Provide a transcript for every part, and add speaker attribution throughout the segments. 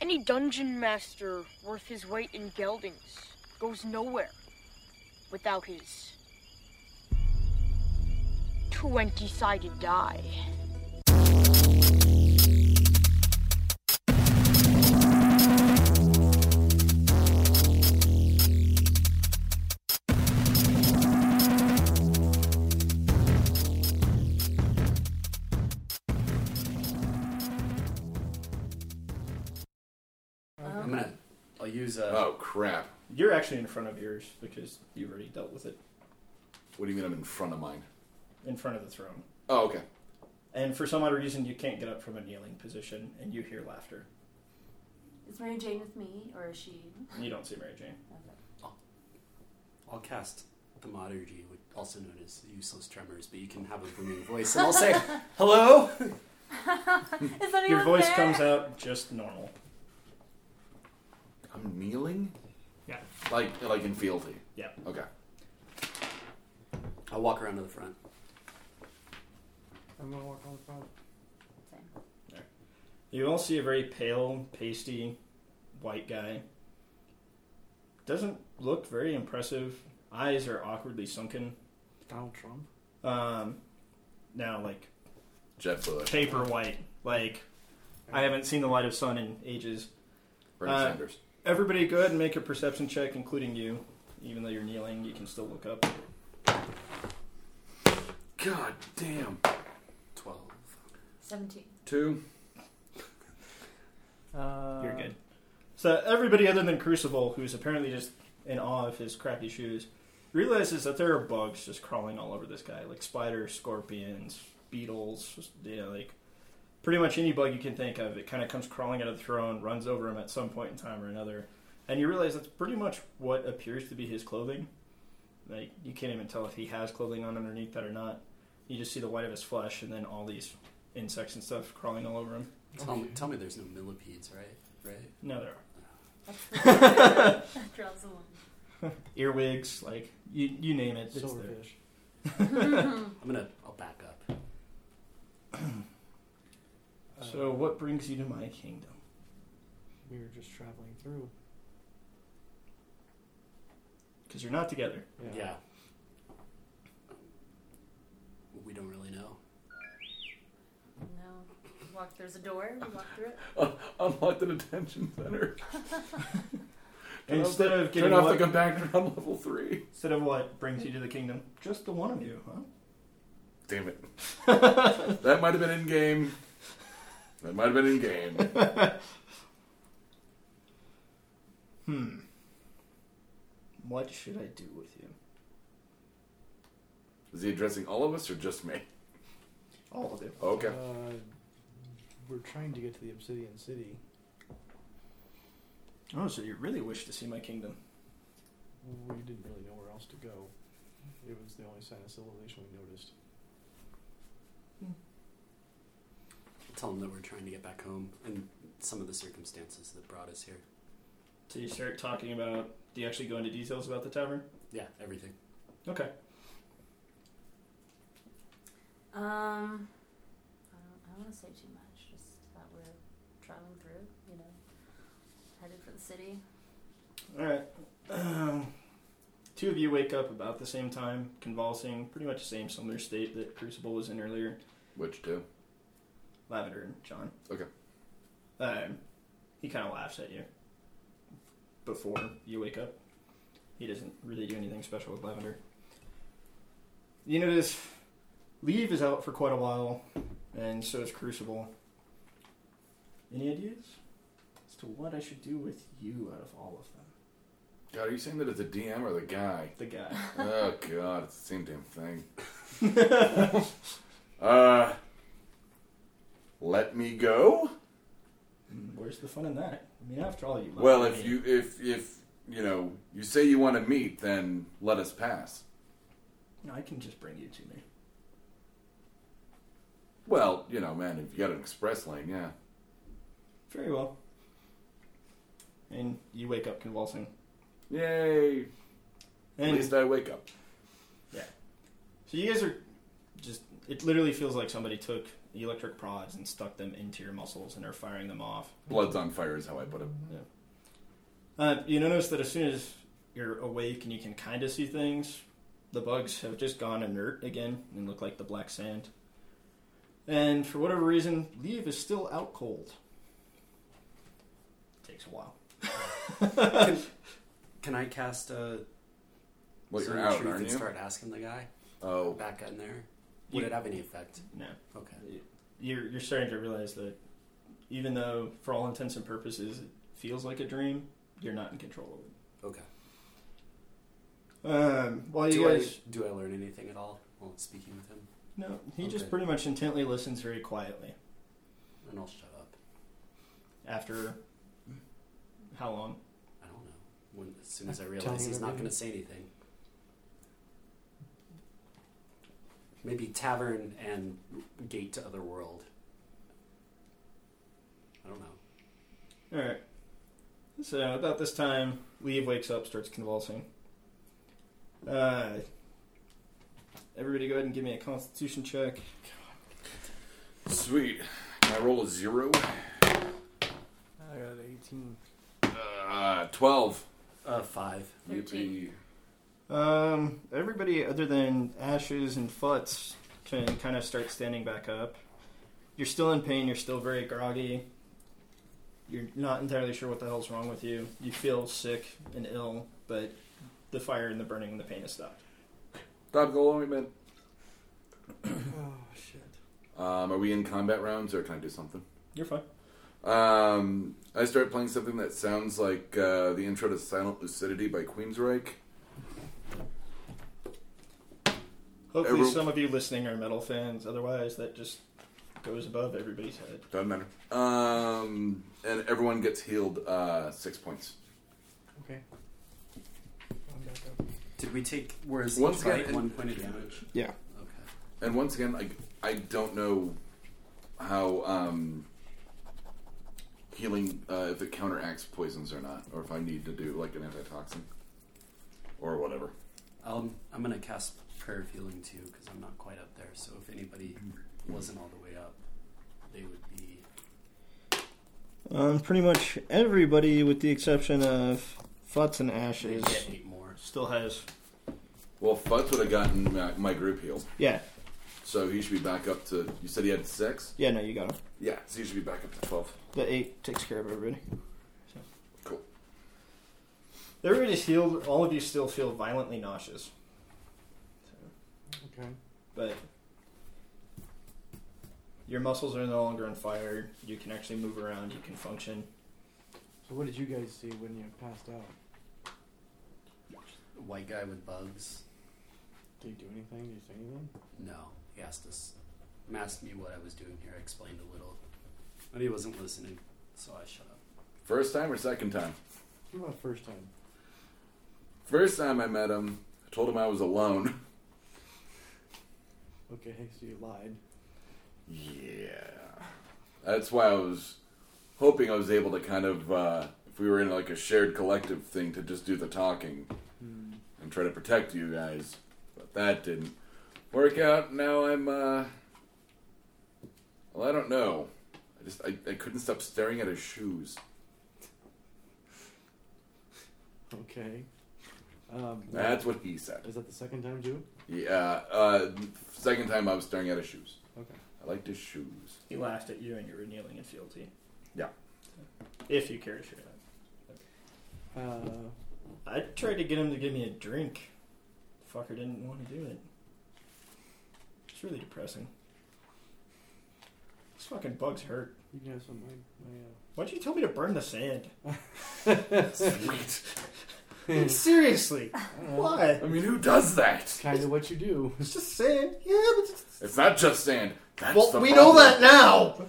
Speaker 1: Any dungeon master worth his weight in geldings goes nowhere without his 20 sided die.
Speaker 2: I'm gonna. I'll use. Uh,
Speaker 3: Oh crap!
Speaker 4: You're actually in front of yours because you already dealt with it
Speaker 3: What do you mean I'm in front of mine?
Speaker 4: in front of the throne.
Speaker 3: Oh okay.
Speaker 4: And for some odd reason, you can't get up from a kneeling position, and you hear laughter.
Speaker 5: Is Mary Jane with me, or is she?
Speaker 4: And You don't see Mary Jane.
Speaker 2: I'll cast Thaumaturgy, which- also known as useless tremors, but you can have a booming voice, and I'll say, "Hello."
Speaker 5: Is anyone
Speaker 4: Your voice
Speaker 5: there?
Speaker 4: comes out just normal.
Speaker 3: I'm kneeling.
Speaker 4: Yeah.
Speaker 3: Like like in fealty.
Speaker 4: Yeah.
Speaker 3: Okay.
Speaker 2: I'll walk around to the front.
Speaker 6: I'm gonna walk on the front.
Speaker 5: Same.
Speaker 4: You all see a very pale, pasty, white guy. Doesn't look very impressive. Eyes are awkwardly sunken.
Speaker 6: Donald Trump.
Speaker 4: Um, now like
Speaker 3: Jet Bullet.
Speaker 4: paper white. Like I haven't seen the light of sun in ages.
Speaker 3: Bernie
Speaker 4: Uh,
Speaker 3: Sanders.
Speaker 4: Everybody, go ahead and make a perception check, including you. Even though you're kneeling, you can still look up.
Speaker 3: God damn.
Speaker 2: Twelve.
Speaker 5: Seventeen.
Speaker 3: Two.
Speaker 6: Uh,
Speaker 4: You're good. So everybody other than Crucible, who's apparently just in awe of his crappy shoes, realizes that there are bugs just crawling all over this guy, like spiders, scorpions, beetles, just, you know, like pretty much any bug you can think of. It kind of comes crawling out of the throne, runs over him at some point in time or another, and you realize that's pretty much what appears to be his clothing. Like you can't even tell if he has clothing on underneath that or not. You just see the white of his flesh, and then all these insects and stuff crawling all over him.
Speaker 2: Tell, me, tell me, there's no millipedes, right? Right.
Speaker 4: No, there are.
Speaker 5: That's the that draws the line.
Speaker 4: earwigs, like you you name it. It's there.
Speaker 6: Silverfish.
Speaker 2: I'm gonna. I'll back up.
Speaker 6: Uh,
Speaker 4: So what brings you to my kingdom?
Speaker 6: we were just traveling through.
Speaker 4: Because you're not together.
Speaker 2: Yeah. We don't really know.
Speaker 5: No. Walk. There's a door. We walk through it.
Speaker 3: Unlock the detention center.
Speaker 4: And instead
Speaker 3: Turn
Speaker 4: of getting
Speaker 3: off
Speaker 4: what,
Speaker 3: the compactor on level three.
Speaker 4: instead of what brings you to the kingdom, just the one of you, huh?
Speaker 3: Damn it. that might have been in game. That might have been in game.
Speaker 4: Hmm. What should I do with you?
Speaker 3: Is he addressing all of us or just me?
Speaker 4: All of you.
Speaker 3: Okay.
Speaker 6: Uh, we're trying to get to the Obsidian City.
Speaker 4: Oh, so you really wish to see my kingdom?
Speaker 6: We didn't really know where else to go. It was the only sign of civilization we noticed.
Speaker 2: Tell them that we're trying to get back home and some of the circumstances that brought us here.
Speaker 4: So you start talking about. Do you actually go into details about the tavern?
Speaker 2: Yeah, everything.
Speaker 4: Okay.
Speaker 5: Um. I don't. I don't want to say too much. Just that we're traveling through. You know, headed for the city.
Speaker 4: All right. Um, two of you wake up about the same time, convulsing, pretty much the same similar state that Crucible was in earlier.
Speaker 3: Which two?
Speaker 4: Lavender and John.
Speaker 3: Okay.
Speaker 4: Um, he kind of laughs at you before you wake up. He doesn't really do anything special with Lavender. You notice Leave is out for quite a while, and so is Crucible. Any ideas as to what I should do with you out of all of them?
Speaker 3: God, are you saying that it's the DM or the guy?
Speaker 4: The guy.
Speaker 3: oh God, it's the same damn thing. uh, let me go.
Speaker 4: Hmm, Where's the fun in that? I mean, after all, you. love
Speaker 3: Well,
Speaker 4: me.
Speaker 3: if you if if you know you say you want to meet, then let us pass.
Speaker 4: No, I can just bring you to me.
Speaker 3: Well, you know, man, if you got an express lane, yeah.
Speaker 4: Very well. And you wake up convulsing.
Speaker 3: Yay! At
Speaker 4: And
Speaker 3: least I wake up.
Speaker 4: So you guys are just it literally feels like somebody took electric prods and stuck them into your muscles and are firing them off.
Speaker 3: Blood's on fire is how I put it.
Speaker 4: Uh, you notice that as soon as you're awake and you can kind of see things, the bugs have just gone inert again and look like the black sand. And for whatever reason, Leave is still out cold. Takes a while.
Speaker 2: Can I cast a
Speaker 3: Well,
Speaker 2: Zone
Speaker 3: you're
Speaker 2: of
Speaker 3: out,
Speaker 2: truth
Speaker 3: aren't
Speaker 2: and
Speaker 3: you?
Speaker 2: start asking the guy
Speaker 3: Oh,
Speaker 2: back in there? Would
Speaker 4: You-
Speaker 2: it have any effect?
Speaker 4: No.
Speaker 2: Okay.
Speaker 4: You're, you're starting to realize that even though, for all intents and purposes, it feels like a dream, you're not in control of it.
Speaker 2: Okay.
Speaker 4: Um, while you
Speaker 2: Do I,
Speaker 4: guys.
Speaker 2: do I learn anything at all while speaking with him?
Speaker 4: No, he
Speaker 2: Okay.
Speaker 4: just pretty much intently listens very quietly.
Speaker 2: And I'll shut up.
Speaker 4: After how long?
Speaker 2: I don't know. When, as soon as I
Speaker 6: Tell
Speaker 2: realize
Speaker 6: him
Speaker 2: he's not
Speaker 6: everything.
Speaker 2: going to say anything. Maybe tavern and gate to other world. I don't know.
Speaker 4: All right. So about this time, Leave wakes up, starts convulsing. Uh, everybody, go ahead and give me a Constitution check.
Speaker 3: sweet. Can I roll a zero?
Speaker 6: I got 18.
Speaker 3: Uh, 12.
Speaker 2: Uh, five.
Speaker 3: Yippee.
Speaker 5: Thirteen.
Speaker 4: Um, everybody other than Ashes and Futz can kind of start standing back up. You're still in pain. You're still very groggy. You're not entirely sure what the hell's wrong with you. You feel sick and ill, but the fire and the burning and the pain has stopped.
Speaker 3: Stop glowing, man.
Speaker 6: Oh, shit.
Speaker 3: Um, are we in combat rounds or can I do something?
Speaker 4: You're fine.
Speaker 3: Um, I start playing something that sounds like uh, the intro to Silent Lucidity by Queensryche.
Speaker 4: Hopefully,
Speaker 3: Everyone-
Speaker 4: some of you listening are metal fans. Otherwise, that just goes above everybody's head.
Speaker 3: Doesn't matter. Um, and everyone gets healed uh, six points.
Speaker 6: Okay. I'm back up.
Speaker 2: Did we take. Whereas
Speaker 3: Once
Speaker 2: each
Speaker 3: again,
Speaker 2: bite,
Speaker 3: it-
Speaker 2: one point of damage?
Speaker 4: Yeah.
Speaker 2: Okay.
Speaker 3: And once again, I, I don't know how um, healing, uh, if it counteracts poisons or not, or if I need to do like an antitoxin or whatever.
Speaker 2: Um, I'm going to cast Prayer of Healing too, because I'm not quite up there. So if anybody wasn't all the way up, they would be.
Speaker 4: Um, pretty much everybody, with the exception of Futz and
Speaker 2: They
Speaker 4: Ashes,
Speaker 2: get eight more.
Speaker 4: still has.
Speaker 3: Well, Futz would have gotten my, my group healed,
Speaker 4: Yeah,
Speaker 3: so he should be back up to. You said he had six?
Speaker 4: yeah, no, you got him.
Speaker 3: Yeah, so he should be back up to 12.
Speaker 4: The eight takes care of everybody.
Speaker 3: Cool.
Speaker 4: Everybody's healed. All of you still feel violently nauseous,
Speaker 6: Okay.
Speaker 4: but your muscles are no longer on fire. You can actually move around. You can function.
Speaker 6: So what did you guys see when you passed out?
Speaker 2: White guy with bugs.
Speaker 6: Did you do anything? Did you say anything?
Speaker 2: No, he asked us, asked me what I was doing here. I explained a little, but he wasn't listening, so I shut up.
Speaker 3: First time or second time?
Speaker 6: What about first time?
Speaker 3: First time I met him, I told him I was alone.
Speaker 6: Okay, so you lied.
Speaker 3: Yeah. That's why I was hoping I was able to kind of, uh, if we were in like a shared collective thing, to just do the talking
Speaker 6: Hmm.
Speaker 3: and try to protect you guys. But that didn't work out. Now I'm, uh. Well, I don't know. I just, I, I couldn't stop staring at his shoes.
Speaker 6: Okay. Um,
Speaker 3: That's what he said.
Speaker 6: Is that the second time too?
Speaker 3: Yeah, uh, second time I was staring at his shoes.
Speaker 6: Okay.
Speaker 3: I liked his shoes.
Speaker 4: He laughed at you, and you were kneeling in fealty.
Speaker 3: Yeah.
Speaker 4: If you care to share that,
Speaker 6: Uh,
Speaker 4: I tried to get him to give me a drink. Fucker didn't want to do it. It's really depressing. These fucking bugs hurt.
Speaker 6: you can have some. My, uh, my,
Speaker 4: Why'd you tell me to burn the sand?
Speaker 6: uh,
Speaker 4: Seriously,
Speaker 6: I don't know.
Speaker 4: why?
Speaker 3: I mean, who does that?
Speaker 6: Kind of what you do.
Speaker 4: It's just sand. Yeah, but it's
Speaker 3: It's not just sand. That's
Speaker 4: Well,
Speaker 3: the
Speaker 4: we
Speaker 3: problem.
Speaker 4: know that now.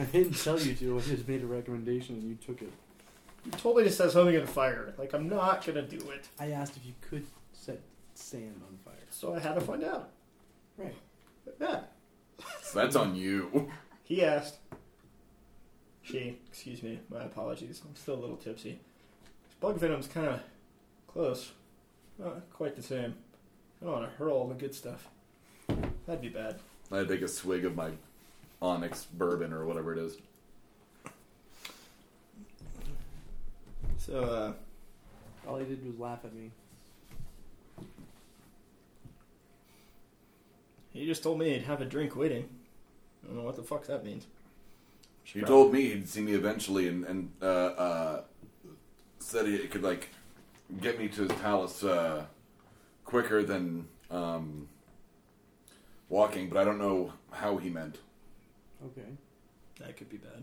Speaker 6: I didn't tell you to. I just made a recommendation and you took it.
Speaker 4: You told me to set something on fire. Like I'm not gonna do it.
Speaker 6: I asked if you could set sand on fire.
Speaker 4: So I had to find out.
Speaker 6: Right.
Speaker 4: Yeah.
Speaker 3: So that's on you.
Speaker 4: He asked. She, excuse me, my apologies. I'm still a little tipsy. Bug venom's kind of close. Not quite the same. I don't want to hurl all the good stuff. That'd be bad.
Speaker 3: I take a swig of my onyx bourbon or whatever it is.
Speaker 4: So, uh,
Speaker 6: All he did was laugh at me.
Speaker 4: he just told me he'd have a drink waiting. I don't know what the fuck that means.
Speaker 3: He told me he'd see me eventually and, and uh, uh, said he could like get me to his palace uh, quicker than um, walking, but I don't know how he meant.
Speaker 6: Okay.
Speaker 4: That could be bad.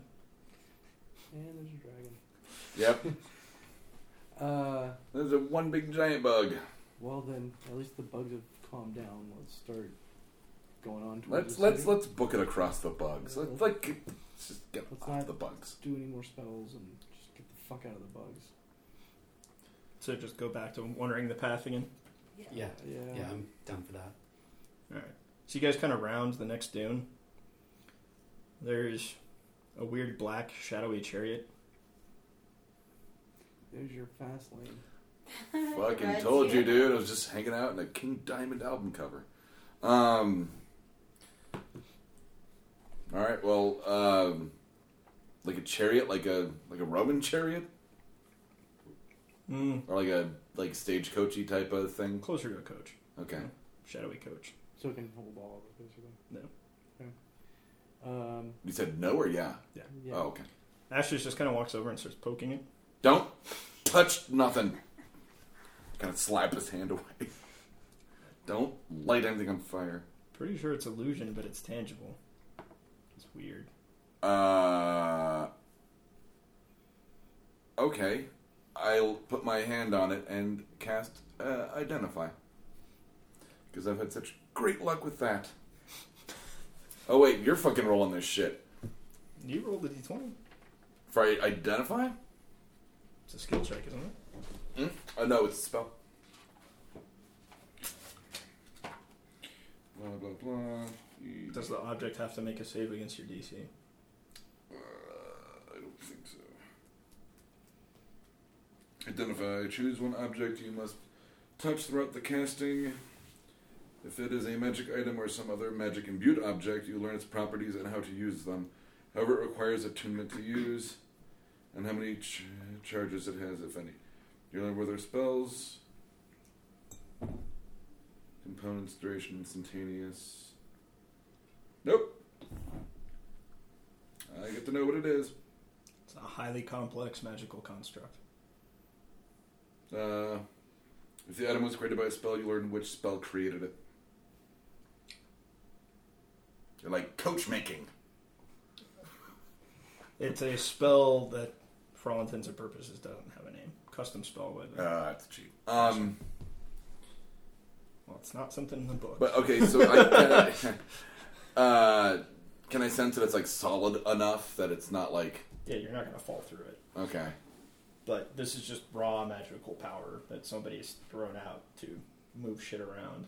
Speaker 6: And there's a
Speaker 3: Yep,
Speaker 6: dragon. Uh,
Speaker 3: there's a one big giant bug.
Speaker 6: well then, at least the bugs have calmed down. Let's start going on. towards
Speaker 3: Let's
Speaker 6: the
Speaker 3: let's
Speaker 6: city.
Speaker 3: let's book it across the bugs. Let's like let's just get
Speaker 6: Let's
Speaker 3: off
Speaker 6: not-
Speaker 3: the bugs.
Speaker 6: do any more spells and just get the fuck out of the bugs.
Speaker 4: So just go back to wandering the path again.
Speaker 2: Yeah.
Speaker 6: Uh, Yeah.
Speaker 2: Yeah, I'm down for that.
Speaker 4: All right. So you guys kind of round the next dune. There's a weird black shadowy chariot.
Speaker 6: There's your fast lane.
Speaker 3: Fucking
Speaker 5: Right
Speaker 3: told you,
Speaker 5: here.
Speaker 3: dude. I was just hanging out in a King Diamond album cover. Um. All right. Well, um, like a chariot, like a like a Roman chariot,
Speaker 4: Mm.
Speaker 3: or like a like stagecoachy type of thing.
Speaker 4: Closer to a coach,
Speaker 3: Okay.
Speaker 4: shadowy coach.
Speaker 6: So it can hold all of it, basically.
Speaker 4: No.
Speaker 6: Okay. Um,
Speaker 3: You said no or yeah?
Speaker 6: yeah.
Speaker 3: Oh, okay.
Speaker 4: Ashley just kind of walks over and starts poking it.
Speaker 3: Don't touch nothing. Kind of slap his hand away. Don't light anything on fire.
Speaker 4: Pretty sure it's illusion, but it's tangible. It's weird.
Speaker 3: Uh. Okay. I'll put my hand on it and cast uh, Identify. Because I've had such great luck with that. Oh, wait, you're fucking rolling this shit.
Speaker 4: You rolled a d20.
Speaker 3: For I- Identify?
Speaker 4: It's a skill check, isn't it?
Speaker 3: Mm? Oh, no, it's a spell. Blah, blah, blah. E- You-
Speaker 4: Does the object have to make a save against your DC?
Speaker 3: Uh, I don't think so. Identify. Choose one object you must touch throughout the casting. If it is a magic item or some other magic imbued object, you learn its properties and how to use them. However, it requires attunement to use, and how many ch- charges it has, if any. You learn whether spells, components, duration, instantaneous. Nope. I get to know what it is.
Speaker 4: It's a highly complex magical construct.
Speaker 3: Uh, if the item was created by a spell, you learn which spell created it. You're like coach making.
Speaker 4: It's a spell that, for all intents and purposes, doesn't have a name. Custom spell, whether.
Speaker 3: Ah, that's cheap. Um,
Speaker 4: Well, it's not something in the book.
Speaker 3: but okay, so I, can I, uh, can I sense that it's like solid enough that it's not like
Speaker 4: yeah, you're not going to fall through it.
Speaker 3: okay,
Speaker 4: But this is just raw magical power that somebody's thrown out to move shit around.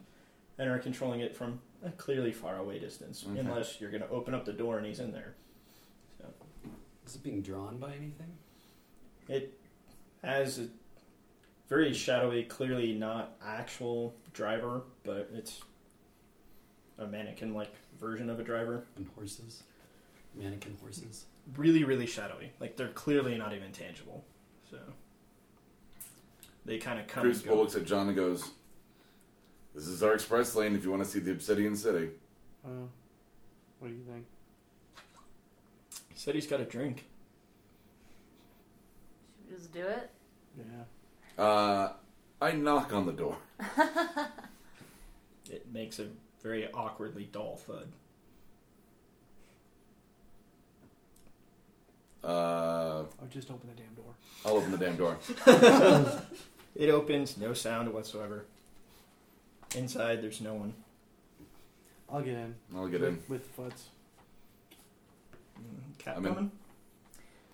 Speaker 4: And are controlling it from a clearly far away distance,
Speaker 3: Okay.
Speaker 4: unless you're going to open up the door and he's in there. So
Speaker 2: Is it being drawn by anything?
Speaker 4: it has a very shadowy, clearly not actual driver, but it's a mannequin-like version of a driver.
Speaker 2: And horses? Mannequin horses?
Speaker 4: really really shadowy like they're clearly not even tangible so they kind of come and
Speaker 3: Crucible
Speaker 4: go.
Speaker 3: looks at John and goes, "This is our express lane. If you want to see the Obsidian City,
Speaker 6: Uh, what do you think?
Speaker 4: He said he's got a drink
Speaker 5: Should we just do it?
Speaker 6: Yeah.
Speaker 3: uh, I knock on the door.
Speaker 4: it makes a very awkwardly dull thud
Speaker 3: Uh,
Speaker 6: Oh, just open the damn door.
Speaker 3: I'll open the damn door.
Speaker 4: it opens no sound whatsoever inside there's no one
Speaker 6: I'll get in.
Speaker 3: I'll get in.
Speaker 6: With- With Futs.
Speaker 4: Mm, cat
Speaker 3: I'm in.
Speaker 4: coming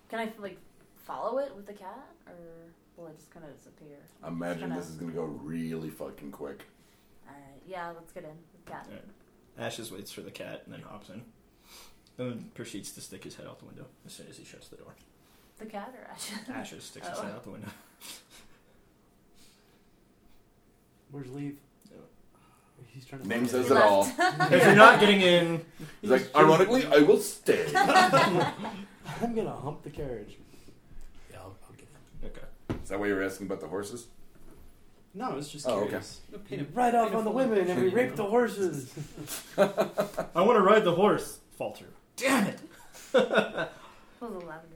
Speaker 5: Can I like follow it with the cat, or will it just kind of disappear?
Speaker 3: Imagine
Speaker 5: Shut
Speaker 3: this
Speaker 5: up.
Speaker 3: is gonna go really fucking quick.
Speaker 5: All right. Uh, Yeah, let's get in with the cat.
Speaker 4: All right. ashes waits for the cat and then hops in and proceeds to stick his head out the window as soon as he shuts the door
Speaker 5: The cat or Ash?
Speaker 4: ashes sticks his
Speaker 5: Oh.
Speaker 4: head out the window
Speaker 6: Where's Leave? He's trying to
Speaker 3: Name
Speaker 6: find
Speaker 3: says
Speaker 5: He
Speaker 6: it.
Speaker 3: it all.
Speaker 5: left.
Speaker 4: If you're not getting in,
Speaker 3: He's like, ironically, I will stay.
Speaker 6: I'm gonna hump the carriage.
Speaker 2: Yeah, I'll, I'll get them.
Speaker 4: okay.
Speaker 3: Is that why you were asking about the horses?
Speaker 6: No, it's just
Speaker 3: Oh, okay.
Speaker 6: curious.
Speaker 2: Paint a-
Speaker 6: Right off
Speaker 2: paint a
Speaker 6: on the
Speaker 2: full-
Speaker 6: women, and we raped the horses.
Speaker 4: I want to ride the horse, Falter. Damn it!
Speaker 5: Well, the lavender.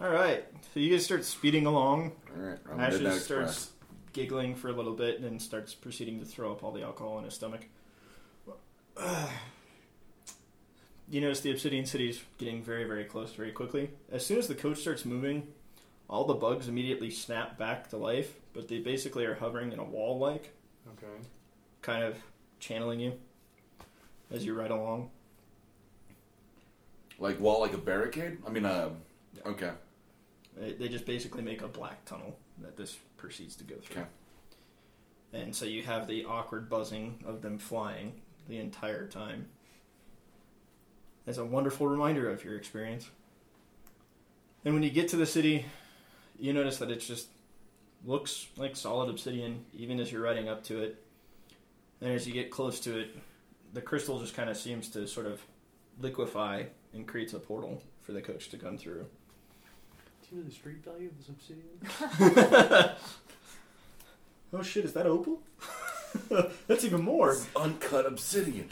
Speaker 4: All right, so you guys start speeding along.
Speaker 3: All right. on the
Speaker 4: Ashes
Speaker 3: Midnight
Speaker 4: starts
Speaker 3: Express.
Speaker 4: giggling for a little bit and then starts proceeding to throw up all the alcohol in his stomach. You notice the Obsidian City's getting very, very close very quickly. As soon as the coach starts moving, all the bugs immediately snap back to life, but they basically are hovering in a wall like,
Speaker 6: Okay.
Speaker 4: kind of channeling you as you ride along.
Speaker 3: Like wall, like a barricade. I mean, uh, okay.
Speaker 4: They they just basically make a black tunnel that this proceeds to go through.
Speaker 3: Okay.
Speaker 4: And so you have the awkward buzzing of them flying the entire time. As a wonderful reminder of your experience. And when you get to the city, you notice that it just looks like solid obsidian, even as you're riding up to it. And as you get close to it, the crystal just kind of seems to sort of liquefy and creates a portal for the coach to come through.
Speaker 6: Do you know the street value of this obsidian?
Speaker 4: Oh shit, is that opal? That's even more. As
Speaker 3: Uncut obsidian.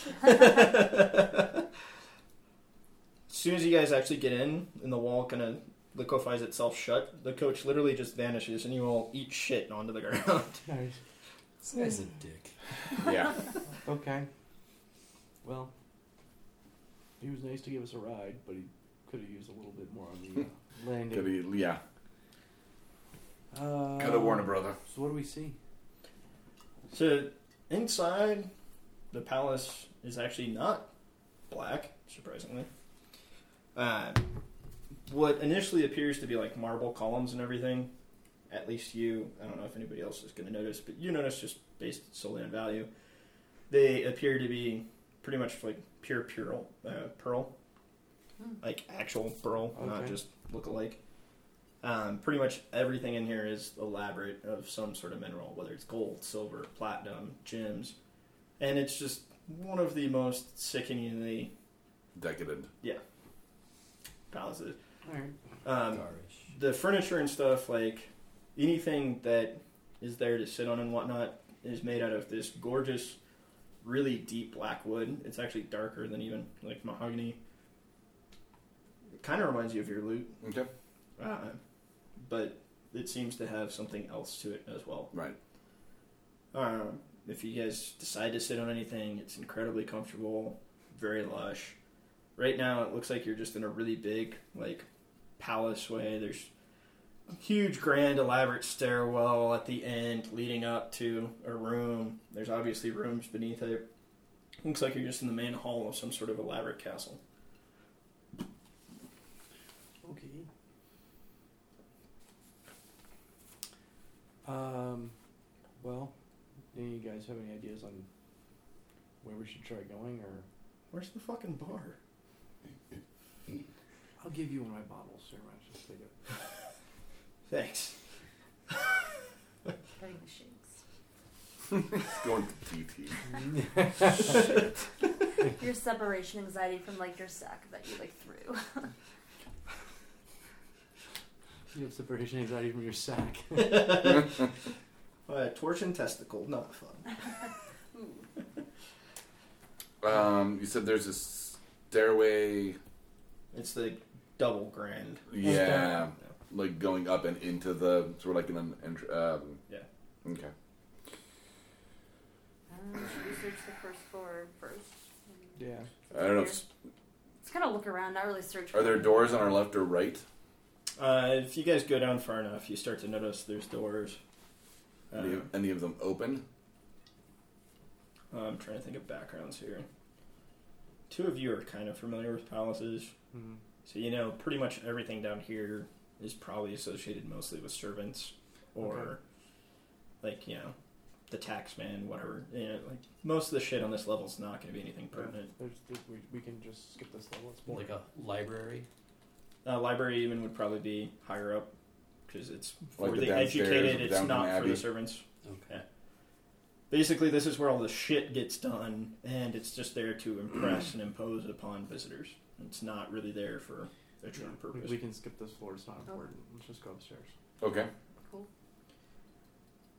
Speaker 4: soon as you guys actually get in and the wall kind of liquefies itself shut, the coach literally just vanishes and you all eat shit onto the ground.
Speaker 6: Nice.
Speaker 2: This guy's a dick.
Speaker 3: Yeah.
Speaker 6: Okay. Well, he was nice to give us a ride, but he could have used a little bit more on the uh, landing.
Speaker 3: Could he, yeah.
Speaker 6: Uh,
Speaker 3: Could have warned a brother.
Speaker 6: So what do we see?
Speaker 4: So inside the palace is actually not black, surprisingly. Uh, what initially appears to be like marble columns and everything, at least you, I don't know if anybody else is going to notice, but you notice just based solely on value, they appear to be pretty much like pure pearl, uh, pearl,
Speaker 5: Hmm.
Speaker 4: like actual pearl, not
Speaker 6: Okay.
Speaker 4: just look alike. Um, pretty much everything in here is elaborate of some sort of mineral, whether it's gold, silver, platinum, gems, and it's just one of the most sickeningly
Speaker 3: Decadent.
Speaker 4: palaces.
Speaker 6: All right.
Speaker 4: Um,
Speaker 2: Garish.
Speaker 4: the furniture and stuff, like anything that is there to sit on and whatnot, is made out of this gorgeous, really deep black wood. It's actually darker than even like mahogany. It kind of reminds you of your loot,
Speaker 3: Okay.
Speaker 4: uh, but it seems to have something else to it as well.
Speaker 3: Right.
Speaker 4: Um, if you guys decide to sit on anything, it's incredibly comfortable, very lush. Right now, it looks like you're just in a really big, like, palace way. There's a huge, grand, elaborate stairwell at the end leading up to a room. There's obviously rooms beneath it. Looks like you're just in the main hall of some sort of elaborate castle.
Speaker 6: Okay. Um, well, do you guys have any ideas on where we should try going, or
Speaker 4: Where's the fucking bar?
Speaker 6: I'll give you one of my bottles. Sir, I just take it.
Speaker 4: Thanks.
Speaker 5: Getting the shakes.
Speaker 3: Going to TT.
Speaker 6: Mm-hmm.
Speaker 5: Your separation anxiety from like your sack that you like threw.
Speaker 6: You have separation anxiety from your sack.
Speaker 4: Uh, torch and testicle, not fun.
Speaker 3: Um, you said there's a stairway.
Speaker 4: It's the double grand.
Speaker 3: Yeah. Like going up and into the sort of like an entr- um,
Speaker 4: Yeah.
Speaker 3: Okay.
Speaker 5: Um, should we search the first floor first?
Speaker 6: yeah.
Speaker 3: I don't know.
Speaker 5: Here.
Speaker 3: If,
Speaker 5: Let's kind of look around, not really search.
Speaker 3: are
Speaker 5: for
Speaker 3: there
Speaker 5: it.
Speaker 3: doors on our left or right?
Speaker 4: Uh, if you guys go down far enough, you start to notice there's doors. Uh,
Speaker 3: Any, any of them open?
Speaker 4: I'm trying to think of backgrounds here. Two of you are kind of familiar with palaces,
Speaker 6: Mm.
Speaker 4: so you know pretty much everything down here is probably associated mostly with servants or,
Speaker 6: Okay.
Speaker 4: like, you know, the taxman, whatever. You know, like, most of the shit on this level is not going to be anything pertinent.
Speaker 6: There's, there's, we, we can just skip this level. It's boring.
Speaker 2: Like a library.
Speaker 4: Uh, library even would probably be higher up because it's for
Speaker 3: Like the
Speaker 4: the
Speaker 3: downstairs
Speaker 4: educated,
Speaker 3: of
Speaker 4: it's
Speaker 3: Downton
Speaker 4: not for
Speaker 3: Abbey?
Speaker 4: the servants.
Speaker 2: Okay.
Speaker 4: Basically, this is where all the shit gets done, and it's just there to impress and impose upon visitors. It's not really there for a true
Speaker 6: We,
Speaker 4: purpose.
Speaker 6: we can skip this floor. It's
Speaker 5: Oh.
Speaker 6: not important. Let's just go upstairs.
Speaker 3: Okay.
Speaker 5: Cool.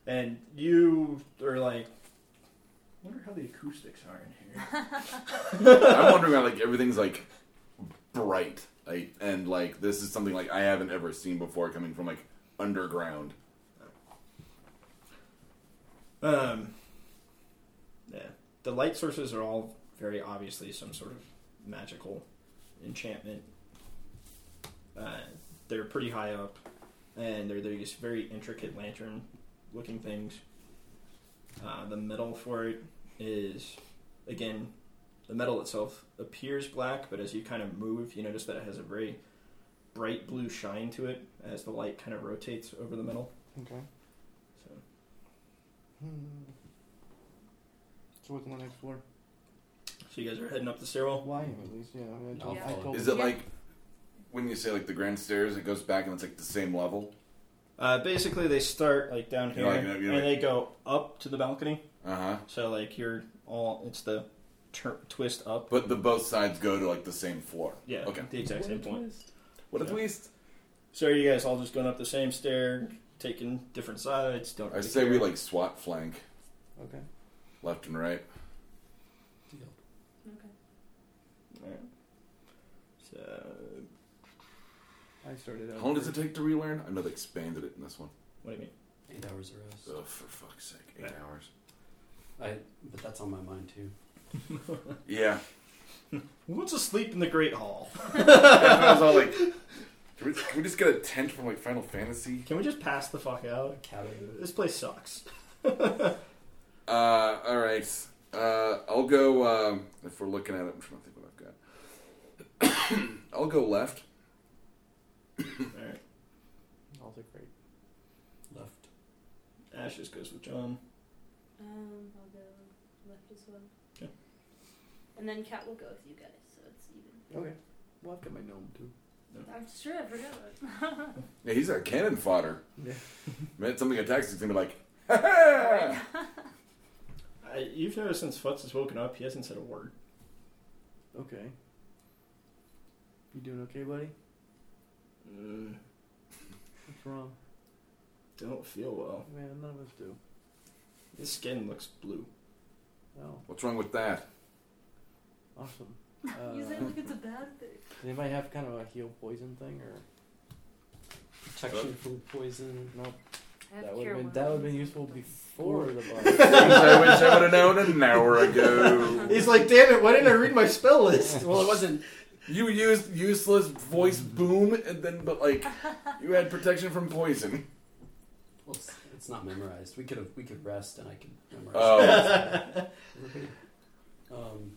Speaker 4: And you are like, I wonder how the acoustics are in here.
Speaker 3: I'm wondering why like everything's like bright, like and like this is something like I haven't ever seen before coming from like underground.
Speaker 4: Um, yeah, the light sources are all very obviously some sort of magical enchantment. Uh, they're pretty high up, and they're they're just very intricate lantern-looking things. Uh, the metal for it is, again, the metal itself appears black, but as you kind of move, you notice that it has a very bright blue shine to it as the light kind of rotates over the metal.
Speaker 6: Okay.
Speaker 4: So.
Speaker 6: So what's on the next floor?
Speaker 4: So you guys are heading up the stairwell.
Speaker 6: Why at least? Yeah. I, mean, I told,
Speaker 5: Yeah.
Speaker 6: I told
Speaker 3: Is it
Speaker 5: Yeah.
Speaker 3: like when you say like the grand stairs, it goes back and it's like the same level?
Speaker 4: Uh, basically, they start like down
Speaker 3: You
Speaker 4: here,
Speaker 3: know, like, you know,
Speaker 4: and they go up to the balcony.
Speaker 3: Uh huh.
Speaker 4: So like you're all it's the tur twist up.
Speaker 3: But the both sides go to like the same floor.
Speaker 4: Yeah,
Speaker 3: Okay.
Speaker 4: the exact same point.
Speaker 3: What a
Speaker 4: Yeah.
Speaker 3: twist!
Speaker 4: So are you guys all just going up the same stair, taking different sides? Don't
Speaker 3: I
Speaker 4: really
Speaker 3: say we
Speaker 4: care?
Speaker 3: like swat flank
Speaker 6: Okay.
Speaker 3: left and right.
Speaker 2: Deal.
Speaker 4: Alright. So
Speaker 6: I started.
Speaker 3: How long does it take to relearn? I know they expanded it in this one.
Speaker 4: what do you mean?
Speaker 2: Eight hours of rest.
Speaker 3: Oh, for fuck's sake, eight
Speaker 4: Yeah.
Speaker 3: hours.
Speaker 2: I, but that's on my mind too.
Speaker 3: Yeah.
Speaker 4: Who wants to sleep in the Great Hall?
Speaker 3: I was all like, can we, can we just get a tent from like Final Fantasy?
Speaker 4: Can we just pass the fuck out?
Speaker 2: Cabin.
Speaker 4: This place sucks.
Speaker 3: Uh, all right. Uh, I'll go. Um, if we're looking at it, I'm trying to think what I've got. I'll go left.
Speaker 4: Alright.
Speaker 6: I'll take great.
Speaker 2: Left.
Speaker 4: Ash just goes with John.
Speaker 5: Um, I'll go left as well.
Speaker 4: Okay.
Speaker 5: And then Cat will go with you guys, so it's even.
Speaker 6: Okay. Well, I've got my gnome too.
Speaker 5: I'm sure I forgot.
Speaker 3: Yeah, he's our cannon fodder.
Speaker 6: Yeah.
Speaker 3: Man, something attacks, he's gonna be like, ha ha!
Speaker 4: I, you've noticed since Futz has woken up, he hasn't said a word.
Speaker 6: Okay. You doing okay, buddy?
Speaker 4: Mm,
Speaker 6: What's wrong?
Speaker 4: don't feel well.
Speaker 6: Man, none of us do.
Speaker 4: His skin looks blue.
Speaker 6: Oh,
Speaker 3: What's wrong with that?
Speaker 6: awesome.
Speaker 5: you
Speaker 6: Uh,
Speaker 5: sound like it's a bad thing.
Speaker 6: they might have kind of a heal poison thing, or
Speaker 2: Protection, food poison.
Speaker 6: no?
Speaker 5: I have
Speaker 6: That would
Speaker 5: cure
Speaker 6: have been
Speaker 5: wounds.
Speaker 6: that would have been useful
Speaker 5: Don't-
Speaker 6: before the
Speaker 3: Things
Speaker 6: bug.
Speaker 3: I wish I would have known an hour ago.
Speaker 4: He's like, damn it, why didn't I read my spell list?
Speaker 2: well, it wasn't.
Speaker 3: You used useless voice boom, and then, but like, you had protection from poison.
Speaker 2: Well, it's, it's not memorized. We could have. We could rest, and I could memorize.
Speaker 3: Oh.
Speaker 2: um,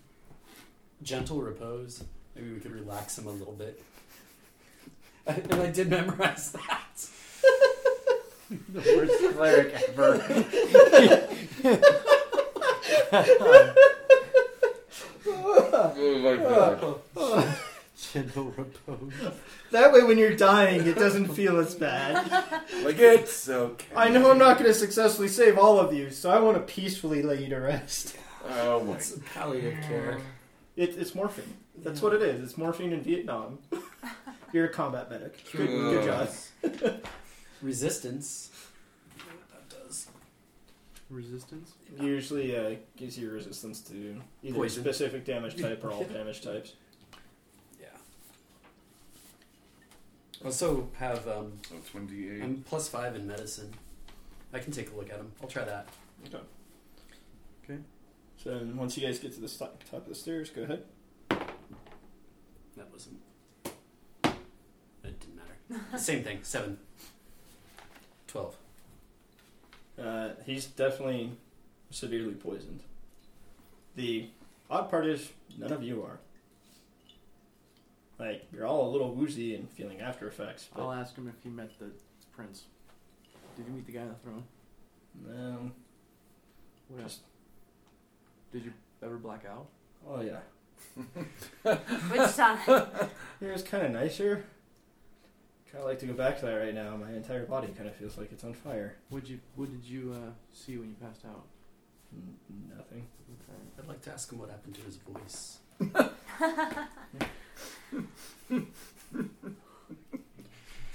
Speaker 2: gentle repose. Maybe we could relax him a little bit. and I did memorize that.
Speaker 6: the worst cleric ever.
Speaker 3: Oh my God.
Speaker 6: Gentle repose.
Speaker 4: That way, when you're dying, it doesn't feel as bad.
Speaker 3: Like, it's okay.
Speaker 4: I know I'm not going to successfully save all of you, so I want to peacefully lay you to rest.
Speaker 3: Oh my
Speaker 2: That's palliative care.
Speaker 4: It, it's morphine. That's what it is. It's morphine in Vietnam. You're a combat medic. Good, good job.
Speaker 2: Resistance. You know what that does.
Speaker 6: Resistance.
Speaker 4: Usually uh, gives you resistance to either
Speaker 2: Poison.
Speaker 4: specific damage type or all damage types.
Speaker 2: Yeah. Also have um,
Speaker 3: So 28.
Speaker 2: I'm plus five in medicine. I can take a look at him. I'll try that.
Speaker 4: Okay.
Speaker 6: Okay.
Speaker 4: So then once you guys get to the sto- top of the stairs, go ahead.
Speaker 2: That wasn't. It didn't matter. Same thing. Seven. Twelve.
Speaker 4: Uh, he's definitely severely poisoned. The odd part is none of you are. Like you're all a little woozy and feeling after effects, but
Speaker 6: I'll ask him if he met the prince. Did you meet the guy on the throne?
Speaker 4: no.
Speaker 6: What else?
Speaker 4: um, Just-
Speaker 6: Did you ever black out?
Speaker 4: Oh yeah,
Speaker 5: Which time?
Speaker 4: it was kind of nicer. Kind of like to go back to that right now. My entire body kind of feels like it's on fire.
Speaker 6: What you What did you uh, see when you passed out?
Speaker 4: Nothing.
Speaker 6: Okay.
Speaker 2: I'd like to ask him what happened to his voice.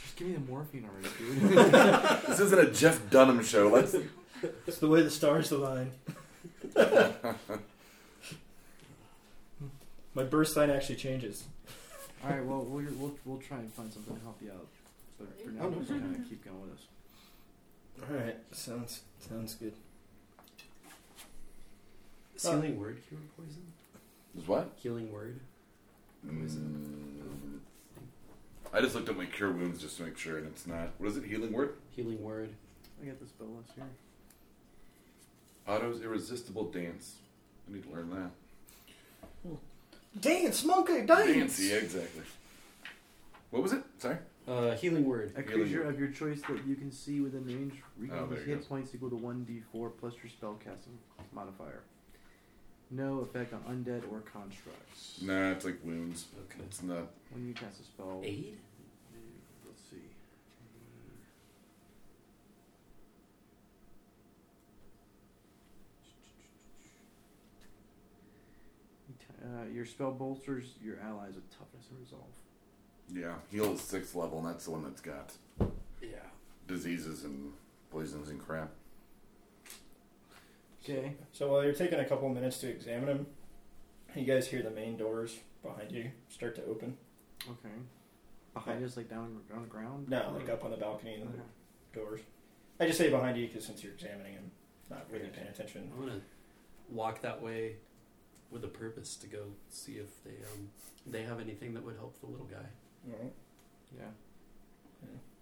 Speaker 6: Just give me the morphine already, dude.
Speaker 3: This isn't a Jeff Dunham show. Let's
Speaker 4: It's the way the stars align. My birth sign actually changes.
Speaker 6: All right. Well, we'll we'll we'll try and find something to help you out. But for now,
Speaker 2: Oh, no.
Speaker 6: we're just gonna keep going with us.
Speaker 4: All right, sounds sounds good.
Speaker 2: Is healing word cure poison?
Speaker 3: Is what?
Speaker 2: Healing word?
Speaker 3: Mm. I just looked at my cure wounds just to make sure, and it's not. What is it? Healing word?
Speaker 2: Healing word.
Speaker 6: I got this spell list here.
Speaker 3: Otto's irresistible dance. I need to learn that.
Speaker 4: Dance, monkey,
Speaker 3: Dance, yeah, exactly. What was it? Sorry.
Speaker 2: Uh, healing word.
Speaker 6: A
Speaker 3: Healing
Speaker 6: creature
Speaker 3: word.
Speaker 6: of your choice that you can see within range
Speaker 3: Oh,
Speaker 6: regains
Speaker 3: there
Speaker 6: his
Speaker 3: you
Speaker 6: hit
Speaker 3: go.
Speaker 6: points equal to one d4 plus your spellcasting modifier. No effect on undead or constructs.
Speaker 3: Nah, it's like wounds.
Speaker 2: Okay.
Speaker 3: It's not.
Speaker 6: When you cast a spell,
Speaker 2: Aid?
Speaker 6: let's see. Uh, your spell bolsters your allies with toughness and resolve.
Speaker 3: Yeah, heal is sixth level, and that's the one that's got
Speaker 2: Yeah.
Speaker 3: diseases and poisons and crap.
Speaker 6: Okay.
Speaker 4: So while you're taking a couple minutes to examine them, you guys hear the main doors behind you start to open.
Speaker 6: Okay. Behind us, like down on the ground.
Speaker 4: No, like up on the balcony, the doors. I just say behind you because since you're examining them, not really paying attention.
Speaker 2: I'm gonna walk that way with a purpose to go see if they um they have anything that would help the little guy.
Speaker 4: Alright.
Speaker 6: Yeah.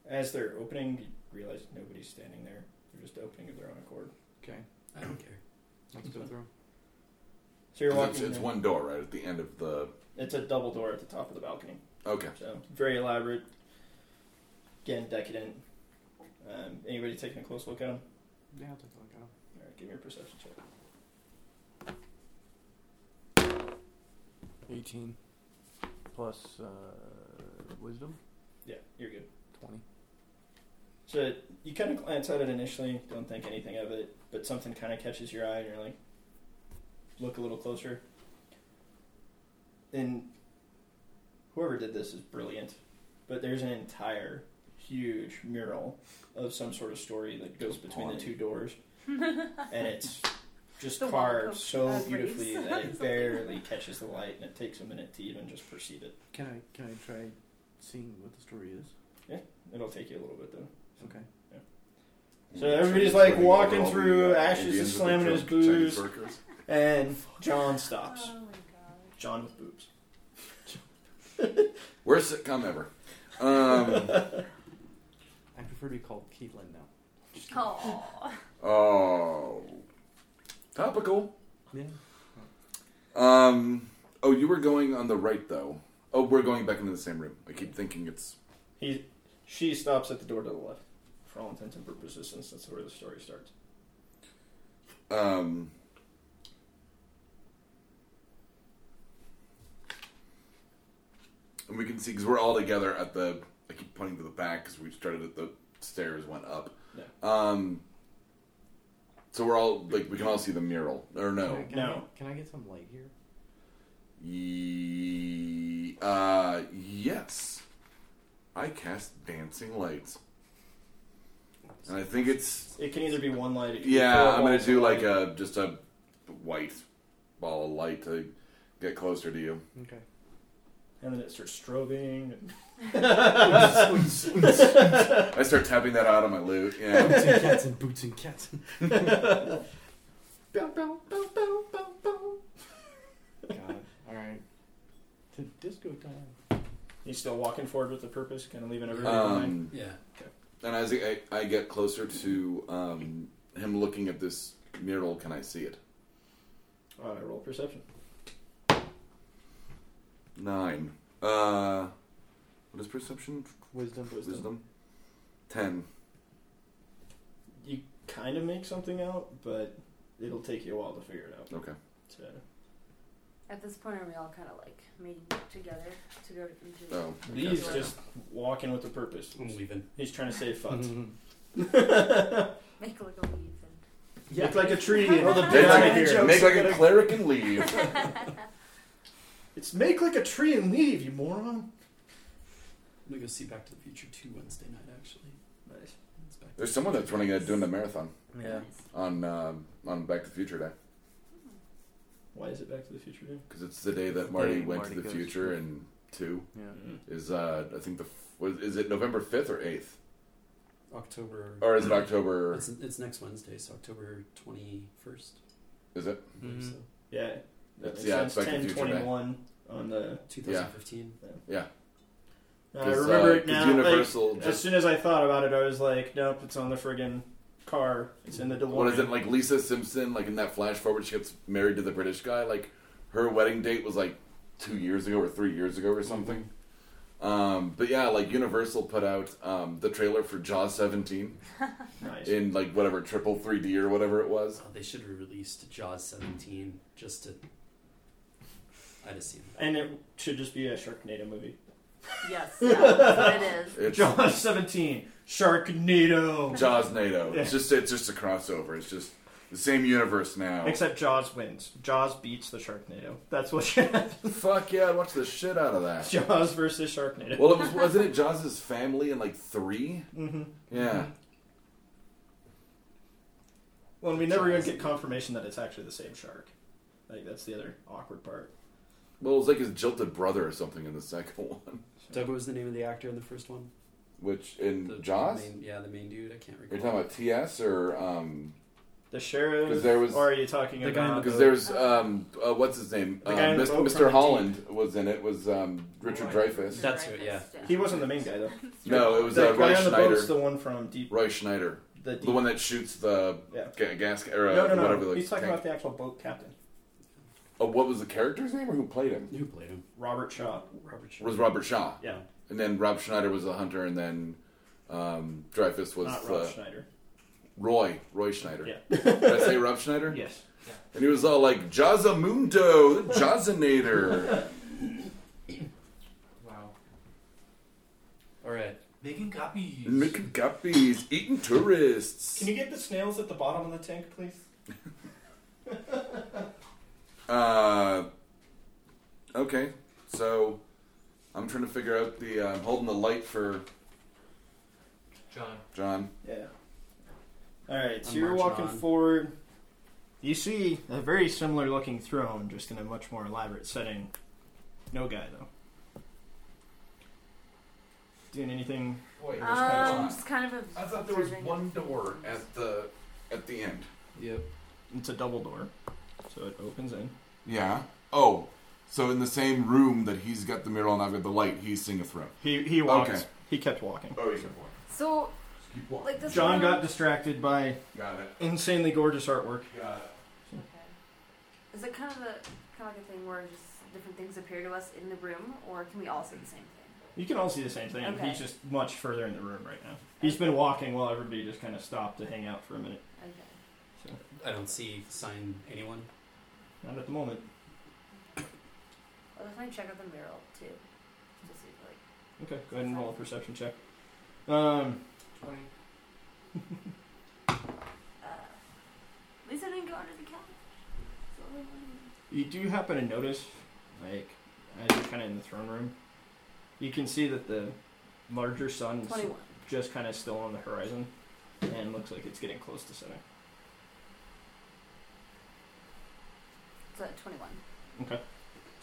Speaker 4: As they're opening, you realize nobody's standing there. They're just opening of their own accord.
Speaker 6: Okay.
Speaker 2: I don't care.
Speaker 6: Let's go through.
Speaker 4: So you're
Speaker 3: 'Cause
Speaker 4: walking.
Speaker 3: It's, it's
Speaker 4: in.
Speaker 3: one door right at the end of the.
Speaker 4: It's a double door at the top of the balcony.
Speaker 3: Okay.
Speaker 4: So very elaborate. Again, decadent. Um, anybody taking a close look at them?
Speaker 6: Yeah, I'll take a look at 'em.
Speaker 4: All right, give me a perception check.
Speaker 6: 18 plus uh, wisdom
Speaker 4: Yeah, you're good.
Speaker 6: 20
Speaker 4: So you kind of glance at it initially, don't think anything of it, but something kind of catches your eye, and you're like, look a little closer. And whoever did this is brilliant, but there's an entire huge mural of some sort of story that goes between the two doors, and it's just
Speaker 5: The wall
Speaker 4: carved
Speaker 5: goes
Speaker 4: so
Speaker 5: backwards.
Speaker 4: beautifully that it barely catches the light, and it takes a minute to even just perceive it.
Speaker 6: can i can i try seeing what the story is
Speaker 4: It'll take you a little bit though.
Speaker 6: okay
Speaker 4: So everybody's, like, walking through, Ash is just slamming his booze.
Speaker 3: Circus.
Speaker 4: And John stops.
Speaker 5: Oh my
Speaker 4: John with boobs.
Speaker 3: Worst sitcom ever. Um,
Speaker 6: i prefer to be called caitlin now
Speaker 5: god. Aww.
Speaker 3: oh, topical.
Speaker 6: yeah
Speaker 3: Um, oh, you were going on the right though. Oh, we're going back into the same room. I keep thinking it's
Speaker 4: He, she stops at the door to the left, for all intents and purposes, since that's where the story starts.
Speaker 3: Um, and we can see because we're all together at the. I keep pointing to the back because we started at the stairs, went up.
Speaker 4: Yeah.
Speaker 3: Um. So we're all like we can all see the mural or no?
Speaker 6: can I, can I,
Speaker 4: No.
Speaker 6: get- can i get some light here
Speaker 3: Ye- uh, yes. I cast dancing lights, and I think it's
Speaker 4: It can either be one light. It can be four
Speaker 3: Yeah, I'm gonna
Speaker 4: balls
Speaker 3: do
Speaker 4: of
Speaker 3: like
Speaker 4: light.
Speaker 3: a just a white ball of light to get closer to you.
Speaker 6: okay
Speaker 4: and then it starts strobing. and-
Speaker 3: I start tapping that out on my lute. Yeah.
Speaker 6: and cats and boots and cats
Speaker 4: Bow, bow, bow, bow, bow, bow.
Speaker 6: god all right to disco time
Speaker 4: He's still walking forward with the purpose, kind of leaving everybody behind.
Speaker 3: um,
Speaker 2: Yeah.
Speaker 3: and as I, I get closer to um, him looking at this mural, can I see it?
Speaker 4: Uh, roll perception.
Speaker 3: Nine. Uh, what is perception?
Speaker 6: wisdom
Speaker 4: Wisdom.
Speaker 3: Wisdom. Ten.
Speaker 4: You kind of make something out, but it'll take you a while to figure it out.
Speaker 3: Okay.
Speaker 4: So,
Speaker 5: At this point, are we all kind of like meeting together to go into?
Speaker 3: Oh.
Speaker 4: Lee's
Speaker 5: Okay.
Speaker 4: just walking with the purpose.
Speaker 2: I'm leaving.
Speaker 4: He's trying to save fucks.
Speaker 6: Mhm.
Speaker 5: Make like a leaf and
Speaker 4: It's like a tree. And
Speaker 5: Oh, the
Speaker 4: get
Speaker 5: big
Speaker 4: out of
Speaker 5: idea.
Speaker 4: here.
Speaker 3: Make like a cleric and leave.
Speaker 4: It's make like a tree and leave, you moron.
Speaker 2: I'm gonna go see Back to the Future 2 Wednesday night, actually.
Speaker 4: Nice.
Speaker 2: It's back to
Speaker 3: There's someone that's running a doing a marathon
Speaker 4: Yeah.
Speaker 3: on um, on Back to the Future Day
Speaker 4: Why is it Back to the Future? Day?
Speaker 3: because it's the day that Marty
Speaker 6: Day
Speaker 3: went
Speaker 6: Marty
Speaker 3: to the
Speaker 6: goes.
Speaker 3: future and two
Speaker 6: Yeah.
Speaker 4: Mm.
Speaker 3: is uh I think the f- was, is it November fifth or eighth
Speaker 2: October.
Speaker 3: or is it October?
Speaker 2: It's, it's next Wednesday, so October 21st.
Speaker 3: Is it?
Speaker 2: I believe
Speaker 6: Mhm.
Speaker 2: so.
Speaker 4: Yeah. That
Speaker 3: It's-
Speaker 4: makes
Speaker 3: yeah, it's Back
Speaker 4: sense.
Speaker 3: to the
Speaker 4: Ten
Speaker 3: Future Day.
Speaker 4: twenty-one on the.
Speaker 2: 2015.
Speaker 4: I
Speaker 3: 'Cause,
Speaker 4: remember
Speaker 3: uh,
Speaker 4: it
Speaker 3: 'cause
Speaker 4: now. like,
Speaker 3: Universal
Speaker 4: as
Speaker 3: just
Speaker 4: soon as I thought about it, I was like, nope, it's on the friggin' car. It's in the DeLorean.
Speaker 3: what is it like Lisa Simpson like in that flash forward she gets married to the British guy like her wedding date was like two years ago or three years ago or something. Um, but yeah, like Universal put out um, the trailer for Jaws 17
Speaker 4: Nice.
Speaker 3: in like whatever triple 3D or whatever it was.
Speaker 2: Oh, they should have released Jaws 17 just to. I'd have seen that.
Speaker 4: and it should just be a Sharknado movie.
Speaker 5: yes, yeah, that's what it is.
Speaker 3: It's
Speaker 4: Jaws 17, Sharknado.
Speaker 3: Jaws NATO.
Speaker 4: Yeah.
Speaker 3: It's just it's just a crossover. It's just the same universe now.
Speaker 4: Except Jaws wins. Jaws beats the Sharknado. That's what should happen.
Speaker 3: Fuck yeah, I'd watch the shit out of that.
Speaker 4: Jaws versus Sharknado.
Speaker 3: Well, it was, wasn't it Jaws' family in like three?
Speaker 4: hmm
Speaker 3: Yeah.
Speaker 4: Well, and we never even get confirmation that it's actually the same shark. Like that's the other awkward part.
Speaker 3: Well, it was like his jilted brother or something in the second one.
Speaker 2: Doug, what was the name of the actor in the first one?
Speaker 3: Which in
Speaker 2: The the
Speaker 3: Jaws?
Speaker 2: main- yeah, the main dude. I can't recall.
Speaker 3: You're talking about TS or um?
Speaker 4: The
Speaker 3: 'Cause
Speaker 4: sheriff,
Speaker 3: there was-
Speaker 4: or are you talking
Speaker 2: The guy in
Speaker 4: about?
Speaker 3: Because there's um, uh, what's his name?
Speaker 4: Uh, The guy
Speaker 3: Um,
Speaker 4: in the
Speaker 3: Mis-
Speaker 4: boat from
Speaker 3: Mr.
Speaker 4: the
Speaker 3: Holland was in it. Was um, Richard
Speaker 4: Right.
Speaker 3: Dreyfuss?
Speaker 2: That's who- yeah.
Speaker 4: he wasn't the main guy though.
Speaker 3: No, it was
Speaker 4: the
Speaker 3: uh,
Speaker 4: guy
Speaker 3: Roy
Speaker 4: on the
Speaker 3: Schneider.
Speaker 4: boat's the one from Deep.
Speaker 3: Roy Schneider,
Speaker 4: The, deep
Speaker 3: the one that shoots the
Speaker 4: Yeah.
Speaker 3: ga- gas or uh,
Speaker 4: no, no,
Speaker 3: whatever.
Speaker 4: no.
Speaker 3: the
Speaker 4: He's talking
Speaker 3: tank.
Speaker 4: about the actual boat captain,
Speaker 3: Oh, what was the character's name or who played him?
Speaker 2: Who played him?
Speaker 4: Robert Shaw.
Speaker 2: Robert Shaw.
Speaker 3: Was Robert Shaw.
Speaker 4: Yeah,
Speaker 3: And then Rob Schneider was a hunter, and then um, Dreyfus was
Speaker 4: not Rob
Speaker 3: uh,
Speaker 4: Schneider.
Speaker 3: Roy. Roy Schneider.
Speaker 4: Yeah.
Speaker 3: Did I say Rob Schneider?
Speaker 4: yes.
Speaker 3: And he was all like, Jazamundo, the Jazinator.
Speaker 7: Wow.
Speaker 2: All right.
Speaker 7: Making copies.
Speaker 3: Making copies, eating tourists.
Speaker 4: Can you get the snails at the bottom of the tank, please?
Speaker 3: Uh, okay, so I'm trying to figure out the. Uh, I'm holding the light for
Speaker 7: John.
Speaker 3: John.
Speaker 4: Yeah. All right, so
Speaker 2: I'm
Speaker 4: you're
Speaker 2: marching
Speaker 4: walking
Speaker 2: on.
Speaker 4: forward. You see a very similar looking throne, just in a much more elaborate setting. No guy though. Doing anything?
Speaker 3: Wait,
Speaker 5: Um, just kind of.
Speaker 3: I thought there was one door at the at the end.
Speaker 6: Yep.
Speaker 4: It's a double door, so it opens in.
Speaker 3: Yeah. Oh, so in the same room that he's got the mural and I've got the light, he's seeing a throne.
Speaker 4: He he walked.
Speaker 3: Okay.
Speaker 4: He kept walking.
Speaker 3: Oh, he's got one.
Speaker 5: So,
Speaker 3: Keep walking.
Speaker 5: like this.
Speaker 4: John
Speaker 5: one-
Speaker 4: got distracted by
Speaker 3: Got it.
Speaker 4: insanely gorgeous artwork.
Speaker 3: Got it.
Speaker 5: Okay. Is it kind of a kind of like a thing where just different things appear to us in the room, or can we all see the same thing?
Speaker 4: You can all see the same thing.
Speaker 5: Okay.
Speaker 4: He's just much further in the room right now. He's been walking while everybody just kind of stopped to hang out for a minute.
Speaker 5: Okay.
Speaker 4: So
Speaker 2: I don't see sign anyone.
Speaker 4: not at the moment.
Speaker 5: I'll definitely check out the mural too, to see if, like.
Speaker 4: Okay, go ahead and roll a perception check. Um,
Speaker 7: Twenty.
Speaker 5: Uh, at least I didn't go under the couch. So, um,
Speaker 4: you do happen to notice, like, as you're kind of in the throne room, you can see that the larger sun is
Speaker 5: Twenty-one.
Speaker 4: just kind of still on the horizon, and looks like it's getting close to setting.
Speaker 5: So twenty-one.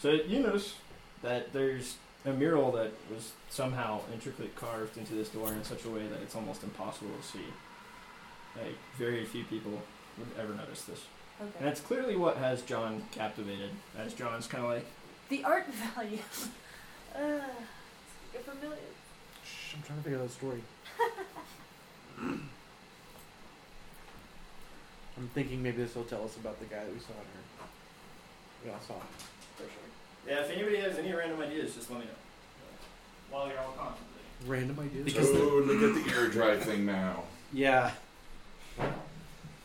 Speaker 4: So you notice that there's a mural that was somehow intricately carved into this door in such a way that it's almost impossible to see. Like, very few people would ever notice this. And
Speaker 5: Okay.
Speaker 4: that's clearly what has John captivated, as John's kind of like,
Speaker 5: The art value. uh, you're familiar.
Speaker 6: Shh, I'm trying to figure out that story. I'm thinking maybe this will tell us about the guy that we saw in here. We all saw him. For sure.
Speaker 4: Yeah, if anybody has any random ideas, just let me know. While you're all contemplating.
Speaker 6: Random ideas.
Speaker 2: Because the-
Speaker 3: oh, look at the ear dry thing now.
Speaker 2: Yeah.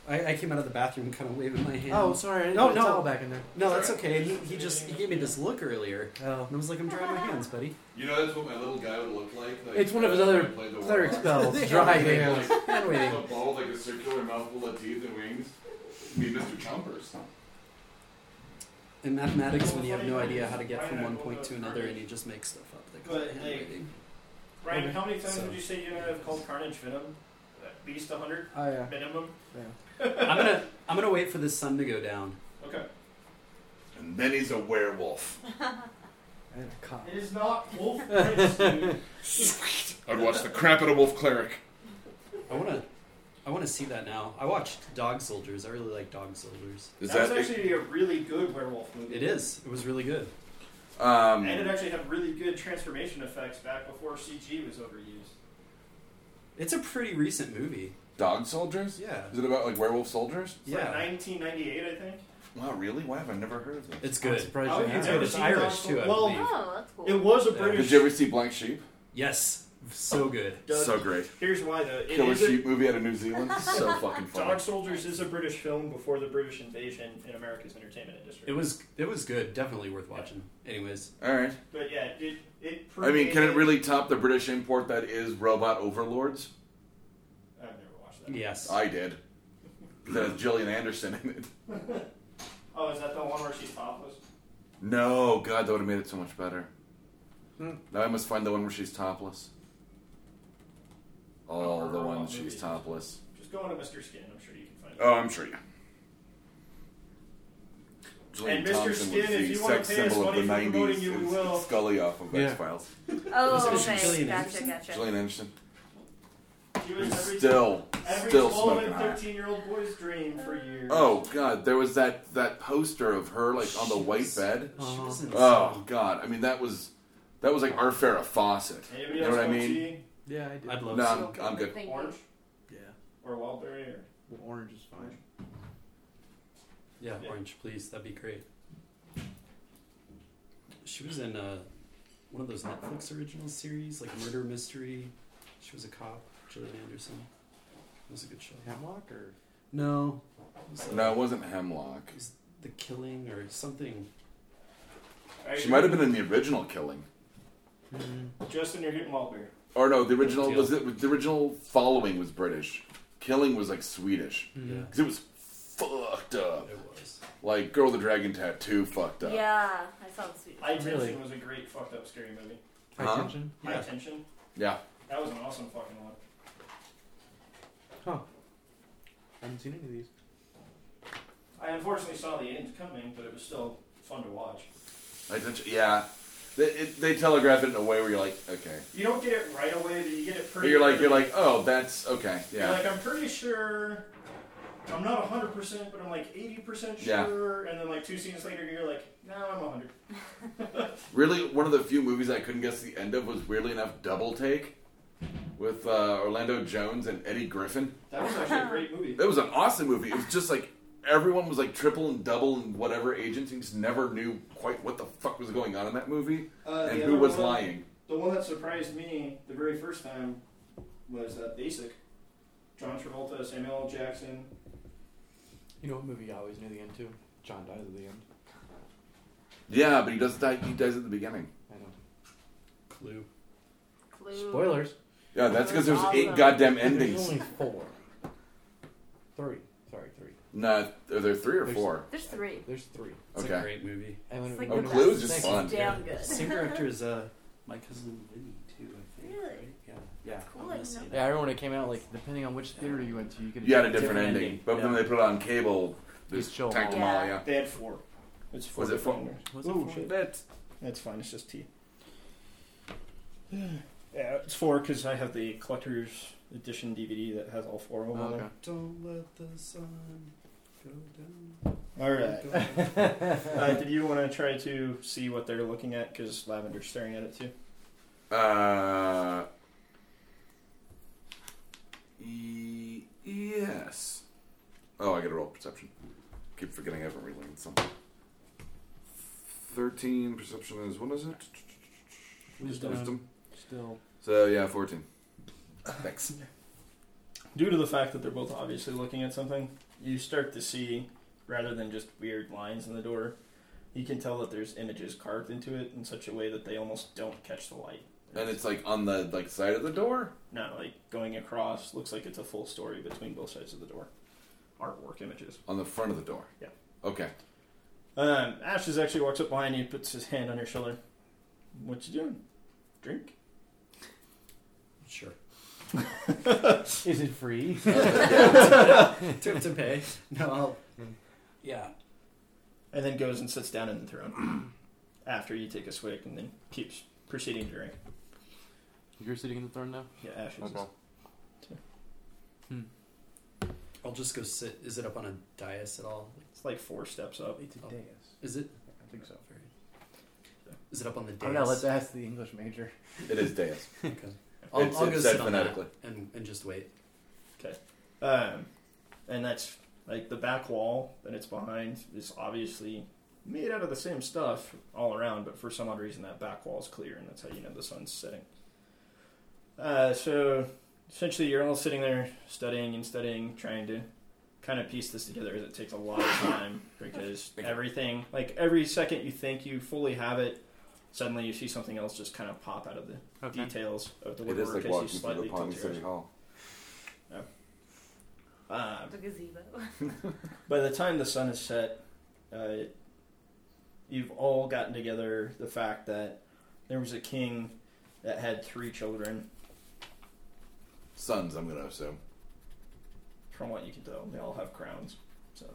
Speaker 2: I, I came out of the bathroom kind of waving my hand.
Speaker 6: oh, sorry. I didn't
Speaker 2: No,
Speaker 6: put a
Speaker 2: no.
Speaker 6: towel back in there.
Speaker 2: no, that's okay. He, he just he gave me this look earlier,
Speaker 6: Oh.
Speaker 2: and I was like, I'm drying my hands, buddy.
Speaker 3: You know, that's what my little guy would look like. like
Speaker 6: It's one of his
Speaker 3: uh,
Speaker 6: other
Speaker 3: when I played the
Speaker 6: Cleric
Speaker 3: warlock.
Speaker 6: spells.
Speaker 2: They
Speaker 6: Dry
Speaker 2: have-
Speaker 6: hands.
Speaker 3: Like,
Speaker 6: Hand
Speaker 3: a
Speaker 6: waving.
Speaker 3: ball, like a circular mouthful of teeth and wings. be Mr. Chompers.
Speaker 2: In mathematics, when you have no idea how to get from one point to another and you just make stuff up, they call it
Speaker 4: But, like-
Speaker 2: handwriting.
Speaker 4: Ryan, how many times
Speaker 2: So-
Speaker 4: would you say you have called Carnage Venom? At least 100
Speaker 6: Oh yeah.
Speaker 4: minimum?
Speaker 2: I'm gonna I'm gonna wait for the sun to go down.
Speaker 4: Okay.
Speaker 3: And then he's a werewolf.
Speaker 6: And a cop.
Speaker 4: It is not Wolf Prince, dude.
Speaker 3: I'd watch the crap out of Wolf Cleric.
Speaker 2: I wanna I wanna see that now. I watched Dog Soldiers. I really like Dog Soldiers.
Speaker 3: Is
Speaker 4: that
Speaker 3: that,
Speaker 4: was actually a really good werewolf movie.
Speaker 2: It is. It was really good.
Speaker 3: um,
Speaker 4: And it actually had really good transformation effects back before CG was overused.
Speaker 2: It's a pretty recent movie.
Speaker 3: dog soldiers?
Speaker 2: Yeah.
Speaker 3: Is it about like werewolf soldiers?
Speaker 4: It's like
Speaker 2: Yeah.
Speaker 4: 1998, I think.
Speaker 3: Wow, really? Why have I never heard of this?
Speaker 2: It's
Speaker 6: I'm
Speaker 2: good.
Speaker 6: surprised
Speaker 4: How
Speaker 6: Oh, you
Speaker 4: have Oh, you
Speaker 6: haven't.
Speaker 2: It's good.
Speaker 4: never
Speaker 2: It's Irish
Speaker 4: seen Dog Sol-
Speaker 2: too, I
Speaker 4: Well-
Speaker 2: believe.
Speaker 5: oh, that's cool.
Speaker 4: It was a
Speaker 2: Yeah.
Speaker 4: British.
Speaker 3: Did you ever see Blank Sheep?
Speaker 2: Yes. So good.
Speaker 3: So great.
Speaker 4: Here's why though. It
Speaker 3: Killer
Speaker 4: is a-
Speaker 3: Sheep movie out of New Zealand. So fucking funny.
Speaker 4: Dog Soldiers is a British film before the British invasion in America's entertainment industry.
Speaker 2: It was it was good. Definitely worth watching. Anyways,
Speaker 3: All right.
Speaker 4: but yeah, it it.
Speaker 3: I mean, can it
Speaker 4: predated-
Speaker 3: really top the British import that is Robot Overlords?
Speaker 4: I've never watched that.
Speaker 2: yes.
Speaker 3: I did. That has Gillian Anderson in it.
Speaker 4: Oh, is that the one where she's topless?
Speaker 3: No, God, that would have made it so much better.
Speaker 6: Hmm.
Speaker 3: Now I must find the one where she's topless. All
Speaker 4: Oh,
Speaker 3: the
Speaker 4: oh,
Speaker 3: ones
Speaker 4: maybe.
Speaker 3: she's topless.
Speaker 4: Just go on to Mr. Skin. I'm sure you can find it.
Speaker 3: Oh, I'm sure you. Gillian
Speaker 4: And Mr. Skin, if you wanna pay us money for promoting you, we
Speaker 3: is
Speaker 4: will.
Speaker 3: Scully off of
Speaker 6: Yeah.
Speaker 3: X Files.
Speaker 5: oh,
Speaker 2: Was it
Speaker 5: okay.
Speaker 2: Gillian
Speaker 5: Gotcha,
Speaker 2: Anderson?
Speaker 5: gotcha.
Speaker 3: Gillian Anderson,
Speaker 4: She was
Speaker 3: who's
Speaker 4: every,
Speaker 3: Oh, still,
Speaker 4: every
Speaker 3: still
Speaker 4: 12
Speaker 3: smoking
Speaker 4: and
Speaker 3: hot.
Speaker 4: 13 year old boy's dream for years.
Speaker 3: Oh God, there was that that poster of her like on the
Speaker 2: She
Speaker 3: white
Speaker 2: was-
Speaker 3: bed.
Speaker 2: She was in
Speaker 3: Oh God, I mean that was that was like our Farrah Fawcett.
Speaker 4: Anybody
Speaker 3: You know
Speaker 4: else
Speaker 3: what I
Speaker 4: want
Speaker 3: mean?
Speaker 4: tea?
Speaker 6: Yeah, I did.
Speaker 2: I'd love
Speaker 3: No,
Speaker 2: to.
Speaker 3: I'm, Um, I'm good.
Speaker 5: Thank you.
Speaker 4: Orange
Speaker 6: Yeah.
Speaker 4: or Wildberry or
Speaker 6: Well, orange is fine.
Speaker 2: Yeah,
Speaker 4: Yeah.
Speaker 2: orange, please. That'd be great. She was in uh, one of those Netflix original series, like murder mystery. She was a cop, Gillian Anderson. It was a good show.
Speaker 6: Hemlock or
Speaker 2: No, it was, uh,
Speaker 3: No, it wasn't Hemlock.
Speaker 2: it was the killing or something.
Speaker 3: She might have been in the original Killing,
Speaker 4: Justin, you're getting Wildberry.
Speaker 3: or no, the original was it? The original Following was British. Killing was like Swedish
Speaker 4: Mm-hmm.
Speaker 2: Yeah,
Speaker 3: because it was fucked up.
Speaker 2: it was.
Speaker 3: Like Girl with the Dragon Tattoo, fucked up.
Speaker 5: Yeah, I saw the sweet.
Speaker 4: High
Speaker 6: Really?
Speaker 4: Tension was a great fucked up scary movie.
Speaker 6: high
Speaker 3: Huh?
Speaker 6: tension?
Speaker 4: High
Speaker 2: Yeah.
Speaker 4: Tension.
Speaker 3: Yeah.
Speaker 4: That was an awesome fucking one.
Speaker 6: I haven't seen any of these.
Speaker 4: I unfortunately saw the end coming, but it was still fun to watch.
Speaker 3: Like, that's- yeah. They, it, they telegraph it in a way where you're like, okay,
Speaker 4: You don't get it right away, but you get it
Speaker 3: but
Speaker 4: pretty.
Speaker 3: you're like,
Speaker 4: early.
Speaker 3: you're like, oh, that's okay,
Speaker 4: You're
Speaker 3: yeah.
Speaker 4: like, I'm pretty sure. I'm not 100, percent but I'm like 80 percent
Speaker 3: Yeah.
Speaker 4: sure. And then like two scenes later, you're like, No, I'm 100.
Speaker 3: Really, one of the few movies I couldn't guess the end of was weirdly enough Double Take with uh, Orlando Jones and Eddie Griffin.
Speaker 4: That was actually a great movie.
Speaker 3: That was an awesome movie. It was just like everyone was like triple and double and whatever agents. You just never knew quite what the fuck was going on in that movie
Speaker 4: Uh,
Speaker 3: and
Speaker 4: the
Speaker 3: who
Speaker 4: other
Speaker 3: was
Speaker 4: one-
Speaker 3: lying.
Speaker 4: The one that surprised me the very first time was uh, Basic. John Travolta, Samuel L. Jackson.
Speaker 6: You know what movie I always knew the end to? John dies at the end.
Speaker 3: Yeah, but he does die. He dies at the beginning.
Speaker 6: I know.
Speaker 2: Clue.
Speaker 5: Clue.
Speaker 6: Spoilers.
Speaker 3: Yeah, that's because there's
Speaker 5: Awesome.
Speaker 3: eight goddamn
Speaker 6: There's
Speaker 3: endings.
Speaker 6: only four. Three. Sorry, three.
Speaker 3: No, are there three or
Speaker 6: There's-
Speaker 3: four?
Speaker 5: There's three.
Speaker 6: There's three.
Speaker 2: It's a
Speaker 3: Okay.
Speaker 2: great movie.
Speaker 6: And when
Speaker 5: It's
Speaker 6: we
Speaker 5: like
Speaker 3: Oh,
Speaker 6: went
Speaker 5: the
Speaker 6: to
Speaker 3: Clue's
Speaker 6: the
Speaker 3: just
Speaker 6: thing-
Speaker 3: fun.
Speaker 5: Damn good.
Speaker 2: Same director as uh, my cousin Vinny too. I think.
Speaker 5: Really?
Speaker 2: right? Yeah. Yeah.
Speaker 5: cool,
Speaker 2: I'm
Speaker 5: I
Speaker 2: gonna
Speaker 5: didn't
Speaker 2: see
Speaker 5: know
Speaker 2: that.
Speaker 6: Yeah, I remember when it came out, like, depending on which theater you went to, you could
Speaker 3: You had a different,
Speaker 2: Different
Speaker 3: ending,
Speaker 2: ending,
Speaker 3: but when
Speaker 2: yeah.
Speaker 3: they put it on cable, they
Speaker 6: Just show 'em
Speaker 3: tacked
Speaker 5: all.
Speaker 3: them all.
Speaker 5: Yeah.
Speaker 3: Yeah.
Speaker 4: They had four. It's four.
Speaker 3: Was it four?
Speaker 4: different
Speaker 2: Was it
Speaker 4: Ooh,
Speaker 2: four?
Speaker 4: shit.
Speaker 3: That's
Speaker 4: That's fine. It's just tea. yeah, it's four because I have the collector's edition DVD that has all four of
Speaker 6: Oh,
Speaker 4: them. on
Speaker 6: okay.
Speaker 4: there.
Speaker 2: Don't let the sun go down.
Speaker 4: All right.
Speaker 2: Go down.
Speaker 4: uh, did you want to try to see what they're looking at? Because Lavender's staring at it too.
Speaker 3: Uh, y- e, yes. Oh, I got to roll perception. Keep forgetting I haven't relearned something. Thirteen perception is what is it?
Speaker 6: Wisdom.
Speaker 3: Wisdom.
Speaker 6: Still.
Speaker 3: So yeah, fourteen. Thanks.
Speaker 4: Due to the fact that they're both obviously looking at something, you start to see, rather than just weird lines in the door, you can tell that there's images carved into it in such a way that they almost don't catch the light.
Speaker 3: And it's like on the like side of the door.
Speaker 4: No, like going across looks like it's a full story between both sides of the door. artwork images.
Speaker 3: On the front of the door.
Speaker 4: Yeah.
Speaker 3: Okay.
Speaker 4: Um, Ashes actually walks up behind you, puts his hand on your shoulder. What you doing? Drink?
Speaker 2: Sure.
Speaker 6: Is it free?
Speaker 2: to, to pay. No, I'll. Yeah.
Speaker 4: And then goes and sits down in the throne after you take a swig and then keeps proceeding to drink.
Speaker 6: You're sitting in the throne now.
Speaker 4: Yeah, Ashes. is-
Speaker 2: I'll just go sit. Is it up on a dais at all?
Speaker 4: It's like four steps up.
Speaker 6: It's a
Speaker 2: Oh.
Speaker 6: dais.
Speaker 2: Is it?
Speaker 6: I think so.
Speaker 2: Very- Is it up on the dais?
Speaker 6: Oh no, let's ask the English major.
Speaker 3: It is Deus.
Speaker 2: Okay. I'll,
Speaker 3: It's-
Speaker 2: I'll
Speaker 3: it's
Speaker 2: go
Speaker 3: said
Speaker 2: sit on that
Speaker 3: phonetically.
Speaker 2: and, and just wait.
Speaker 4: Um, and that's like the back wall that it's behind is obviously made out of the same stuff all around, but for some odd reason that back wall is clear, and that's how you know the sun's setting. Uh, so essentially, you're all sitting there studying and studying, trying to kind of piece this together. As it takes a lot of time because
Speaker 3: Thank you.
Speaker 4: everything, like every second you think you fully have it, suddenly you see something else just kind of pop out of the details of the
Speaker 3: It is
Speaker 4: woodwork
Speaker 3: like
Speaker 4: as you
Speaker 3: walking through the
Speaker 4: slightly
Speaker 3: pond
Speaker 4: tilt
Speaker 3: in City
Speaker 4: yours.
Speaker 3: Hall.
Speaker 4: Um,
Speaker 5: The gazebo.
Speaker 4: By the time the sun is set, uh, you've all gotten together the fact that there was a king that had three children.
Speaker 3: Sons, I'm gonna assume.
Speaker 4: From what you can tell, they all have crowns, so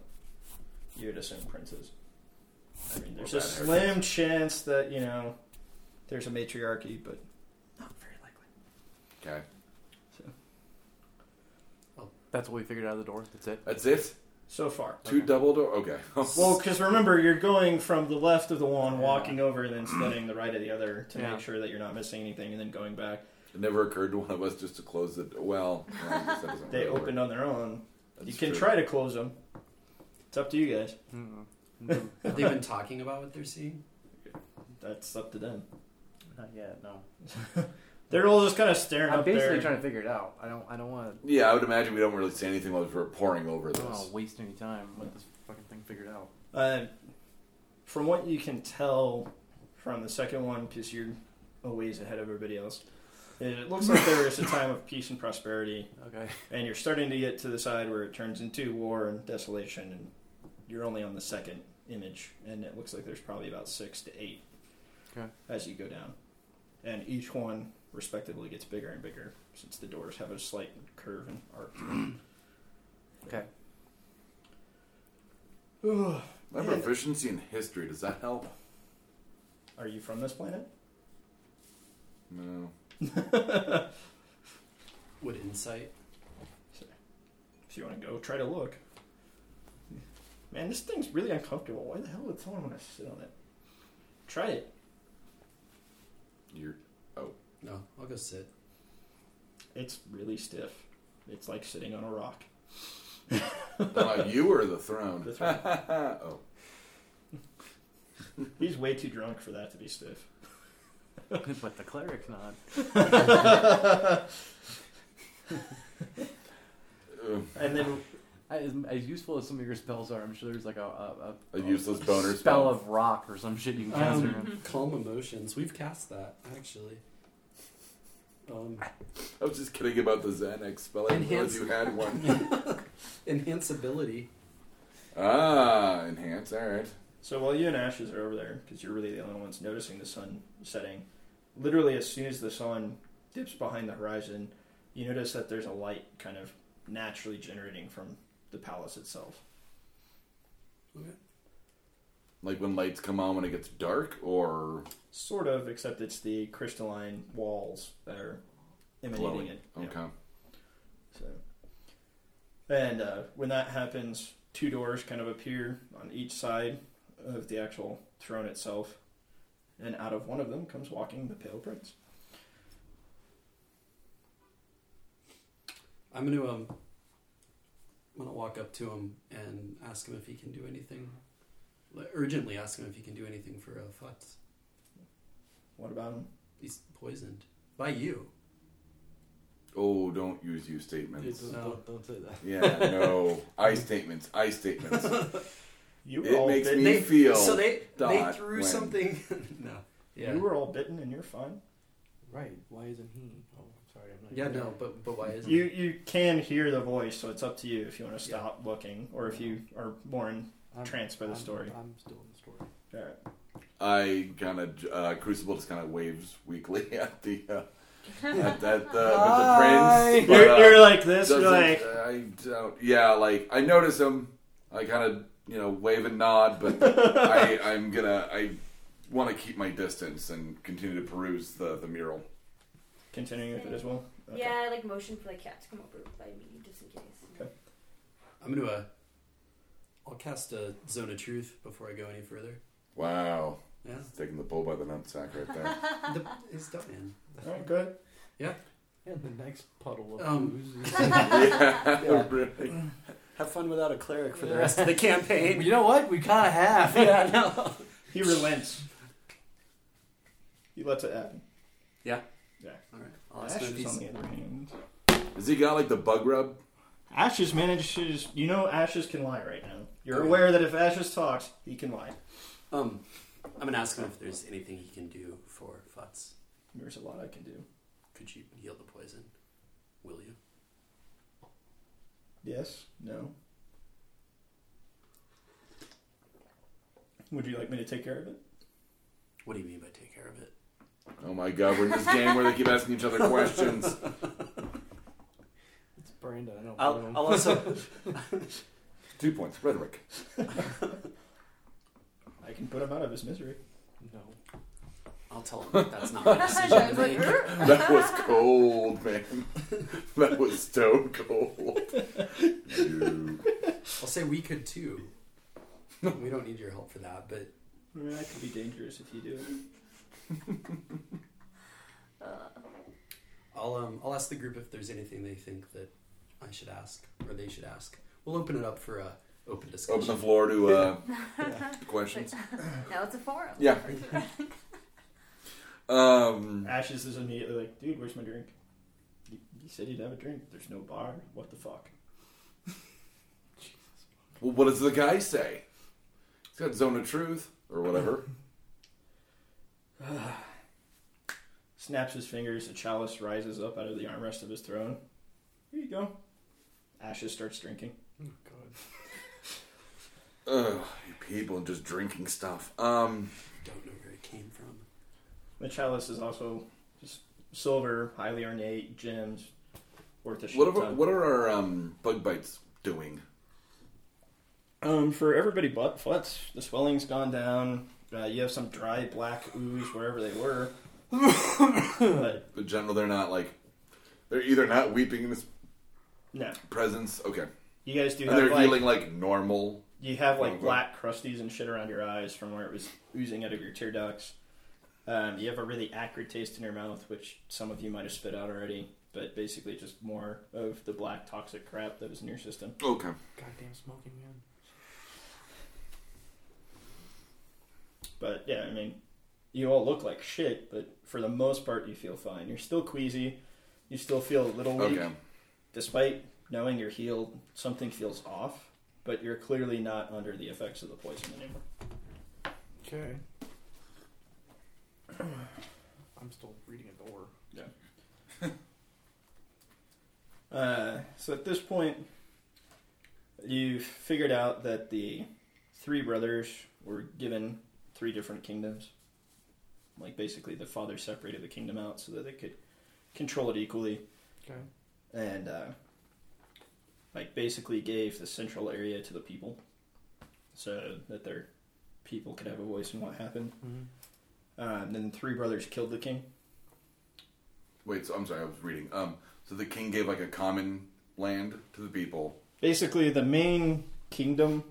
Speaker 4: you would assume princes. I mean, there's
Speaker 3: Or
Speaker 4: a
Speaker 3: bad
Speaker 4: slim
Speaker 3: haircuts.
Speaker 4: chance that you know there's a matriarchy, but not very likely.
Speaker 3: Okay.
Speaker 6: That's what we figured out of the door. That's it.
Speaker 3: That's it?
Speaker 4: So far,
Speaker 3: Two double door okay.
Speaker 4: Well, because remember, you're going from the left of the one,
Speaker 6: Yeah.
Speaker 4: walking over, and then studying the right of the other to
Speaker 6: Yeah.
Speaker 4: make sure that you're not missing anything, and then going back.
Speaker 3: it never occurred to one of us just to close the well. no, I guess that doesn't
Speaker 4: They
Speaker 3: really work.
Speaker 4: opened on their own.
Speaker 3: That's
Speaker 4: you can
Speaker 3: true.
Speaker 4: try to close them. It's up to you guys.
Speaker 6: Mm-mm.
Speaker 2: Have they been talking about what they're seeing?
Speaker 4: That's up to them.
Speaker 6: Not yet. No.
Speaker 4: They're all just kind of staring
Speaker 6: I'm
Speaker 4: up
Speaker 6: basically
Speaker 4: there.
Speaker 6: trying to figure it out. I don't. I don't want to.
Speaker 3: Yeah, I would imagine we don't really say anything while we're pouring over
Speaker 6: I
Speaker 3: this.
Speaker 6: don't
Speaker 4: Oh,
Speaker 6: want to waste any time with this fucking thing figured out.
Speaker 4: Uh, from what you can tell from the second one, because you're a ways ahead of everybody else, it looks like there is a time of peace and prosperity,
Speaker 6: Okay.
Speaker 4: and you're starting to get to the side where it turns into war and desolation, and you're only on the second image, and it looks like there's probably about six to eight
Speaker 6: Okay.
Speaker 4: as you go down. And each one, respectively, gets bigger and bigger since the doors have a slight curve and arc.
Speaker 6: Okay.
Speaker 4: Ugh.
Speaker 3: My
Speaker 4: Yeah.
Speaker 3: proficiency in history, does that help?
Speaker 4: Are you from this planet?
Speaker 3: No.
Speaker 2: Would insight?
Speaker 4: If you want to go, try to look. Man, this thing's really uncomfortable. Why the hell would someone want to sit on it? Try it.
Speaker 3: You're
Speaker 2: No, I'll go sit.
Speaker 4: It's really stiff. It's like sitting on a rock.
Speaker 3: about you or the throne?
Speaker 4: The throne.
Speaker 3: oh.
Speaker 4: He's way too drunk for that to be stiff.
Speaker 6: but the cleric's not.
Speaker 3: Ugh.
Speaker 4: And then
Speaker 6: As, as useful as some of your spells are, I'm sure there's like a a,
Speaker 3: A useless boner
Speaker 6: spell,
Speaker 3: spell.
Speaker 6: of rock or some shit you can cast
Speaker 2: Um,
Speaker 6: around.
Speaker 2: Calm emotions. We've cast that actually. Um,
Speaker 3: I was just kidding about the Xanax spell. I didn't
Speaker 2: Enhance.
Speaker 3: realize you had one.
Speaker 2: enhance ability.
Speaker 3: ah, enhance. All right.
Speaker 4: So while you and Ashes are over there, because you're really the only ones noticing the sun setting, literally as soon as the sun dips behind the horizon, you notice that there's a light kind of naturally generating from the palace itself.
Speaker 3: Like when lights come on when it gets dark, or
Speaker 4: Sort of, except it's the crystalline walls that are emanating
Speaker 3: Glowing.
Speaker 4: it. Yeah.
Speaker 3: okay.
Speaker 4: So, and uh, when that happens, two doors kind of appear on each side of the actual throne itself, and out of one of them comes walking the pale prince.
Speaker 2: I'm gonna um, I'm gonna walk up to him and ask him if he can do anything. Like, urgently ask him if he can do anything for uh, Futz.
Speaker 4: What about him?
Speaker 2: He's poisoned by you.
Speaker 3: Oh, don't use you statements.
Speaker 2: It's- don't-
Speaker 6: say that.
Speaker 3: yeah, no. I statements. I statements.
Speaker 4: You were
Speaker 3: It
Speaker 4: all
Speaker 3: makes
Speaker 4: bitten.
Speaker 3: me feel.
Speaker 2: so they they
Speaker 3: dot
Speaker 2: threw
Speaker 3: when-
Speaker 2: something. no, yeah.
Speaker 4: You were all bitten and you're fine.
Speaker 6: Right. Why isn't he? Oh, Sorry, I'm not.
Speaker 2: Yeah, no, but but why isn't
Speaker 4: You
Speaker 2: it?
Speaker 4: you can hear the voice, so it's up to you if you want to stop looking or if you are more in.
Speaker 6: I'm-
Speaker 4: Tranced by the
Speaker 6: I'm-
Speaker 4: story.
Speaker 6: I'm still in the story.
Speaker 4: All right.
Speaker 3: I kind of uh, Crucible just kind of waves weakly at the uh, at, at the, at the prince.
Speaker 4: You're,
Speaker 3: but, uh,
Speaker 4: you're like this. You're
Speaker 3: doesn't- uh,
Speaker 4: like
Speaker 3: I don't, yeah, like I notice him. I kind of you know wave and nod, but I, I'm gonna I want to keep my distance and continue to peruse the the mural.
Speaker 4: continuing with it as well. Okay.
Speaker 5: Yeah, I like motion for the cat to come over by me just in case.
Speaker 2: I'm gonna uh, I'll cast a zone of truth before I go any further.
Speaker 3: Wow,
Speaker 2: Yeah,
Speaker 3: taking the bull by the nutsack right there.
Speaker 2: the, it's done, man.
Speaker 4: All right. Go ahead.
Speaker 6: And the next puddle of
Speaker 2: Um,
Speaker 6: ooze is-
Speaker 3: yeah,
Speaker 2: Yeah.
Speaker 3: really.
Speaker 2: Have fun without a cleric for the
Speaker 6: Yeah.
Speaker 2: rest of the campaign.
Speaker 6: you know what? We kind of have.
Speaker 2: yeah, no.
Speaker 4: He relents. He lets it happen.
Speaker 2: All right, I'll ask my
Speaker 4: Ashes
Speaker 2: piece.
Speaker 4: on the other hand.
Speaker 3: Has he got like the bug rub?
Speaker 4: Ashes manages. You know, Ashes can lie right now. You're
Speaker 2: Okay.
Speaker 4: aware that if Ashes talks, he can lie.
Speaker 2: Um, I'm gonna ask him if there's anything he can do for Futz.
Speaker 4: There's a lot I can do.
Speaker 2: Could you heal the poison? Will you?
Speaker 4: Yes. No. Would you like me to take care of it?
Speaker 2: What do you mean by take care of it?
Speaker 3: Oh my god, we're in this game where they keep asking each other questions.
Speaker 6: It's Brandon. I don't
Speaker 2: I'll,
Speaker 6: blame him.
Speaker 2: I'll also
Speaker 3: Two points, rhetoric.
Speaker 4: I can put him out of his misery.
Speaker 6: No.
Speaker 2: I'll tell him that that's not my decision to make.
Speaker 3: That was cold, man. That was stone cold. You-
Speaker 2: I'll say we could too. we don't need your help for that, but
Speaker 4: I mean, that could be dangerous if you do it.
Speaker 5: Uh,
Speaker 2: I'll um, I'll ask the group if there's anything they think that I should ask or they should ask. We'll open it up for uh, open discussion.
Speaker 3: Open the floor to uh, questions.
Speaker 5: Now it's a forum.
Speaker 3: Yeah. Um,
Speaker 4: Ashes is immediately like, dude, where's my drink? You, you said you'd have a drink. There's no bar. What the fuck?
Speaker 3: well, what does the guy say? He's got zone of truth or whatever.
Speaker 4: Snaps his fingers, a chalice rises up out of the armrest of his throne. Here you go. Ashes starts drinking.
Speaker 6: Oh, God.
Speaker 3: Ugh, you people and just drinking stuff. Um,
Speaker 2: Don't know where it came from.
Speaker 4: The chalice is also just silver, highly ornate, gems, worth a shit
Speaker 3: what are
Speaker 4: ton.
Speaker 3: what are our um, bug bites doing?
Speaker 4: Um, for everybody but Futz, the swelling's gone down. Uh, you have some dry black ooze wherever they were. but
Speaker 3: In general, they're not like they're either not weeping in his
Speaker 4: no,
Speaker 3: presence. Okay,
Speaker 4: you guys do
Speaker 3: and
Speaker 4: have
Speaker 3: they're
Speaker 4: like
Speaker 3: healing like normal.
Speaker 4: You have
Speaker 3: Oh,
Speaker 4: like
Speaker 3: okay.
Speaker 4: black crusties and shit around your eyes from where it was oozing out of your tear ducts. Um, you have a really acrid taste in your mouth, which some of you might have spit out already, but basically just more of the black toxic crap that was in your system.
Speaker 3: Okay.
Speaker 6: Goddamn smoking man.
Speaker 4: But yeah, I mean, you all look like shit, but for the most part, you feel fine. You're still queasy. You still feel a little weak.
Speaker 3: Okay.
Speaker 4: Despite knowing you're healed, something feels off, but you're clearly not under the effects of the poison anymore.
Speaker 6: Okay. I'm still reading a door.
Speaker 4: Uh, so at this point, you've figured out that the three brothers were given three different kingdoms. Like basically, the father separated the kingdom out so that they could control it equally,
Speaker 6: Okay.
Speaker 4: and uh, like basically gave the central area to the people, so that their people could have a voice in what happened. Uh, and then the three brothers killed the king.
Speaker 3: Wait. So I'm sorry. I was reading. Um. So the king gave like a common land to the people.
Speaker 4: basically the main kingdom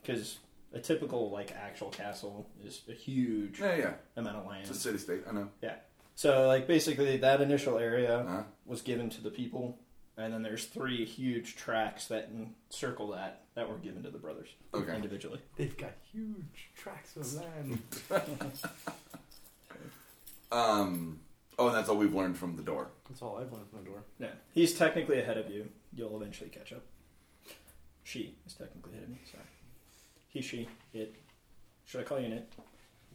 Speaker 4: because a typical like actual castle is a huge
Speaker 3: Yeah, yeah.
Speaker 4: amount of
Speaker 3: It's a
Speaker 4: land
Speaker 3: city state. I know.
Speaker 4: so like basically that initial area
Speaker 3: Uh-huh.
Speaker 4: was given to the people and then there's three huge tracts that encircle that that were given to the brothers
Speaker 3: Okay.
Speaker 4: individually
Speaker 6: They've got huge tracts of land.
Speaker 3: Um. Oh, and that's all we've learned from the door.
Speaker 6: That's all I've learned from the door.
Speaker 4: yeah he's technically ahead of you you'll eventually catch up she is technically ahead of me sorry he she it should i call you an it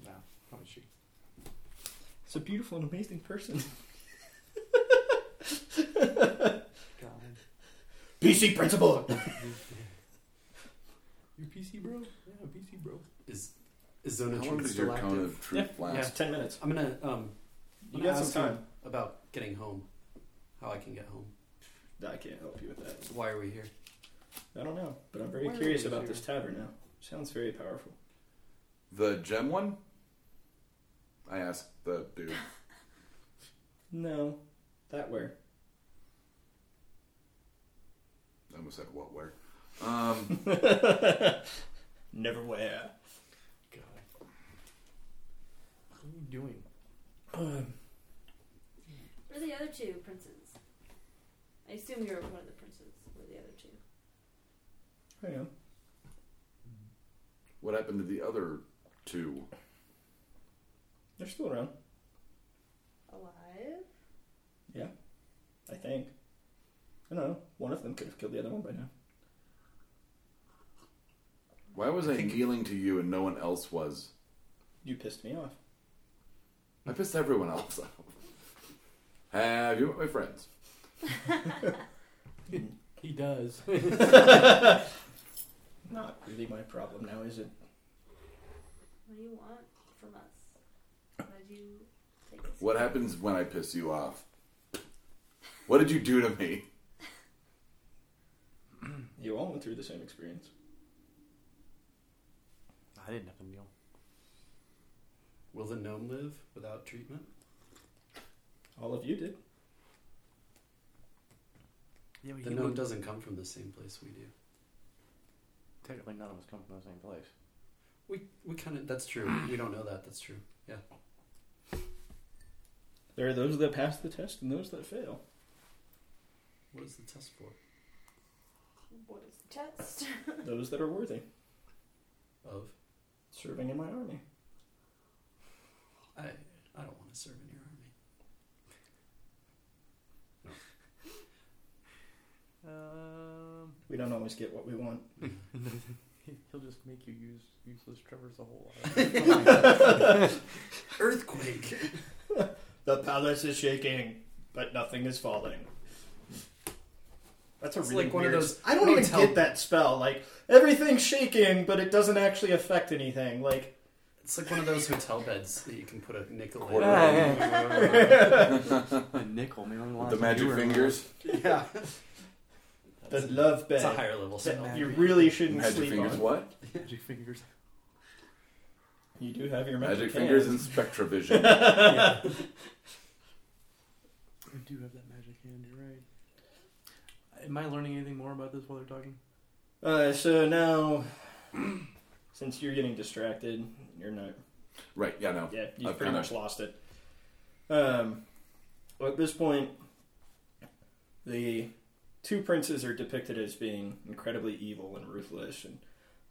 Speaker 6: No, how is she?
Speaker 4: it's a beautiful and amazing person PC principal.
Speaker 6: You PC bro? Yeah, PC bro.
Speaker 2: Is is Zona
Speaker 3: How long
Speaker 2: Truth
Speaker 3: does your
Speaker 2: still
Speaker 3: count
Speaker 2: active?
Speaker 3: of truth last?
Speaker 4: It's ten minutes.
Speaker 2: I'm gonna um. I'm
Speaker 4: You
Speaker 2: gonna
Speaker 4: got
Speaker 2: ask
Speaker 4: some
Speaker 2: you
Speaker 4: time.
Speaker 2: about getting home. How I can get home.
Speaker 4: I can't help you with that.
Speaker 2: So why are we here?
Speaker 4: I don't know, but I'm very
Speaker 6: Why are
Speaker 4: curious
Speaker 6: we
Speaker 4: about
Speaker 6: here?
Speaker 4: this tavern now. Sounds very powerful.
Speaker 3: The gem one? I asked the dude.
Speaker 4: No, that where?
Speaker 3: I almost said what where. Um,
Speaker 4: Never where.
Speaker 6: God. What are you doing?
Speaker 5: Where are the other two princes? I assume you're one of the princes. Where are the other two?
Speaker 4: I am.
Speaker 3: what happened to the other two?
Speaker 4: They're still around.
Speaker 5: Alive?
Speaker 4: Yeah, I think. I don't know. One of them could have killed the other one by now.
Speaker 3: Why was I, kneeling to you and no one else was?
Speaker 4: You pissed me off.
Speaker 3: I pissed everyone else off. Have you met my friends?
Speaker 6: He does.
Speaker 4: Not really my problem now, is it?
Speaker 5: What do you want from us? Why did you take us?
Speaker 3: What
Speaker 5: here?
Speaker 3: happens when I piss you off? What did you do to me?
Speaker 4: You all went through the same experience.
Speaker 6: I didn't have a meal.
Speaker 2: Will the gnome live without treatment?
Speaker 4: All of you did.
Speaker 6: Yeah, but
Speaker 2: The gnome doesn't come from the same place we do.
Speaker 6: Technically, none of us come from the same place.
Speaker 2: We we kind of that's true. We don't know that. That's true. Yeah.
Speaker 4: There are those that pass the test and those that fail.
Speaker 2: What is the test for?
Speaker 5: What is the test?
Speaker 4: those that are worthy.
Speaker 2: Of
Speaker 4: Serving in my army.
Speaker 2: I I don't want to serve in your army.
Speaker 6: Um,
Speaker 4: We don't always get what we want.
Speaker 6: he'll just make you use useless Trevor's a whole lot.
Speaker 2: Earthquake.
Speaker 4: The palace is shaking, but nothing is falling. That's a
Speaker 2: It's
Speaker 4: really
Speaker 2: like one of
Speaker 4: weird-
Speaker 2: those
Speaker 4: I don't even
Speaker 2: motel-
Speaker 4: get that spell. Like everything's shaking, but it doesn't actually affect anything. Like
Speaker 2: It's like one of those hotel beds that you can put a nickel in.
Speaker 3: Quarter.
Speaker 6: a nickel, man.
Speaker 3: With the magic fingers?
Speaker 4: yeah, the
Speaker 2: That's a-
Speaker 4: love
Speaker 2: It's a
Speaker 4: bed
Speaker 2: higher level spell.
Speaker 4: that you really shouldn't
Speaker 3: Magic
Speaker 4: sleep
Speaker 3: fingers
Speaker 4: on.
Speaker 3: what?
Speaker 6: Magic fingers.
Speaker 4: You do have your magic,
Speaker 3: Magic fingers
Speaker 4: hands.
Speaker 3: and spectrovision.
Speaker 6: I do have that magic hand. You're right. Am I learning anything more about this while they're talking?
Speaker 4: Uh, so now, since you're getting distracted, you're not
Speaker 3: right, yeah, no.
Speaker 4: Yeah, you've
Speaker 3: I've
Speaker 4: pretty
Speaker 3: kinda-
Speaker 4: much lost it. Um, well, at this point, the two princes are depicted as being incredibly evil and ruthless and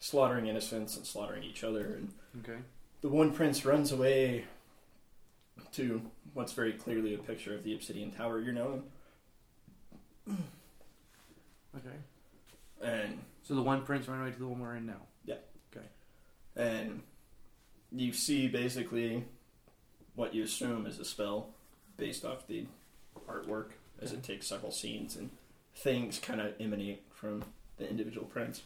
Speaker 4: slaughtering innocents and slaughtering each other. And
Speaker 6: Okay.
Speaker 4: the one prince runs away to what's very clearly a picture of the obsidian tower you're knowing.
Speaker 6: Okay.
Speaker 4: And
Speaker 6: So the one prince ran away to the one we're in now.
Speaker 4: and you see basically what you assume is a spell based off the artwork as it takes several scenes and things kind of emanate from the individual prints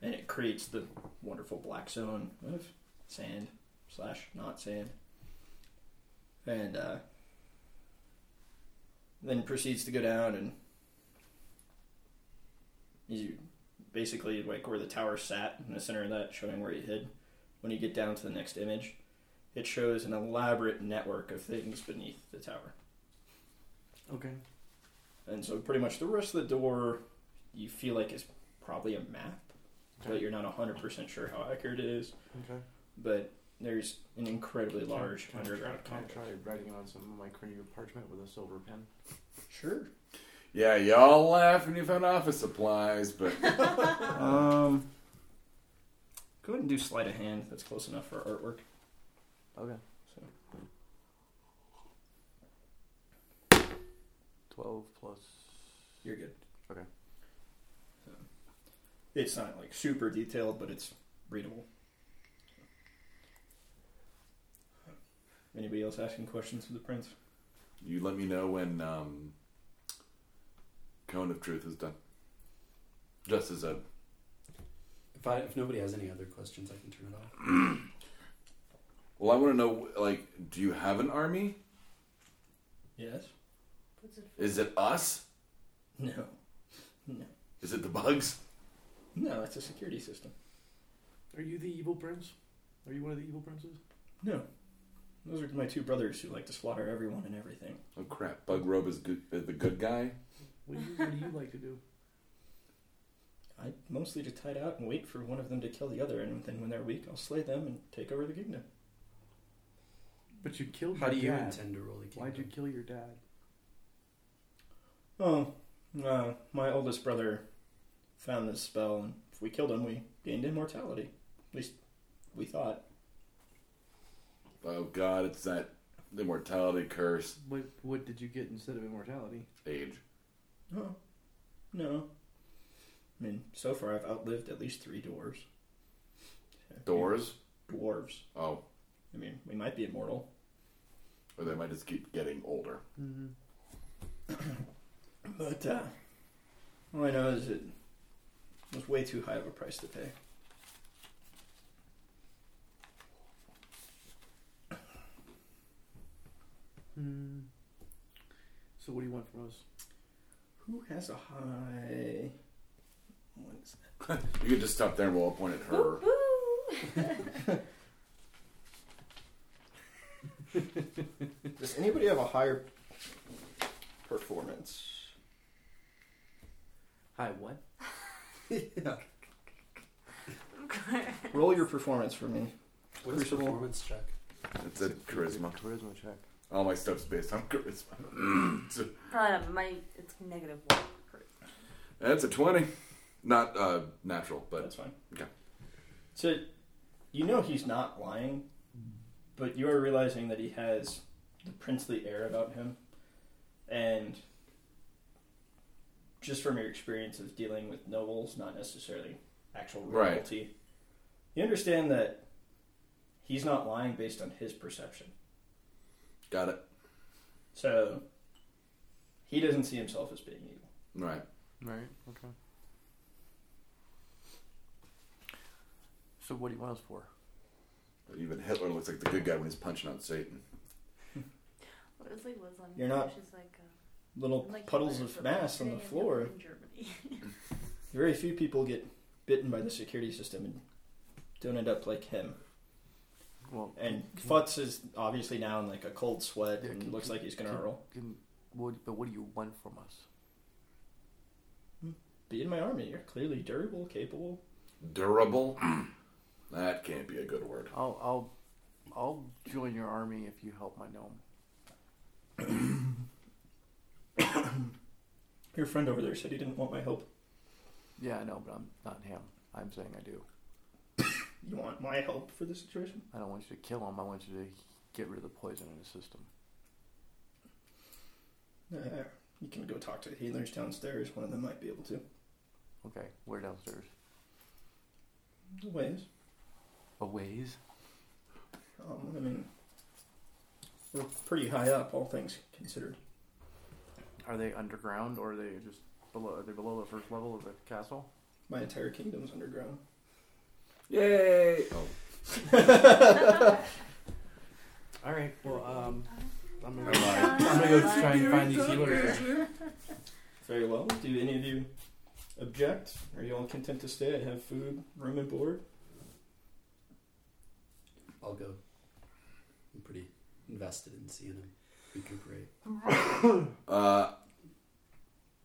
Speaker 4: and it creates the wonderful black zone of sand slash not sand and uh, then proceeds to go down and you basically like where the tower sat in the center of that showing where you hid when you get down to the next image it shows an elaborate network of things beneath the tower
Speaker 6: Okay.
Speaker 4: and so pretty much the rest of the door you feel like is probably a map but you're not 100% sure how accurate it is
Speaker 6: Okay.
Speaker 4: but there's an incredibly large
Speaker 6: Can I try-
Speaker 4: underground
Speaker 6: Can I
Speaker 4: complex.
Speaker 6: try writing it on some of my cranial parchment with a silver pen?
Speaker 4: sure
Speaker 3: Yeah, y'all laugh when you found office supplies, but
Speaker 4: um go ahead and do sleight of hand that's close enough for artwork
Speaker 6: Okay.
Speaker 4: so
Speaker 6: Twelve plus.
Speaker 4: You're good.
Speaker 6: Okay.
Speaker 4: So, it's not like super detailed, but it's readable. Anybody else asking questions of the prince?
Speaker 3: you let me know when um, Cone of Truth is done. Just as a
Speaker 2: If I if nobody has any other questions, I can turn it off.
Speaker 3: well, I want to know like, do you have an army?
Speaker 4: Yes.
Speaker 5: Puts it
Speaker 3: Is it us?
Speaker 4: No. No.
Speaker 3: Is it the bugs?
Speaker 4: No, it's a security system.
Speaker 6: Are you the evil prince? Are you one of the evil princes?
Speaker 4: No. Those are my two brothers who like to slaughter everyone and everything.
Speaker 3: Oh crap! Bug Robe is good, uh, the good guy.
Speaker 6: What do you, what do you like to do?
Speaker 4: I mostly just hide out and wait for one of them to kill the other, and then when they're weak, I'll slay them and take over the kingdom.
Speaker 6: But you killed
Speaker 2: How do
Speaker 6: your
Speaker 2: you
Speaker 6: dad.
Speaker 2: intend to roll a kingdom?
Speaker 6: Oh Why'd you kill your dad?
Speaker 4: Oh, uh, my oldest brother found this spell, and if we killed him, we gained immortality. At least we thought.
Speaker 3: Oh god, it's that immortality curse.
Speaker 6: What What did you get instead of immortality?
Speaker 3: Age.
Speaker 4: Oh, no. I mean, so far I've outlived at least three dwarves.
Speaker 3: Doors.
Speaker 4: Dwarves.
Speaker 3: Oh,
Speaker 4: I mean, we might be immortal.
Speaker 3: or they might just keep getting older.
Speaker 6: Mm-hmm.
Speaker 4: But uh, all I know is it was way too high of a price to pay.
Speaker 6: Mm. So what do you want from us?
Speaker 4: Who has a high? What is that?
Speaker 3: You could just stop there and we'll point at her.
Speaker 4: Does anybody have a higher performance?
Speaker 6: Hi, what?
Speaker 4: yeah. Roll your performance for me.
Speaker 2: What is
Speaker 4: Crucible.
Speaker 2: performance check?
Speaker 3: It's a charisma.
Speaker 6: Charisma check.
Speaker 3: All my stuff's based on charisma. So,
Speaker 5: Probably not Um, my. It's negative one.
Speaker 3: That's a twenty. Not uh, natural, but
Speaker 4: That's fine.
Speaker 3: Okay.
Speaker 4: So, you know he's not lying, but you are realizing that he has the princely air about him, and just from your experience of dealing with nobles, not necessarily actual
Speaker 3: Right.
Speaker 4: royalty, you understand that he's not lying based on his perception.
Speaker 3: got it.
Speaker 4: So, he doesn't see himself as being evil.
Speaker 3: Right.
Speaker 6: Right. Okay. So what do you want us for?
Speaker 3: Even Hitler looks like the good guy when he's punching out Satan.
Speaker 5: What is like Liz on
Speaker 4: You're not-
Speaker 5: She's like, uh,
Speaker 4: Little
Speaker 5: like
Speaker 4: puddles
Speaker 5: Hitler
Speaker 4: of
Speaker 5: for
Speaker 4: mass on the
Speaker 5: betraying
Speaker 4: floor.
Speaker 5: in Germany.
Speaker 4: Very few people get bitten by the security system and don't end up like him.
Speaker 6: Well,
Speaker 4: And
Speaker 6: can-
Speaker 4: Futz is obviously now in like a cold sweat
Speaker 6: Yeah,
Speaker 4: and
Speaker 6: can-
Speaker 4: looks
Speaker 6: can-
Speaker 4: like he's gonna
Speaker 6: can-
Speaker 4: roll.
Speaker 6: can- what, but what do you want from us?
Speaker 4: Be in my army. You're clearly durable, capable.
Speaker 3: Durable. that can't be a good word.
Speaker 6: I'll I'll I'll join your army if you help my gnome.
Speaker 4: Your friend over there said he didn't want my help.
Speaker 6: Yeah, I know, but I'm not him. I'm saying I do.
Speaker 4: You want my help for this situation?
Speaker 6: I don't want you to kill him. I want you to get rid of the poison in his system.
Speaker 4: Uh, you can go talk to the healers downstairs. One of them might be able to.
Speaker 6: Okay, we're downstairs.
Speaker 4: Ways.
Speaker 6: A ways.
Speaker 4: Um, I mean, we're pretty high up, all things considered.
Speaker 6: Are they underground or are they just below? Are they below the first level of the castle?
Speaker 4: My entire kingdom's underground.
Speaker 3: Yay! Oh,
Speaker 6: All right. Well, um, I'm
Speaker 3: I lied.
Speaker 6: I'm gonna go try and find these healers.
Speaker 4: Very well. Do any of you object? Are you all content to stay? I have food, room, and board.
Speaker 2: I'll go. I'm pretty invested in seeing him recuperate.
Speaker 3: Uh,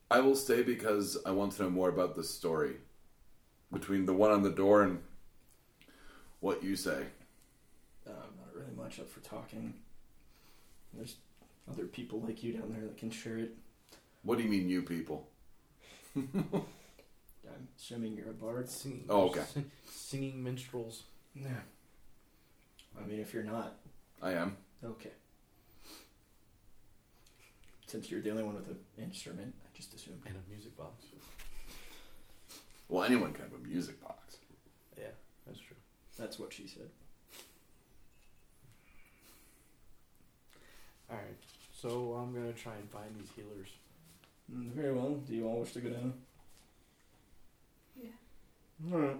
Speaker 3: I will stay because I want to know more about this story. Between the one on the door and what you say.
Speaker 4: Uh, I'm not really much up for talking. There's other people like you down there that can share it.
Speaker 3: What do you mean, you people?
Speaker 4: I'm assuming you're a bard.
Speaker 6: Singing,
Speaker 3: Oh, okay.
Speaker 6: sing- Singing minstrels.
Speaker 4: No. I mean, if you're not,
Speaker 3: I am.
Speaker 4: okay. Since you're the only one with an instrument, I just assumed.
Speaker 6: And a music box.
Speaker 3: Well, anyone can have a music box.
Speaker 6: Yeah, that's true.
Speaker 4: That's what she said.
Speaker 6: All right. So I'm gonna try and find these healers.
Speaker 4: Mm, Very well. Do you all wish to go down? All right.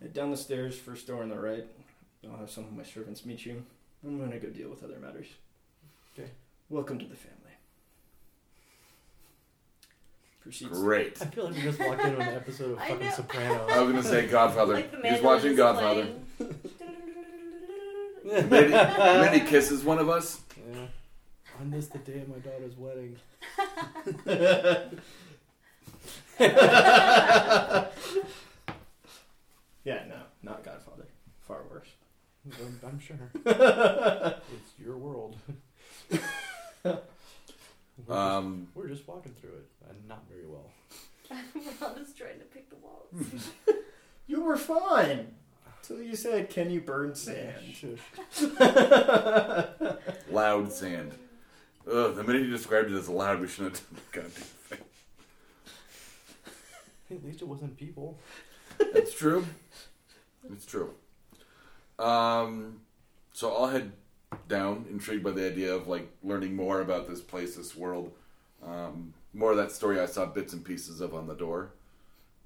Speaker 4: Head down the stairs, first door on the right. I'll have some of my servants meet you. I'm gonna go deal with other matters.
Speaker 6: Okay.
Speaker 4: Welcome to the family. Proceeds.
Speaker 3: Great.
Speaker 6: I feel like we just walked into an episode of
Speaker 5: I
Speaker 6: fucking
Speaker 5: know.
Speaker 3: I
Speaker 6: Sopranos.
Speaker 3: was gonna say Godfather.
Speaker 5: Like the
Speaker 3: He's watching
Speaker 5: mandolin
Speaker 3: Godfather.
Speaker 5: is playing.
Speaker 3: Many, many kisses, one of us.
Speaker 6: Yeah. I missed the day of my daughter's wedding.
Speaker 4: Yeah, no, not Godfather. Far worse.
Speaker 6: I'm, I'm sure. it's your world. we're, just,
Speaker 3: Um,
Speaker 6: we're just walking through it, and not very well.
Speaker 5: Well, I was trying to pick the walls.
Speaker 4: You were fine. Till you said, Can you burn sand?
Speaker 6: Shush.
Speaker 3: loud sand. Ugh, the minute you described it as loud, we shouldn't have done the goddamn thing.
Speaker 6: At least it wasn't people.
Speaker 3: It's true. It's true. Um, so I'll head down, intrigued by the idea of like learning more about this place, this world. Um, more of that story I saw bits and pieces of on the door.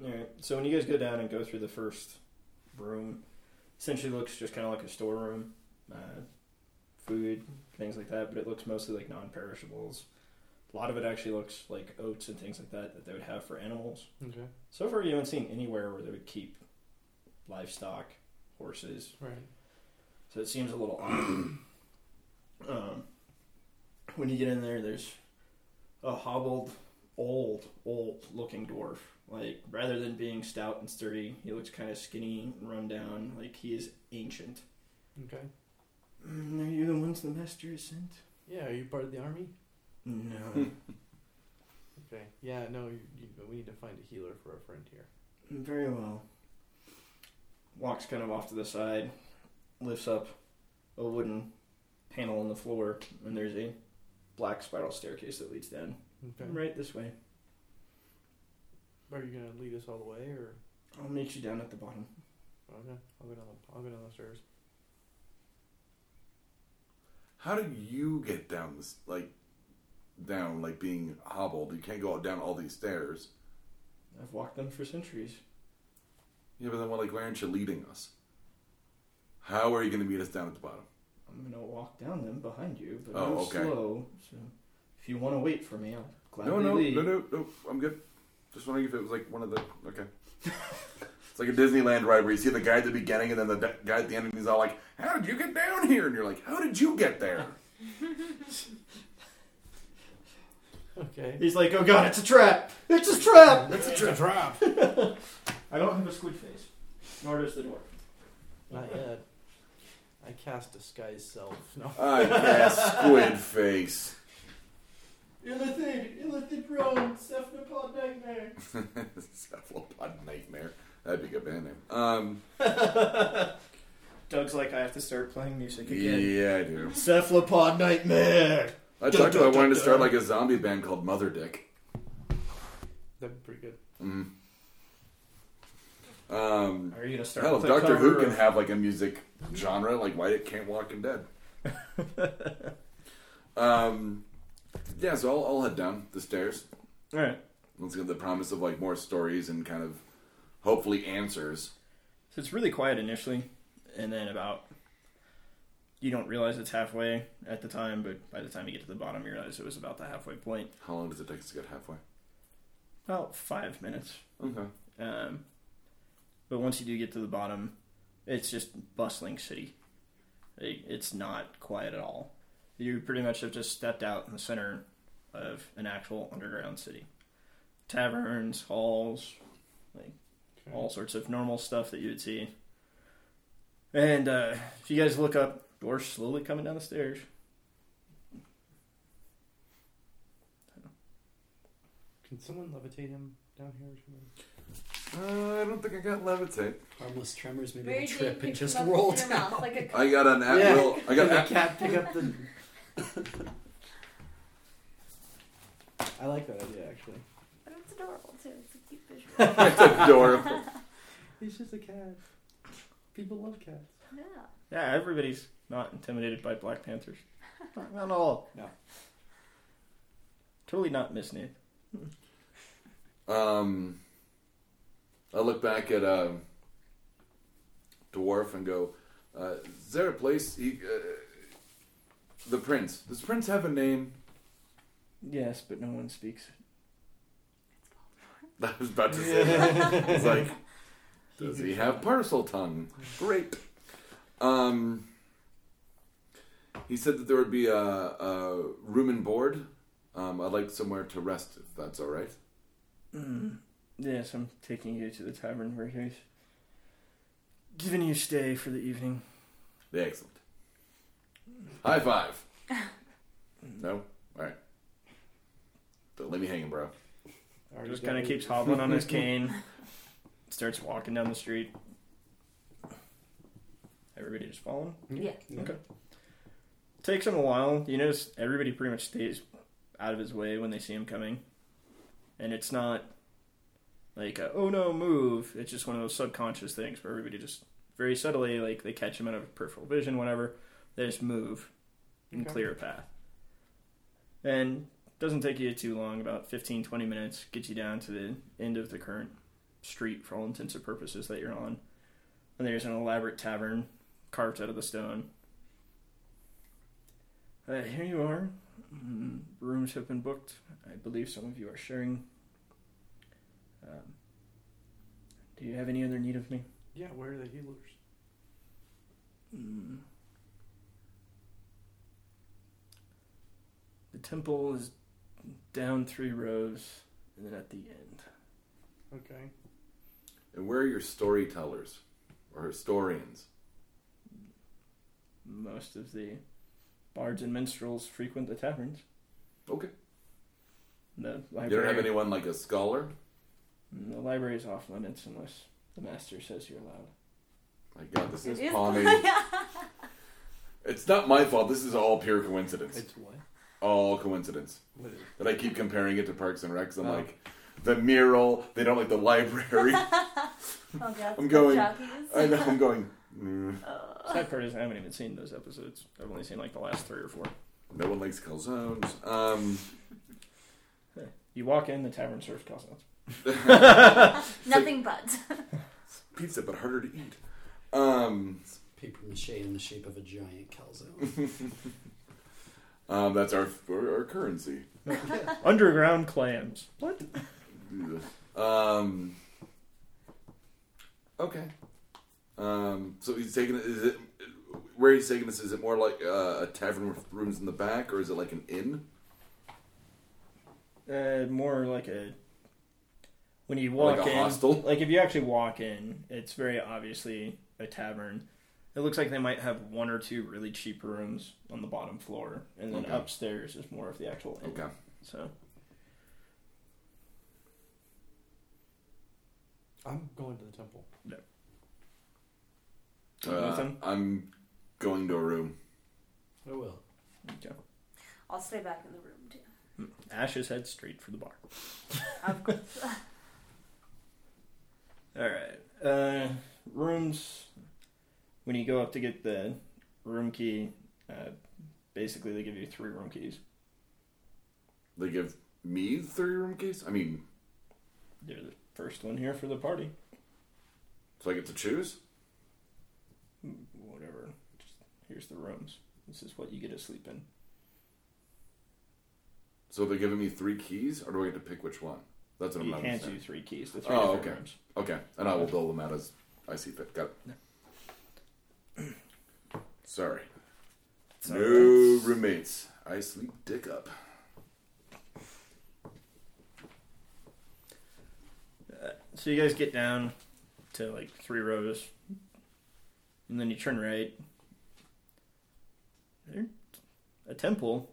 Speaker 4: Alright, so when you guys go down and go through the first room, essentially looks just kind of like a storeroom. Uh, food, things like that, but it looks mostly like non perishables. A lot of it actually looks like oats and things like that that they would have for animals.
Speaker 6: Okay.
Speaker 4: So far, you haven't seen anywhere where they would keep livestock, horses,
Speaker 6: Right.
Speaker 4: So it seems a little odd. um, when you get in there, there's a hobbled, old, old looking dwarf. Like, rather than being stout and sturdy, he looks kind of skinny and run down. Like, he is ancient.
Speaker 6: Okay.
Speaker 4: Mm, are you the ones the master has sent?
Speaker 6: Yeah, are you part of the army?
Speaker 4: No.
Speaker 6: Okay. Yeah, no, you, you, we need to find a healer for our friend here.
Speaker 4: Very well. Walks kind of off to the side, lifts up a wooden panel on the floor, and there's a black spiral staircase that leads down.
Speaker 6: Okay.
Speaker 4: Right this way.
Speaker 6: Are you gonna lead us all the way, or
Speaker 4: I'll meet you down at the bottom.
Speaker 6: okay? I'll go down the I'll go down the stairs.
Speaker 3: How did you get down this like down like being hobbled? You can't go down all these stairs.
Speaker 4: I've walked them for centuries.
Speaker 3: Yeah, but then well, like why aren't you leading us? How are you going to meet us down at the bottom?
Speaker 4: I'm gonna walk down them behind you, but
Speaker 3: Oh,
Speaker 4: I'm
Speaker 3: okay.
Speaker 4: slow. So if you want to wait for me, I'll gladly
Speaker 3: No, no,
Speaker 4: leave.
Speaker 3: no, no, no. I'm good. Just wondering if it was like one of the. Okay. it's like a Disneyland ride where you see the guy at the beginning and then the d- guy at the end, and he's all like, "How did you get down here?" And you're like, "How did you get there?"
Speaker 6: Okay.
Speaker 4: He's like, oh god, it's a trap! It's a trap!
Speaker 3: That's a trip.
Speaker 6: Drop.
Speaker 4: I don't have a squid face, nor does the dwarf.
Speaker 6: Not yet. I cast disguise self. No.
Speaker 3: I cast squid face.
Speaker 6: Illithid, Illithid drone, Cephalopod nightmare.
Speaker 3: Cephalopod nightmare. That'd be a good band name. Um,
Speaker 4: Doug's like, I have to start playing music again.
Speaker 3: yeah, I do.
Speaker 4: Cephalopod nightmare.
Speaker 3: I talked to. I wanted to start like a zombie band called Mother Dick.
Speaker 6: That'd be pretty good.
Speaker 3: Mm. Um,
Speaker 4: Are you gonna start?
Speaker 3: hell, if
Speaker 4: with a
Speaker 3: Doctor Who
Speaker 4: cover
Speaker 3: can
Speaker 4: of-
Speaker 3: have like a music genre, like why it can't Walking Dead. um, yeah, so I'll, I'll head down the stairs.
Speaker 4: All right.
Speaker 3: Let's get the promise of like more stories and kind of hopefully answers.
Speaker 4: So it's really quiet initially, and then about you don't realize it's halfway at the time, but by the time you get to the bottom, you realize it was about the halfway point.
Speaker 3: How long does it take us to get halfway?
Speaker 4: About five minutes.
Speaker 3: Okay.
Speaker 4: Um, but once you do get to the bottom, it's just bustling city. It- It's not quiet at all. You pretty much have just stepped out in the center of an actual underground city. Taverns, halls,
Speaker 6: Okay.
Speaker 4: all sorts of normal stuff that you would see. And uh, if you guys look up, doors slowly coming down the stairs.
Speaker 6: Can someone levitate him down here or something?
Speaker 3: Uh, I don't think I got levitate.
Speaker 2: Harmless tremors made
Speaker 5: Mary
Speaker 2: a
Speaker 5: Jane
Speaker 2: trip and
Speaker 5: picked
Speaker 2: just
Speaker 5: him up with
Speaker 2: rolled
Speaker 5: her
Speaker 2: down.
Speaker 5: mouth like a
Speaker 3: I got an at
Speaker 6: Yeah.
Speaker 3: will. I got.
Speaker 6: Can
Speaker 3: At,
Speaker 6: the cat pick up the. I like that idea actually.
Speaker 5: But it's adorable too. It's a cute visual.
Speaker 3: it's adorable.
Speaker 6: He's just a cat. People love cats.
Speaker 5: yeah.
Speaker 4: Yeah, everybody's not intimidated by Black Panthers. not, not all.
Speaker 6: No.
Speaker 4: Totally not Miss Nate.
Speaker 3: Um, I look back at um, Dwarf and go, uh, "Is there a place he, uh, the prince? Does prince have a name?"
Speaker 6: Yes, but no one speaks.
Speaker 3: I was about to say. that. I was like, does he have parcel tongue? Great. Um, he said that there would be a, a room and board. Um, I'd like somewhere to rest, if that's all right.
Speaker 6: Mm. Yes, I'm taking you to the tavern where he's giving you stay for the evening.
Speaker 3: Yeah, excellent. High five. no, all right. Don't leave me hanging, bro.
Speaker 6: Already
Speaker 4: Just
Speaker 6: got
Speaker 4: kind of
Speaker 6: it.
Speaker 4: keeps hobbling on his cane. Starts walking down the street. Everybody just following.
Speaker 5: Yeah.
Speaker 4: Okay. Takes him a while. You notice everybody pretty much stays out of his way when they see him coming, and it's not like a, oh no move. It's just one of those subconscious things where everybody just very subtly like they catch him out of peripheral vision, whatever. They just move and
Speaker 6: Okay.
Speaker 4: clear a path. And doesn't take you too long, about 15, 20 minutes, gets you down to the end of the current street for all intents and purposes that you're on. And there's an elaborate tavern carved out of the stone. Uh, here you are. Mm, Rooms have been booked. I believe some of you are sharing. Um, do you have any other need of me?
Speaker 6: Yeah, where are the healers?
Speaker 4: Mm. The temple is down three rows, and then at the end.
Speaker 6: Okay.
Speaker 3: And where are your storytellers or historians?
Speaker 4: Most of the bards and minstrels frequent the taverns.
Speaker 3: Okay.
Speaker 4: The
Speaker 3: You don't
Speaker 4: library,
Speaker 3: have anyone like a scholar?
Speaker 4: Mm, The library is off limits unless the master says you're allowed.
Speaker 3: My God, this
Speaker 5: It
Speaker 3: is
Speaker 5: is-
Speaker 3: palmy. it's not my fault. This is all pure coincidence.
Speaker 6: It's what?
Speaker 3: All coincidence.
Speaker 6: What is
Speaker 3: That I keep comparing it to Parks and Recs. I'm
Speaker 6: Oh.
Speaker 3: like, the mural. They don't like the library.
Speaker 5: Oh, God.
Speaker 3: I'm going- Uh,
Speaker 5: Jockeys.
Speaker 3: I know. I'm going. "Mm,
Speaker 4: Sad part is I haven't even seen those episodes. I've only seen like the last three or four.
Speaker 3: no one likes calzones. Um,
Speaker 4: You walk in, the tavern serves calzones.
Speaker 5: Nothing but.
Speaker 3: pizza, but harder to eat. Um,
Speaker 2: Paper mache in the shape of a giant calzone.
Speaker 3: um, that's our our, our currency.
Speaker 4: Underground clams. What?
Speaker 3: Um, okay. Um, so he's taking it. Is it where he's taking this? Is it more like uh, a tavern with rooms in the back, or is it like an inn?
Speaker 4: Uh, more like a when you walk
Speaker 3: Like a
Speaker 4: in,
Speaker 3: hostel?
Speaker 4: like if you actually walk in, it's very obviously a tavern. It looks like they might have one or two really cheap rooms on the bottom floor, and then
Speaker 3: Okay.
Speaker 4: upstairs is more of the actual inn.
Speaker 3: Okay.
Speaker 4: So
Speaker 6: I'm going to the temple.
Speaker 3: Uh,
Speaker 4: Nothing?
Speaker 3: I'm going to a room.
Speaker 2: I will.
Speaker 5: I'll stay back in the room, too.
Speaker 4: Mm, Ashes head straight for the bar.
Speaker 5: Of course.
Speaker 4: All right. Uh, rooms. When you go up to get the room key, uh, basically they give you three room keys.
Speaker 3: They give me the three room keys. I mean,
Speaker 4: They're the first one here for the party.
Speaker 3: so I get to choose.
Speaker 4: Mm, Whatever. Just, here's the rooms. This is what you get to sleep in.
Speaker 3: So they're giving me three keys, or do I get to pick which one? That's what
Speaker 4: He
Speaker 3: I'm not
Speaker 4: hands you
Speaker 3: understanding.
Speaker 4: three keys. The three
Speaker 3: Oh,
Speaker 4: different
Speaker 3: okay.
Speaker 4: rooms.
Speaker 3: Okay, and I will dole them out as I see fit. Got it. Sorry.
Speaker 4: It's
Speaker 3: No
Speaker 4: all right.
Speaker 3: roommates. I sleep dick up.
Speaker 4: Uh, So you guys get down to like three rows, and then you turn right. There, a temple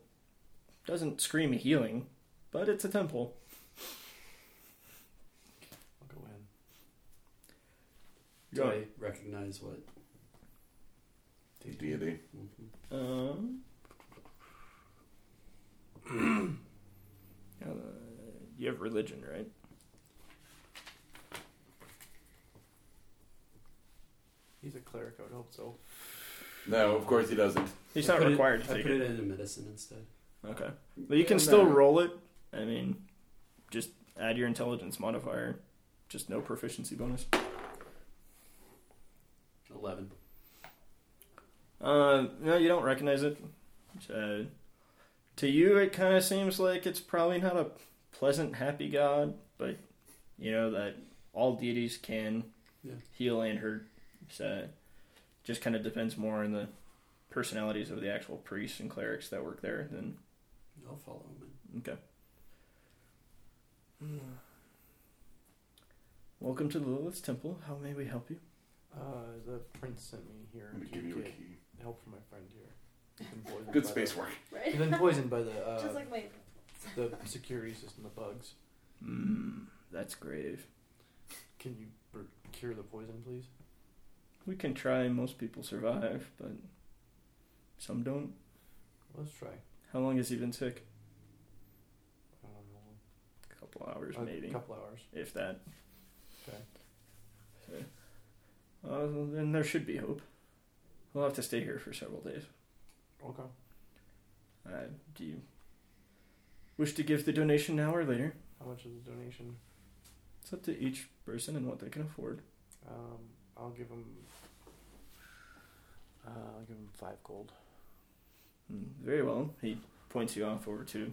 Speaker 4: doesn't scream healing, but it's a temple.
Speaker 6: I'll go
Speaker 2: Do
Speaker 6: in.
Speaker 2: I recognize what?
Speaker 3: Deity.
Speaker 2: Mhm.
Speaker 4: Um. uh, you have religion, right?
Speaker 6: He's a cleric, I would hope so.
Speaker 3: No, of course he doesn't.
Speaker 4: He's
Speaker 2: I
Speaker 4: not
Speaker 2: put it-
Speaker 4: required to
Speaker 2: I
Speaker 4: take
Speaker 2: put
Speaker 4: it.
Speaker 2: it in medicine instead.
Speaker 4: Okay, but you can
Speaker 3: No.
Speaker 4: still roll it. I mean, just add your intelligence modifier Just no proficiency bonus.
Speaker 2: Eleven.
Speaker 4: Uh, no, you don't recognize it. Uh, to you, it kind of seems like it's probably not a pleasant, happy god, but you know that all deities can
Speaker 2: Yeah.
Speaker 4: heal and hurt. So it just kind of depends more on the personalities of the actual priests and clerics that work there than
Speaker 2: I'll follow him.
Speaker 4: Hmm. Welcome to Lilith's Temple. How may we help you?
Speaker 6: Uh, the prince sent me here
Speaker 3: I'm
Speaker 6: to
Speaker 3: gonna give you a
Speaker 6: get
Speaker 3: key.
Speaker 6: help from my friend here. Been poisoned
Speaker 3: Good
Speaker 6: by
Speaker 3: space
Speaker 6: the,
Speaker 3: work.
Speaker 5: Right?
Speaker 6: He's been poisoned by the uh,
Speaker 5: Just like my.
Speaker 6: the security system, the bugs.
Speaker 4: Mm, that's grave.
Speaker 6: Can you bur- cure the poison, please?
Speaker 4: We can try. Most people survive, but some don't.
Speaker 6: Let's try.
Speaker 4: How long has he been sick?
Speaker 6: I don't
Speaker 4: A couple hours,
Speaker 6: know.
Speaker 4: maybe,
Speaker 6: A couple hours.
Speaker 4: if that.
Speaker 6: Okay.
Speaker 4: Uh, then there should be hope. We'll have to stay here for several days.
Speaker 6: Okay.
Speaker 4: Uh, do you wish to give the donation now or later?
Speaker 6: How much is the donation?
Speaker 4: It's up to each person and what they can afford.
Speaker 6: Um, I'll give him. Uh, I'll give him five gold.
Speaker 4: Mm, Very well. He points you off over to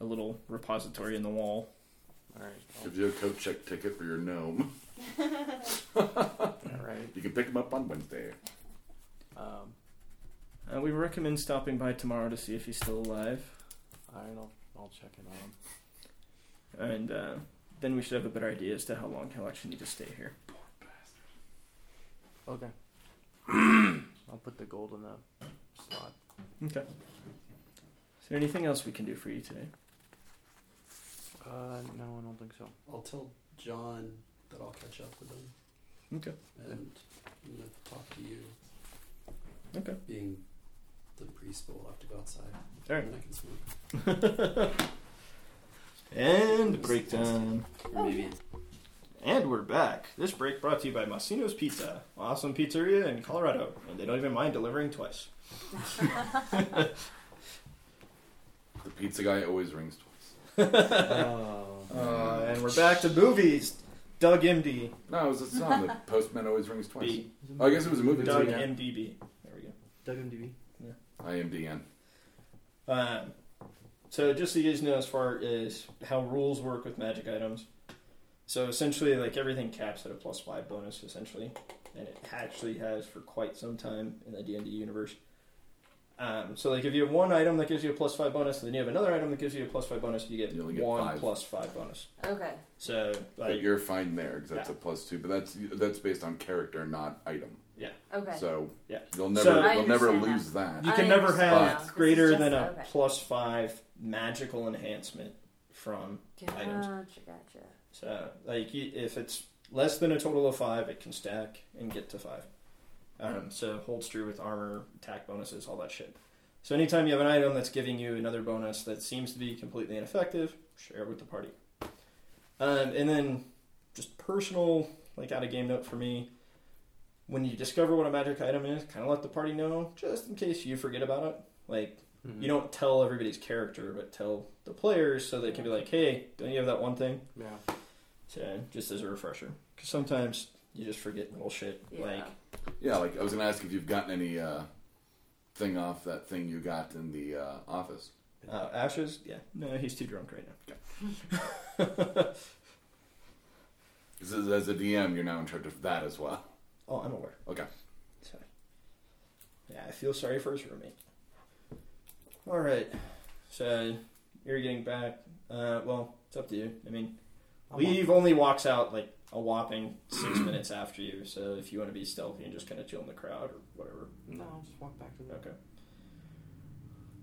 Speaker 4: a little repository in the wall.
Speaker 6: All right.
Speaker 3: If you have a coat check ticket for your gnome,
Speaker 6: All right.
Speaker 3: you can pick him up on Wednesday.
Speaker 6: Um,
Speaker 4: Uh, we recommend stopping by tomorrow to see if he's still alive,
Speaker 6: all right. I'll I'll check in on him.
Speaker 4: and uh, then we should have a better idea as to how long he'll actually need to stay here.
Speaker 6: Okay. I'll put the gold in the slot.
Speaker 4: Okay. Is there anything else we can do for you today?
Speaker 6: Uh, no, I don't think so.
Speaker 2: I'll tell John that I'll catch up with him.
Speaker 4: Okay.
Speaker 2: And I'm gonna talk to you.
Speaker 4: Okay.
Speaker 2: Being the priest, but we'll have to go outside.
Speaker 4: All
Speaker 2: And I can smoke.
Speaker 4: right. and break time.
Speaker 2: Or maybe
Speaker 4: And we're back. This break brought to you by Massino's Pizza, awesome pizzeria in Colorado, and they don't even mind delivering twice.
Speaker 3: The pizza guy always rings twice.
Speaker 6: Oh.
Speaker 4: Uh, and we're back to movies. Doug MD.
Speaker 3: No, it was a song. The postman always rings twice.
Speaker 4: B.
Speaker 3: Oh, I guess it was a movie.
Speaker 4: Doug
Speaker 3: Too.
Speaker 6: Yeah.
Speaker 4: MDB. There we go.
Speaker 6: WMDB.
Speaker 3: I am DN.
Speaker 4: Um, so just so you guys know, as far as how rules work with magic items, so essentially, like everything caps at a plus five bonus, essentially, and it actually has for quite some time in the D and D universe. Um, so like if you have one item that gives you a plus five bonus, and then you have another item that gives you a plus five bonus, you get,
Speaker 3: You only get
Speaker 4: one
Speaker 3: five.
Speaker 4: plus five bonus.
Speaker 5: okay.
Speaker 4: So
Speaker 3: But
Speaker 4: like
Speaker 3: you're fine there because that's
Speaker 4: Yeah.
Speaker 3: a plus two. But that's that's based on character, not item.
Speaker 5: Okay.
Speaker 3: So
Speaker 4: Yeah.
Speaker 3: you'll
Speaker 4: So-
Speaker 3: never
Speaker 4: I
Speaker 3: you'll never
Speaker 5: understand
Speaker 3: lose that.
Speaker 4: You can
Speaker 5: I
Speaker 4: never
Speaker 5: understand
Speaker 3: now,
Speaker 4: have
Speaker 5: 'cause it's
Speaker 4: greater
Speaker 5: just-
Speaker 4: than a
Speaker 5: okay.
Speaker 4: plus five magical enhancement from. items.
Speaker 5: Gotcha, gotcha.
Speaker 4: So, like, you, if it's less than a total of five, it can stack and get to five. Um, so, holds true with armor, attack bonuses, all that shit. So, anytime you have an item that's giving you another bonus that seems to be completely ineffective, share it with the party. Um, and then, just personal, like, out of game note for me. When you discover what a magic item is, kind of let the party know, just in case you forget about it. Like, you don't tell everybody's character, but tell the players so they can be like, hey, don't you have that one thing?
Speaker 6: Yeah.
Speaker 4: So, just as a refresher, because sometimes you just forget little shit.
Speaker 5: Yeah.
Speaker 4: Like,
Speaker 3: Yeah, like I was gonna ask if you've gotten any uh, thing off that thing you got in the uh, office.
Speaker 4: uh, ashes. Yeah, no, he's too drunk right now.
Speaker 3: Because as a DM, you're now in charge of that as well.
Speaker 4: Oh, I'm aware.
Speaker 3: Okay.
Speaker 4: So, yeah, I feel sorry for his roommate. All right, so you're getting back. Uh, well, it's up to you. I mean,
Speaker 6: I'm
Speaker 4: Leave only walks out like a whopping six minutes after you. So if you want to be stealthy and just kind of chill in the crowd or whatever,
Speaker 6: No, I'll just walk back to the.
Speaker 4: Okay.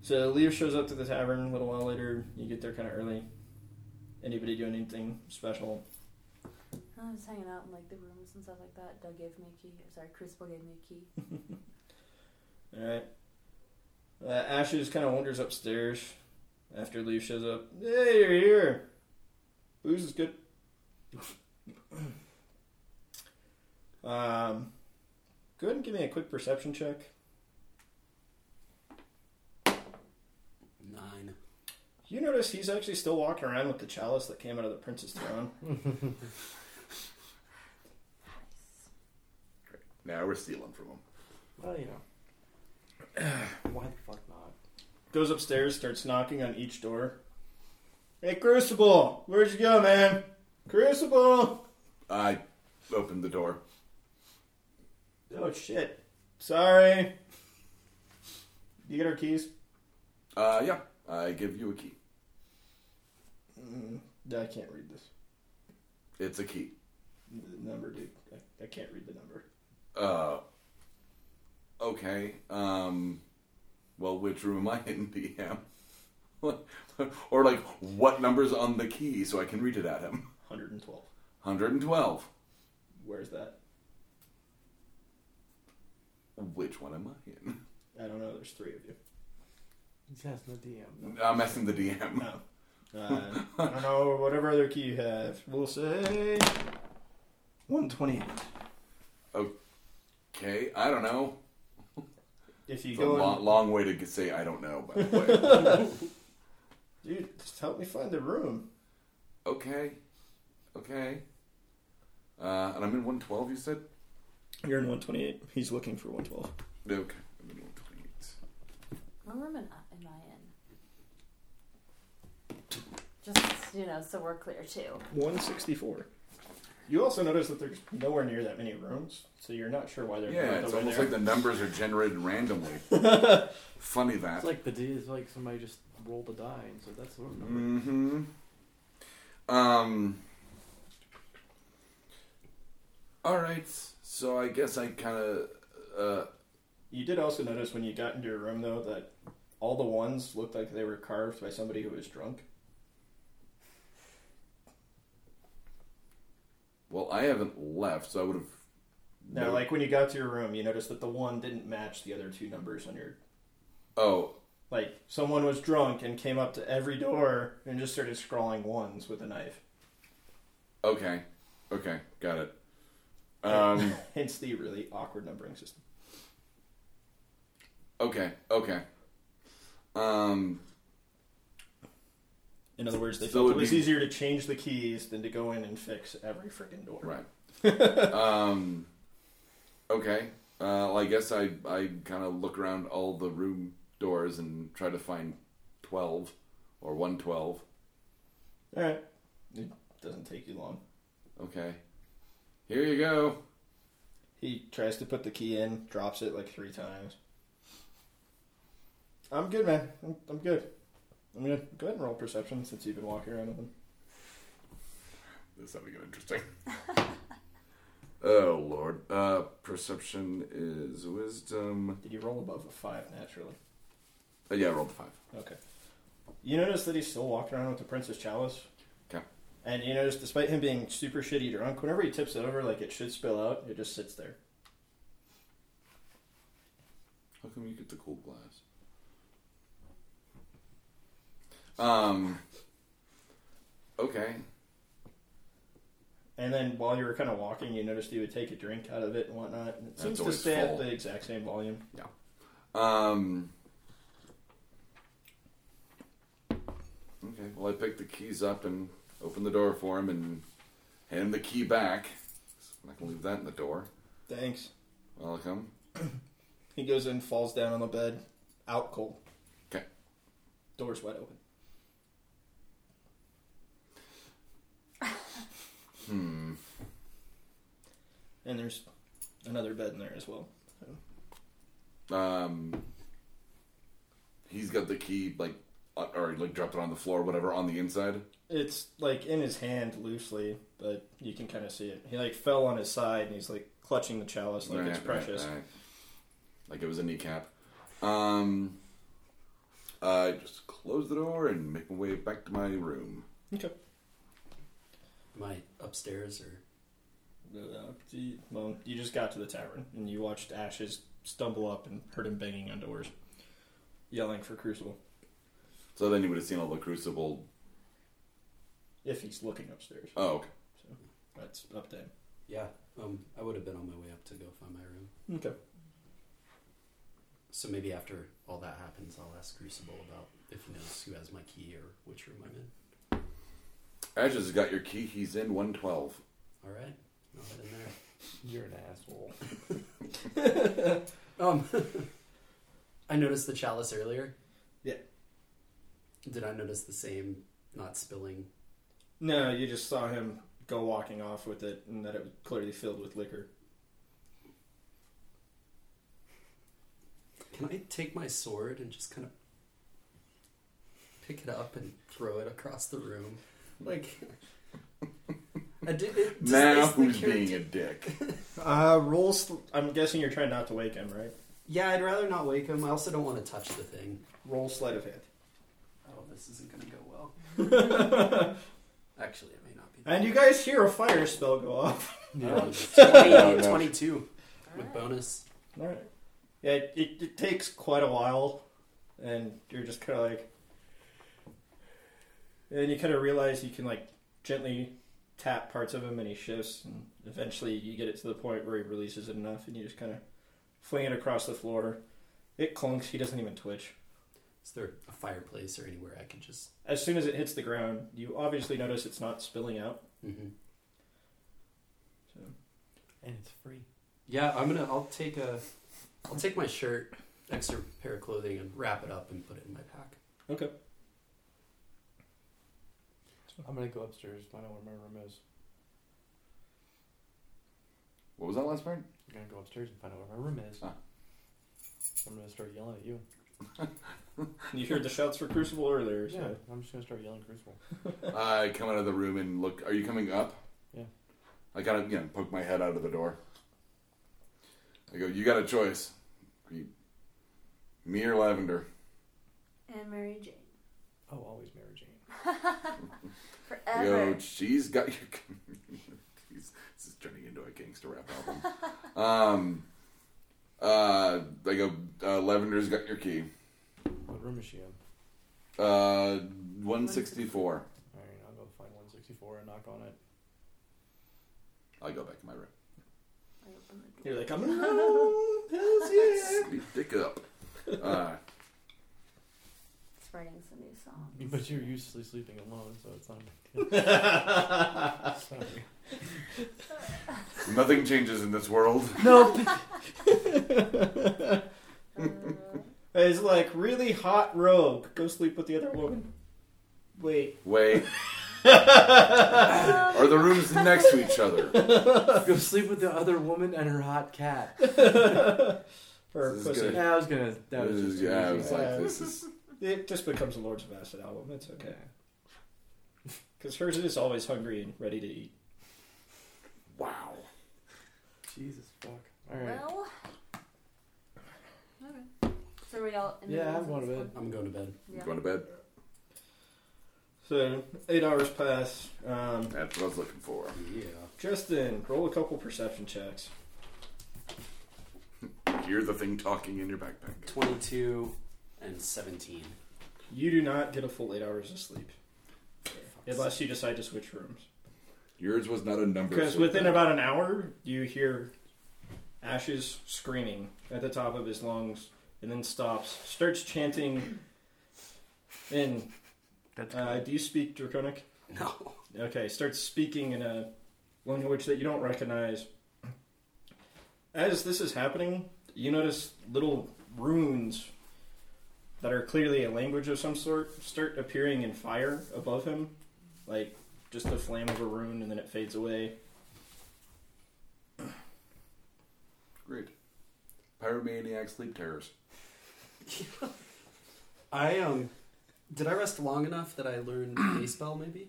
Speaker 4: So Leo shows up to the tavern a little while later. You get there kind of early. Anybody doing anything special?
Speaker 5: I was hanging out in like the rooms and stuff like that. Doug gave me a key. Or sorry, Crucible gave me a key.
Speaker 4: All right. Uh, Ashes kind of wanders upstairs after Leo shows up. Hey, you're here. Booze is good. um, go ahead and give me a quick perception check.
Speaker 2: nine.
Speaker 4: You notice he's actually still walking around with the chalice that came out of the prince's throne.
Speaker 5: Nice.
Speaker 3: Now we're stealing from him.
Speaker 6: Well, you know. Why the fuck not?
Speaker 4: Goes upstairs, starts knocking on each door. Hey, Crucible, where'd you go, man? Crucible.
Speaker 3: I opened the door.
Speaker 4: Oh shit. Sorry. You get our keys?
Speaker 3: Uh, yeah, I give you a key. Mm-hmm.
Speaker 4: I can't read this.
Speaker 3: It's a key.
Speaker 4: The number, dude. I, I can't read the number.
Speaker 3: Uh, okay. Um, well, which room am I in, DM? or like, what number's on the key so I can read it at him?
Speaker 4: 112.
Speaker 3: 112.
Speaker 4: Where's that?
Speaker 3: Which one am I
Speaker 4: I don't know. There's three of you.
Speaker 6: He's asking the DM.
Speaker 3: in? I'm asking the DM.
Speaker 4: No. Uh, I don't know. Whatever other key you have, we'll say 128.
Speaker 3: Okay, I don't know.
Speaker 4: If you
Speaker 3: It's a
Speaker 4: go, in-
Speaker 3: long, long way to say I don't know, by the way.
Speaker 4: dude, just help me find the room.
Speaker 3: okay. Okay. Uh, and I'm in 112, you said?
Speaker 4: You're in 128. He's looking for 112.
Speaker 3: Okay. I'm in 128.
Speaker 5: What room am I am I in? Just you know, so we're clear too.
Speaker 4: 164. You also notice that there's nowhere near that many rooms, so you're not sure why they're
Speaker 3: Yeah,
Speaker 4: not
Speaker 3: it's
Speaker 4: the way
Speaker 3: almost
Speaker 4: they
Speaker 3: like
Speaker 4: are.
Speaker 3: the numbers are generated randomly. Funny that.
Speaker 6: It's like the D. It's like somebody just rolled a die, and so that's the room number.
Speaker 3: mm-hmm. Um. All right, so I guess I kind of. Uh,
Speaker 4: You did also notice when you got into your room, though, that all the ones looked like they were carved by somebody who was drunk.
Speaker 3: well, I haven't left, so I would have.
Speaker 4: Now, like when you got to your room, you noticed that the one didn't match the other two numbers on your.
Speaker 3: Oh,
Speaker 4: Like someone was drunk and came up to every door and just started scrawling ones with a knife.
Speaker 3: okay, okay, got it. Um.
Speaker 4: Hence the really awkward numbering system.
Speaker 3: okay. Okay. Um.
Speaker 4: In other words, they
Speaker 3: So
Speaker 4: felt it
Speaker 3: it'd
Speaker 4: was
Speaker 3: be-
Speaker 4: easier to change the keys than to go in and fix every freaking door.
Speaker 3: Right. um, okay. Uh, well, I guess I, I kind of look around all the room doors and try to find 12 or 112.
Speaker 4: All right. It doesn't take you long.
Speaker 3: Okay. Here you go.
Speaker 4: He tries to put the key in, drops it like three times. I'm good, man. I'm, I'm good. I'm gonna go ahead and roll perception since you've been walking around with him.
Speaker 3: This is getting interesting. oh, Lord. Uh, perception is wisdom.
Speaker 4: Did you roll above a five naturally?
Speaker 3: Uh, yeah, I rolled a 5.
Speaker 4: Okay. You notice that he's still walking around with the Princess Chalice.
Speaker 3: Okay.
Speaker 4: And you notice, despite him being super shitty drunk, whenever he tips it over, like it should spill out, it just sits there.
Speaker 3: How come you get the cool glass? Um. Okay.
Speaker 4: And then while you were kind of walking, you noticed he would take a drink out of it and whatnot. And it
Speaker 3: That's
Speaker 4: seems to
Speaker 3: always
Speaker 4: stay
Speaker 3: full.
Speaker 4: at the exact same volume.
Speaker 3: Um. Okay. Well, I pick the keys up and open the door for him and hand him the key back. I'm not gonna leave that in the door.
Speaker 4: Thanks.
Speaker 3: Welcome.
Speaker 4: He goes in, falls down on the bed, out cold.
Speaker 3: 'Kay.
Speaker 4: Door's wide open.
Speaker 3: Hmm.
Speaker 4: And there's another bed in there as well.
Speaker 3: Um. He's got the key, like, uh, or like dropped it on the floor, whatever, on the inside.
Speaker 4: It's like in his hand loosely, but you can kind of see it. He like fell on his side and he's like clutching the chalice like it's
Speaker 3: Right,
Speaker 4: precious.
Speaker 3: right, right. Like it was a kneecap. Um. I just close the door and make my way back to my room.
Speaker 4: Okay.
Speaker 2: Am I upstairs or
Speaker 4: Uh, the- well, you just got to the tavern and you watched Ashes stumble up and heard him banging on doors, yelling for Crucible
Speaker 3: So then you would have seen all the crucible
Speaker 4: if he's looking upstairs.
Speaker 3: Oh, okay.
Speaker 4: That's up to him.
Speaker 2: yeah? Um, I would have been on my way up to go find my room.
Speaker 4: Okay.
Speaker 2: So maybe after all that happens, I'll ask Crucible about if he knows who has my key or which room I'm in.
Speaker 3: Ashes has got your key. He's in 112.
Speaker 2: All right, I'll head in there.
Speaker 6: You're an asshole.
Speaker 2: Um, I noticed the chalice earlier.
Speaker 4: Yeah.
Speaker 2: Did I notice the same not spilling?
Speaker 4: No, you just saw him go walking off with it, and that it was clearly filled with liquor.
Speaker 2: Can I take my sword and just kind of pick it up and throw it across the room? Like, I did. It
Speaker 3: now
Speaker 2: displace the
Speaker 3: who's
Speaker 2: character-
Speaker 3: being a dick?
Speaker 4: Uh, rolls. I'm guessing you're trying not to wake him, right?
Speaker 2: Yeah, I'd rather not wake him. I also don't want to touch the thing.
Speaker 4: Roll sleight of hand.
Speaker 2: Oh, this isn't going to go well. Actually, it may not be.
Speaker 4: And you guys hear a fire spell go off.
Speaker 2: Um,
Speaker 3: Oh,
Speaker 2: 20,
Speaker 3: no.
Speaker 2: 22 with
Speaker 5: Alright.
Speaker 2: bonus.
Speaker 4: All right. Yeah, it, it, it takes quite a while, and you're just kind of like, and you kind of realize you can like gently tap parts of him, and he shifts, and eventually you get it to the point where he releases it enough, and you just kind of fling it across the floor. It clunks. He doesn't even twitch.
Speaker 2: Is there a fireplace or anywhere I could just.
Speaker 4: As soon as it hits the ground, you obviously notice it's not spilling out.
Speaker 2: hmm
Speaker 4: So.
Speaker 6: And it's free.
Speaker 2: Yeah, I'm gonna. I'll take a. I'll take my shirt, extra pair of clothing, and wrap it up and put it in my pack.
Speaker 4: Okay.
Speaker 6: I'm gonna go upstairs and find out where my room is.
Speaker 3: What was that last part?
Speaker 6: I'm gonna go upstairs and find out where my room is.
Speaker 3: Ah.
Speaker 6: I'm gonna start yelling at you.
Speaker 4: You heard the shouts for Crucible earlier, so
Speaker 6: Yeah, I'm just gonna start yelling Crucible.
Speaker 3: I come out of the room and look. Are you coming up?
Speaker 6: Yeah.
Speaker 3: I kind of you know poke my head out of the door. I go. You got a choice. You- Me or Lavender.
Speaker 5: And Mary Jane.
Speaker 6: Oh, always Mary Jane.
Speaker 3: I
Speaker 5: Forever.
Speaker 3: go. She's got your. Jeez, this is turning into a gangster rap album. um. Uh, I go. Uh, Lavender's got your key.
Speaker 6: What room is she in?
Speaker 3: Uh, one sixty four.
Speaker 6: All right, I'll go find 164 and knock on it.
Speaker 3: I go back to my room.
Speaker 5: I open the door.
Speaker 4: you're like, I'm alone, hell's yeah.
Speaker 3: Sleep dick up. Uh,
Speaker 5: Spreading some new songs.
Speaker 6: But you're usually sleeping alone, so it's not a big deal. Sorry.
Speaker 3: nothing changes in this world.
Speaker 5: Uh,
Speaker 4: It's like really hot rogue. Go sleep with the other woman. Wait.
Speaker 3: Wait.
Speaker 5: Um,
Speaker 3: Are the rooms next to each other?
Speaker 6: Go sleep with the other woman and her hot cat.
Speaker 4: Or
Speaker 3: This is
Speaker 4: pussy.
Speaker 3: good.
Speaker 6: Yeah, I was gonna. That was
Speaker 3: This
Speaker 6: just
Speaker 3: is- Uh, yeah, I
Speaker 6: too
Speaker 3: was
Speaker 6: easy.
Speaker 3: like,
Speaker 4: Yeah.
Speaker 3: this is
Speaker 4: It just becomes a Lords of Acid album. It's okay. Because hers is always hungry and ready to eat.
Speaker 3: wow.
Speaker 6: Jesus fuck. All right.
Speaker 5: Well. Okay. So we all. in the
Speaker 6: Yeah, I'm
Speaker 5: rooms
Speaker 6: going to
Speaker 5: at
Speaker 6: bed.
Speaker 5: this
Speaker 2: I'm going to bed.
Speaker 5: point? Yeah.
Speaker 3: Going to bed.
Speaker 4: So, eight hours pass. Um,
Speaker 3: That's what I was looking for.
Speaker 2: Yeah.
Speaker 4: Justin, roll a couple perception checks.
Speaker 3: Hear the thing talking in your backpack.
Speaker 2: Twenty-two and seventeen.
Speaker 4: You do not get a full eight hours of sleep.
Speaker 2: Fuck's
Speaker 4: Unless you decide to switch rooms.
Speaker 3: Yours was not a number.
Speaker 4: Because
Speaker 3: so-
Speaker 4: within about an hour, you hear Ashes screaming at the top of his lungs and then stops, starts chanting. And
Speaker 6: That's
Speaker 4: uh, do you speak Draconic?
Speaker 2: sake. No.
Speaker 4: Okay, starts speaking in a language that you don't recognize. As this is happening, you notice little runes that are clearly a language of some sort start appearing in fire above him, like just the flame of a rune, and then it fades away.
Speaker 3: Great. Pyromaniac sleep terrors.
Speaker 2: I um. Did I rest long enough that I learned a spell? Maybe.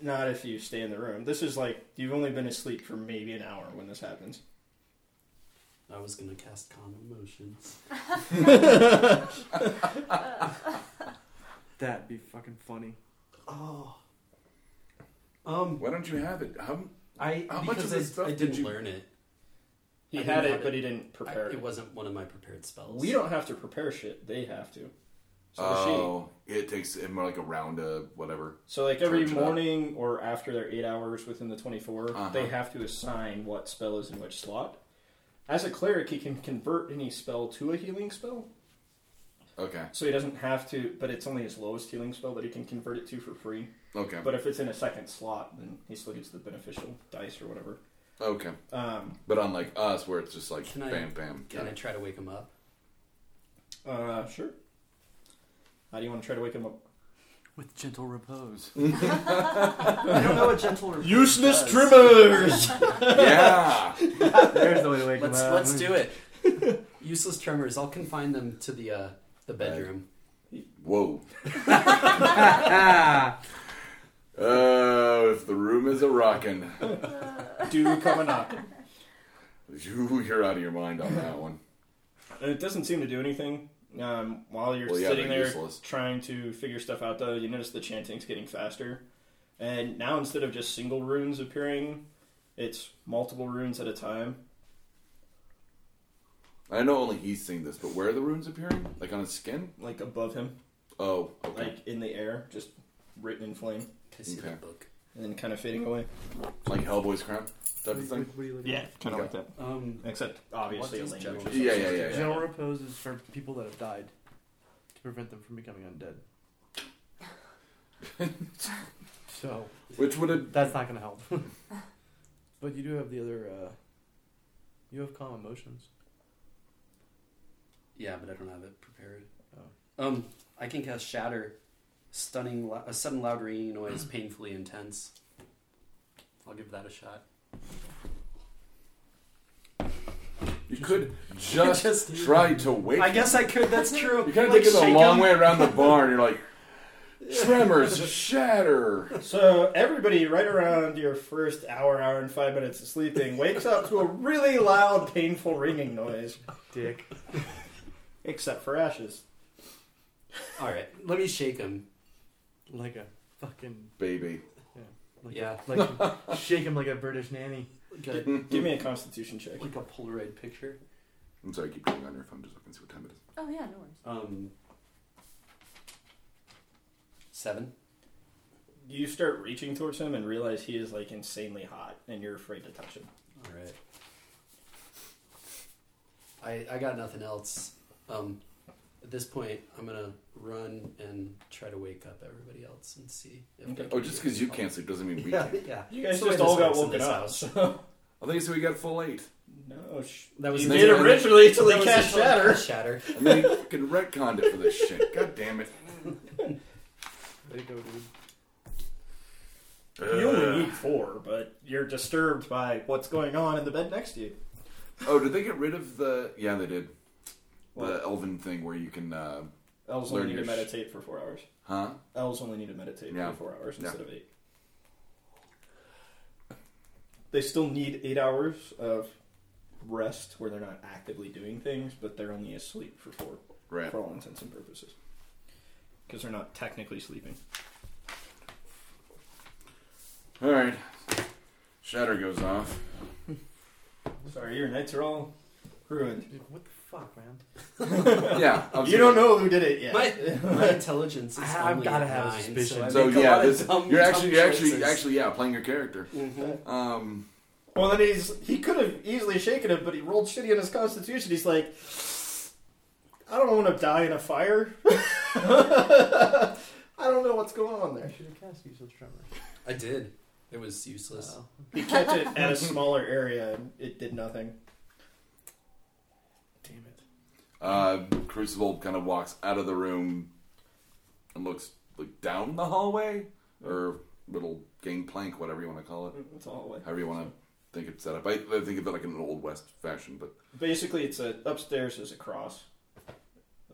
Speaker 4: Not if you stay in the room. This is like you've only been asleep for maybe an hour when this happens.
Speaker 2: I was gonna cast calm emotions.
Speaker 6: That'd be fucking funny.
Speaker 2: Oh. Um.
Speaker 3: Why don't you have it? How,
Speaker 2: I
Speaker 3: How
Speaker 2: because
Speaker 3: much of
Speaker 2: I,
Speaker 3: this stuff
Speaker 2: I
Speaker 3: did
Speaker 2: didn't
Speaker 3: you-
Speaker 2: learn it.
Speaker 4: He
Speaker 2: I
Speaker 4: had
Speaker 2: didn't
Speaker 4: it,
Speaker 2: have
Speaker 4: but he didn't
Speaker 2: I-
Speaker 4: prepare
Speaker 2: it
Speaker 4: it.
Speaker 2: wasn't one of my prepared spells.
Speaker 4: We don't have to prepare shit; they have to. So does she.
Speaker 3: oh, it takes it more like a round of whatever.
Speaker 4: So like every
Speaker 3: Charge it up.
Speaker 4: morning or after their eight hours within the 24
Speaker 3: Uh-huh.
Speaker 4: they have to assign what spell is in which slot. As a cleric, he can convert any spell to a healing spell,
Speaker 3: Okay.
Speaker 4: so he doesn't have to. But it's only his lowest healing spell that he can convert it to for free.
Speaker 3: Okay.
Speaker 4: But if it's in a second slot, then he still gets the beneficial dice or whatever.
Speaker 3: Okay.
Speaker 4: Um,
Speaker 3: But unlike us, where it's just like
Speaker 2: Can I-
Speaker 3: bam, bam.
Speaker 2: Can I try to wake him up?
Speaker 4: uh, sure. How do you want to try to wake him up?
Speaker 6: With gentle repose. I don't know what gentle repose does.
Speaker 4: trimmers.
Speaker 3: yeah.
Speaker 6: There's the way to wake
Speaker 2: Let's
Speaker 6: him up.
Speaker 2: let's do it. Useless tremors. I'll confine them to the uh, the bedroom.
Speaker 3: Whoa. Oh, if the room is a rockin',
Speaker 4: do come a knock.
Speaker 3: you, you're out of your mind on that one.
Speaker 4: And It doesn't seem to do anything. Um, while you're
Speaker 3: Well, yeah,
Speaker 4: sitting
Speaker 3: they're
Speaker 4: there
Speaker 3: useless.
Speaker 4: trying to figure stuff out, though, you notice the chanting's getting faster. And now instead of just single runes appearing, it's multiple runes at a time.
Speaker 3: I know only he's seeing this, but where are the runes appearing? Like on his skin?
Speaker 4: like above him,
Speaker 3: Oh, okay.
Speaker 4: like in the air, just written in flame,
Speaker 2: Can I see
Speaker 3: Okay.
Speaker 2: that book?
Speaker 4: and then kind of fading away.
Speaker 3: Like Hellboy's crown type
Speaker 6: What,
Speaker 3: of
Speaker 6: what,
Speaker 3: thing?
Speaker 6: what are you looking at?
Speaker 4: kind
Speaker 3: kinda like
Speaker 4: that.
Speaker 6: Um,
Speaker 4: Except obviously,
Speaker 2: What
Speaker 4: a
Speaker 2: is general-
Speaker 4: language or
Speaker 3: Yeah,
Speaker 4: something.
Speaker 3: yeah, yeah, yeah.
Speaker 6: General repose is for people that have died to prevent them from becoming undead. so
Speaker 3: Which would it?
Speaker 6: that's not going to help. but you do have the other. Uh, you have calm emotions.
Speaker 2: Yeah, but I don't have it prepared.
Speaker 6: Oh.
Speaker 2: Um, I can cast Shatter, stunning lo- a sudden loud ringing noise, painfully intense. I'll give that a shot.
Speaker 3: You could just,
Speaker 2: Just-
Speaker 3: try to wake.
Speaker 2: I guess I could. That's true.
Speaker 3: you kind of
Speaker 2: Like,
Speaker 3: take it a
Speaker 2: shake
Speaker 3: long
Speaker 2: him.
Speaker 3: way around the barn. You're like tremors, shatter.
Speaker 4: So everybody, right around your first hour, hour and five minutes of sleeping, wakes up to a really loud, painful ringing noise.
Speaker 6: Dick.
Speaker 4: Except for Ashes.
Speaker 2: All right, let me shake him.
Speaker 6: Like a fucking.
Speaker 3: Baby,
Speaker 6: Like,
Speaker 2: Yeah.
Speaker 6: Like shake him like a British nanny.
Speaker 2: Like a,
Speaker 4: Give me a Constitution check.
Speaker 2: like a Polaroid picture.
Speaker 3: I'm sorry, I keep going on your phone just so I can see what time it is.
Speaker 5: Oh yeah, no worries.
Speaker 2: Um, seven.
Speaker 4: You start reaching towards him and realize he is like insanely hot, and you're afraid to touch him.
Speaker 2: All right. I I got nothing else. Um, at this point, I'm gonna run and try to wake up everybody else and see. If they
Speaker 4: Okay.
Speaker 2: can
Speaker 3: Oh,
Speaker 2: do
Speaker 3: just because you
Speaker 2: anything.
Speaker 3: can't sleep doesn't mean we
Speaker 2: Yeah,
Speaker 3: can.
Speaker 2: yeah.
Speaker 4: You
Speaker 2: That's
Speaker 4: guys
Speaker 2: the way
Speaker 4: just all
Speaker 2: this
Speaker 4: got
Speaker 2: works in
Speaker 4: woken
Speaker 2: this
Speaker 4: up.
Speaker 2: house.
Speaker 4: So.
Speaker 3: I think so. We got full eight,
Speaker 4: No, sh-
Speaker 2: That was
Speaker 4: you
Speaker 2: that's
Speaker 4: did
Speaker 2: what I meant.
Speaker 4: originally till
Speaker 2: That
Speaker 4: he
Speaker 2: was
Speaker 4: cast
Speaker 2: until I
Speaker 4: shatter.
Speaker 2: cast shatter.
Speaker 3: and then you fucking retconned it for this shit. God damn it!
Speaker 6: Way to go, dude.
Speaker 4: You only need four, but you're disturbed by what's going on in the bed next to you.
Speaker 3: Oh, did they get rid of the? Yeah, they did.
Speaker 4: What?
Speaker 3: The elven thing where you can, uh,
Speaker 4: Elves
Speaker 3: Learn
Speaker 4: only need to
Speaker 3: your sh-
Speaker 4: meditate for four hours.
Speaker 3: huh?
Speaker 4: Elves only need to meditate
Speaker 3: Yeah.
Speaker 4: for four hours
Speaker 3: Yeah.
Speaker 4: instead of eight. They still need eight hours of rest where they're not actively doing things, but they're only asleep for four,
Speaker 3: Right.
Speaker 4: for all intents and purposes. Because they're not technically sleeping.
Speaker 3: All right. Shatter goes off.
Speaker 4: Sorry, your nights are all ruined.
Speaker 6: Dude, what the fuck, man?
Speaker 3: Yeah,
Speaker 4: You don't know who did it yet.
Speaker 2: My, my intelligence is
Speaker 6: I- I've
Speaker 2: only
Speaker 6: gotta
Speaker 2: at
Speaker 6: have a
Speaker 2: nine,
Speaker 6: suspicion.
Speaker 2: I
Speaker 3: So
Speaker 2: make a lot
Speaker 3: yeah,
Speaker 2: of
Speaker 3: this,
Speaker 2: dumb-
Speaker 3: you're
Speaker 2: dumb
Speaker 3: actually, you're actually,
Speaker 2: choices.
Speaker 3: actually, yeah, playing your character.
Speaker 6: Mm-hmm.
Speaker 2: Mhm.
Speaker 3: Um,
Speaker 4: Well, then he's he could have easily shaken him, but he rolled shitty on his constitution. He's like, I don't want to die in a fire. I don't know what's going on
Speaker 6: I
Speaker 4: there.
Speaker 6: should have cast Useless Tremor.
Speaker 2: I did. It was useless.
Speaker 6: Oh.
Speaker 4: He kept it at a smaller area, and it did nothing.
Speaker 6: Damn it.
Speaker 3: uh, Crucible kind of walks out of the room and looks like down the hallway or little gangplank, whatever you want to call it,
Speaker 4: It's all away.
Speaker 3: however you want to think it's set up. I, I think of it like in an old west fashion, but
Speaker 4: Basically, it's a upstairs is a cross.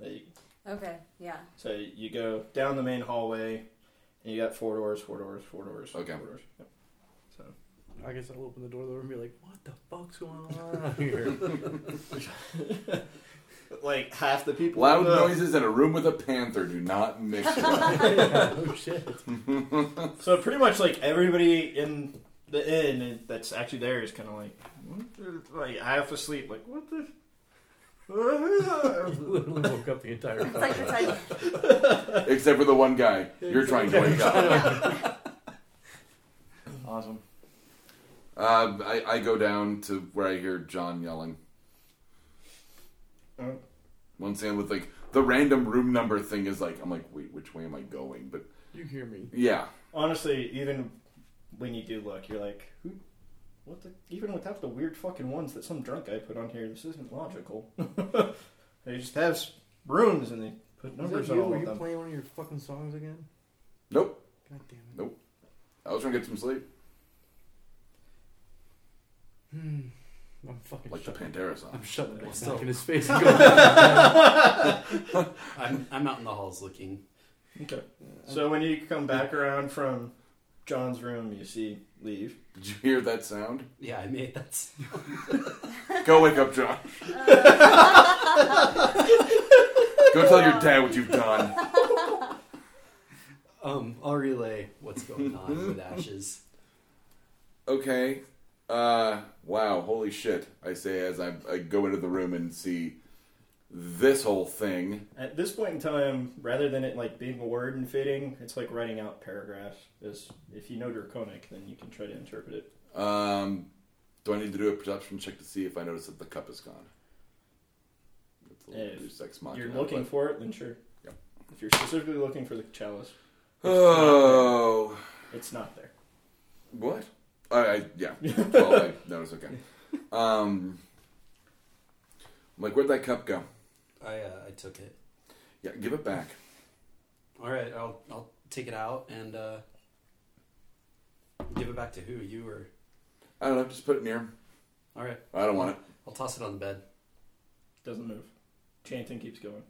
Speaker 4: Like,
Speaker 5: Okay, yeah.
Speaker 4: so you go down the main hallway, and you got four doors, four doors, four doors,
Speaker 3: Okay.
Speaker 4: four doors. Yep. So
Speaker 6: I guess I'll open the door though and be like, "What the fuck's going on here?"
Speaker 4: like half the people
Speaker 3: loud
Speaker 4: in the-
Speaker 3: noises in a room with a panther do not mix. well.
Speaker 6: oh shit!
Speaker 4: So pretty much like everybody in the inn that's actually there is kind of like, what the- like half asleep, like what
Speaker 6: I
Speaker 4: the.
Speaker 6: literally woke up the entire.
Speaker 5: It's like you're trying to
Speaker 3: Except for the one guy you're trying to wake up.
Speaker 6: Awesome.
Speaker 3: Um, I, I go down to where I hear John yelling.
Speaker 4: Oh.
Speaker 3: Once in with like the random room number thing is like I'm like wait which way am I going? But
Speaker 6: You hear me?
Speaker 3: yeah,
Speaker 4: Honestly, even when you do look, you're like, who? What the? Even without the weird fucking ones that some drunk guy put on here, this isn't logical. they just have s- rooms and they put numbers on all
Speaker 6: Were
Speaker 4: of
Speaker 6: you
Speaker 4: them.
Speaker 6: playing one of your fucking songs again?
Speaker 3: nope.
Speaker 6: God damn it.
Speaker 3: I was trying to get some sleep,
Speaker 6: Hmm. I'm fucking
Speaker 3: like the
Speaker 6: shut-
Speaker 3: Pantera song.
Speaker 6: I'm shutting
Speaker 2: Well,
Speaker 6: it
Speaker 2: still.
Speaker 6: back in his face. and going-
Speaker 2: I'm, I'm out in the halls looking.
Speaker 4: Okay. So when you come back around from John's room, you see leave.
Speaker 3: Did you hear that sound?
Speaker 2: Yeah, I made that.
Speaker 3: Go wake up, John. Go tell your dad what you've done.
Speaker 2: Um, I'll relay what's going on with Ashes.
Speaker 3: Okay. Uh, wow, holy shit. I say as I, I go into the room and see this whole thing.
Speaker 4: At this point in time, rather than it like being a word and fitting, it's like writing out paragraphs. Is if you know Draconic, then you can try to interpret it.
Speaker 3: Um, do I need to do a perception check to see if I notice that the cup is gone? It's a
Speaker 4: If
Speaker 3: little Deus Ex Machina,
Speaker 4: you're looking
Speaker 3: but-
Speaker 4: for it, then sure.
Speaker 3: Yep.
Speaker 4: If you're specifically looking for the chalice,
Speaker 3: Oh,
Speaker 4: it's not there.
Speaker 3: what? I, I yeah. well, I noticed. Okay. Um, I'm like, where'd that cup go?
Speaker 2: I uh, I took it.
Speaker 3: Yeah, give it back.
Speaker 2: All right, I'll I'll take it out and uh, give it back to who you or.
Speaker 3: I don't know. Just put it near. him.
Speaker 2: All right,
Speaker 3: I don't want it.
Speaker 2: I'll toss it on the bed.
Speaker 4: Doesn't move. Chanting keeps going.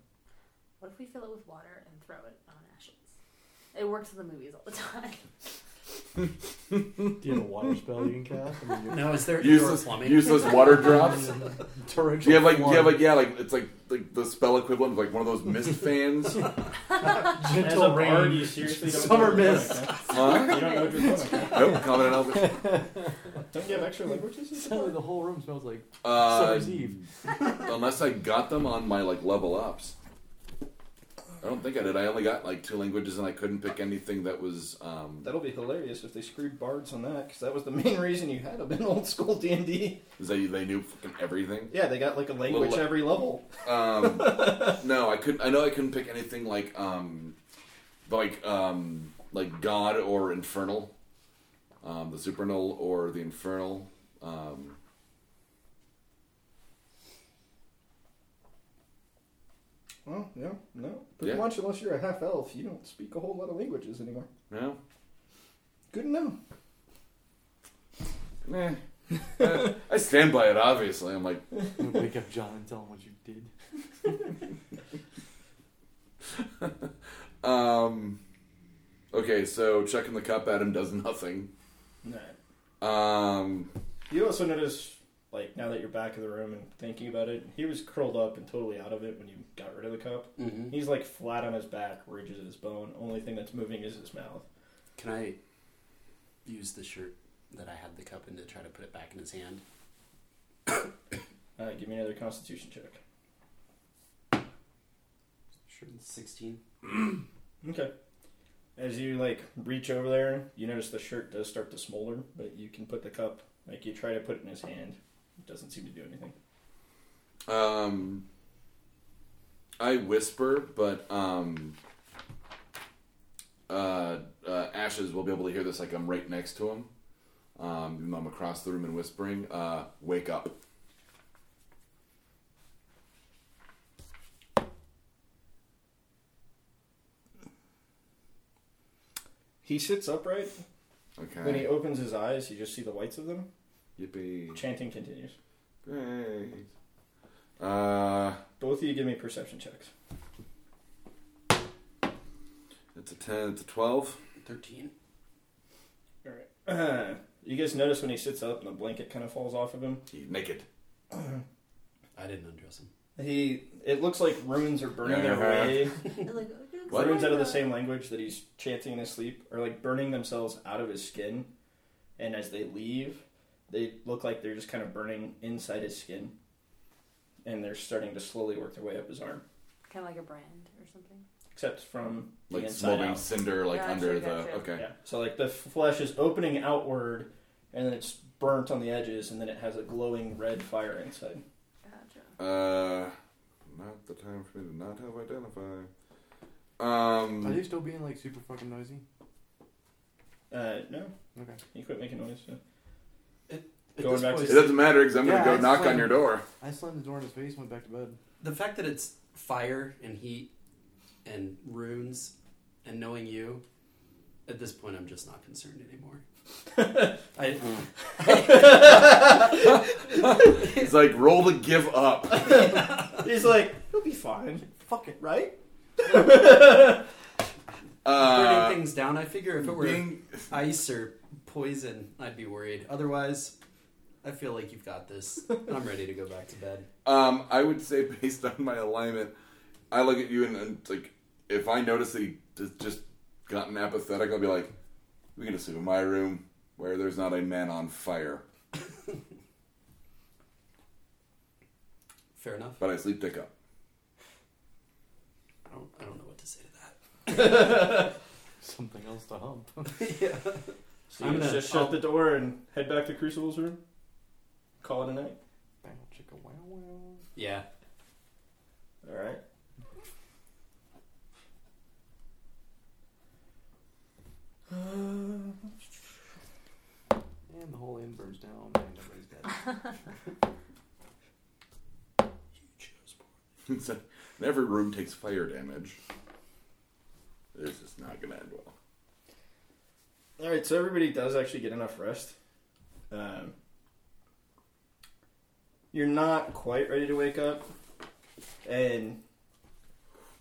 Speaker 5: What if we fill it with water and throw it on ashes? It works in the movies all the time.
Speaker 6: Do you have a water spell you can cast? I mean, you're-
Speaker 2: Now is there indoor
Speaker 3: Useless,
Speaker 2: plumbing?
Speaker 3: useless water drops.
Speaker 6: torrential
Speaker 3: Do you have like, do you
Speaker 6: flood.
Speaker 3: have like, yeah, like it's like like the spell equivalent of like one of those mist fans,
Speaker 4: As
Speaker 6: gentle
Speaker 4: a
Speaker 6: rain?
Speaker 4: bard, you seriously don't
Speaker 6: Summer
Speaker 4: know
Speaker 6: mist.
Speaker 4: Draconic, huh?
Speaker 3: huh?
Speaker 4: You don't know Draconic. huh?
Speaker 3: Nope, comment on it.
Speaker 4: Don't you have extra languages?
Speaker 6: Suddenly the whole room smells like
Speaker 3: Uh,
Speaker 6: summer's eve.
Speaker 3: unless I got them on my like level ups. I don't think I did. I only got like two languages, and I couldn't pick anything that was. Um,
Speaker 4: That'll be hilarious if they screwed bards on that, because that was the main reason you had them in old school D and D.
Speaker 3: is that they knew fucking everything.
Speaker 4: Yeah, they got like a language
Speaker 3: Little-
Speaker 4: every level.
Speaker 3: Um, no, I couldn't. I know I couldn't pick anything like um, like um, like God or Infernal, um, the Supernal or the Infernal. Um,
Speaker 4: Well, yeah, no, pretty
Speaker 3: Yeah.
Speaker 4: much unless you're a half elf, you don't speak a whole lot of languages anymore.
Speaker 3: no,
Speaker 4: Good enough.
Speaker 3: Eh. I- I stand by it. Obviously, I'm like,
Speaker 6: I'm gonna wake up John and tell him what you did.
Speaker 3: um, okay. So checking the cup at him does nothing.
Speaker 4: No.
Speaker 3: Um,
Speaker 4: You also notice, like, now that you're back in the room and thinking about it, he was curled up and totally out of it when you got rid of the cup.
Speaker 2: hmm
Speaker 4: He's like flat on his back, ridges in his bone. Only thing that's moving is his mouth.
Speaker 2: Can I use the shirt that I had the cup in to try to put it back in his hand?
Speaker 4: Uh, give me another Constitution check.
Speaker 2: Sure, sixteen.
Speaker 4: Okay. As you like reach over there, you notice the shirt does start to smolder, but you can put the cup. Like you try to put it in his hand, it doesn't seem to do anything.
Speaker 3: um, I whisper, but um, uh, uh, Ashes will be able to hear this. Like I'm right next to him. Um, even though I'm across the room and whispering, uh, wake up.
Speaker 4: He sits upright. When
Speaker 3: Okay.
Speaker 4: he opens his eyes, you just see the whites of them.
Speaker 3: Yippee.
Speaker 4: Chanting continues.
Speaker 3: Great. Uh,
Speaker 4: Both of you give me perception checks.
Speaker 3: it's a 10, it's a 12.
Speaker 2: Thirteen.
Speaker 4: All right. you guys notice when he sits up and the blanket kind of falls off of him.
Speaker 3: He's naked.
Speaker 2: I didn't undress him.
Speaker 4: He it looks like runes are burning their
Speaker 3: Uh-huh.
Speaker 4: way.
Speaker 5: They're like,
Speaker 3: What?
Speaker 4: Runes out of the same language that he's chanting in his sleep are like burning themselves out of his skin, and as they leave, they look like they're just kind of burning inside his skin, and they're starting to slowly work their way up his arm,
Speaker 5: Kind of like a brand or something.
Speaker 4: except from the
Speaker 3: Like
Speaker 4: inside
Speaker 3: smoldering
Speaker 4: out.
Speaker 3: cinder, like
Speaker 5: Gotcha,
Speaker 3: under
Speaker 5: gotcha.
Speaker 3: the. Okay.
Speaker 4: Yeah. So like the f- flesh is opening outward, and then it's burnt on the edges, and then it has a glowing red fire inside.
Speaker 5: Gotcha.
Speaker 3: Uh, not the time for me to not have identify.
Speaker 6: Are they
Speaker 3: Um,
Speaker 6: still being like super fucking noisy?
Speaker 4: Uh, no.
Speaker 6: Okay.
Speaker 4: You quit making noise. yeah.
Speaker 2: At
Speaker 4: Going
Speaker 2: this
Speaker 4: back to-
Speaker 2: point,
Speaker 3: it doesn't matter because I'm
Speaker 6: Yeah,
Speaker 3: gonna go
Speaker 6: it's
Speaker 3: knock
Speaker 6: fine.
Speaker 3: on your door.
Speaker 6: I slammed the door in his face and went back to bed.
Speaker 2: the fact that it's fire and heat and runes and knowing you, at this point, I'm just not concerned anymore. I,
Speaker 3: It's like roll to give up.
Speaker 4: He's like, you'll be fine,
Speaker 6: Fuck it.
Speaker 4: right?
Speaker 2: burning
Speaker 3: Uh,
Speaker 2: things down. I figure if it were
Speaker 3: being
Speaker 2: ice or poison, I'd be worried. Otherwise, I feel like you've got this. I'm ready to go back to bed.
Speaker 3: Um, I would say based on my alignment, I look at you and, and it's like if I notice that he has just gotten apathetic, I'll be like, "We can just sleep in my room where there's not a man on fire."
Speaker 2: Fair enough.
Speaker 3: But I sleep dick up.
Speaker 2: I don't, I don't know what to say to
Speaker 6: Something else to hump.
Speaker 2: that. yeah.
Speaker 4: So
Speaker 2: I'm
Speaker 4: you
Speaker 2: gonna-
Speaker 4: just shut
Speaker 2: I'll-
Speaker 4: the door and head back to Crucible's room. Call it a night.
Speaker 6: Bow, chicka, wow, wow.
Speaker 2: Yeah.
Speaker 4: All right.
Speaker 6: And the whole inn burns down and everybody's dead.
Speaker 3: It's like, and every room takes fire damage. This is not going to end well.
Speaker 4: All right. So everybody does actually get enough rest. Um, you're not quite ready to wake up, and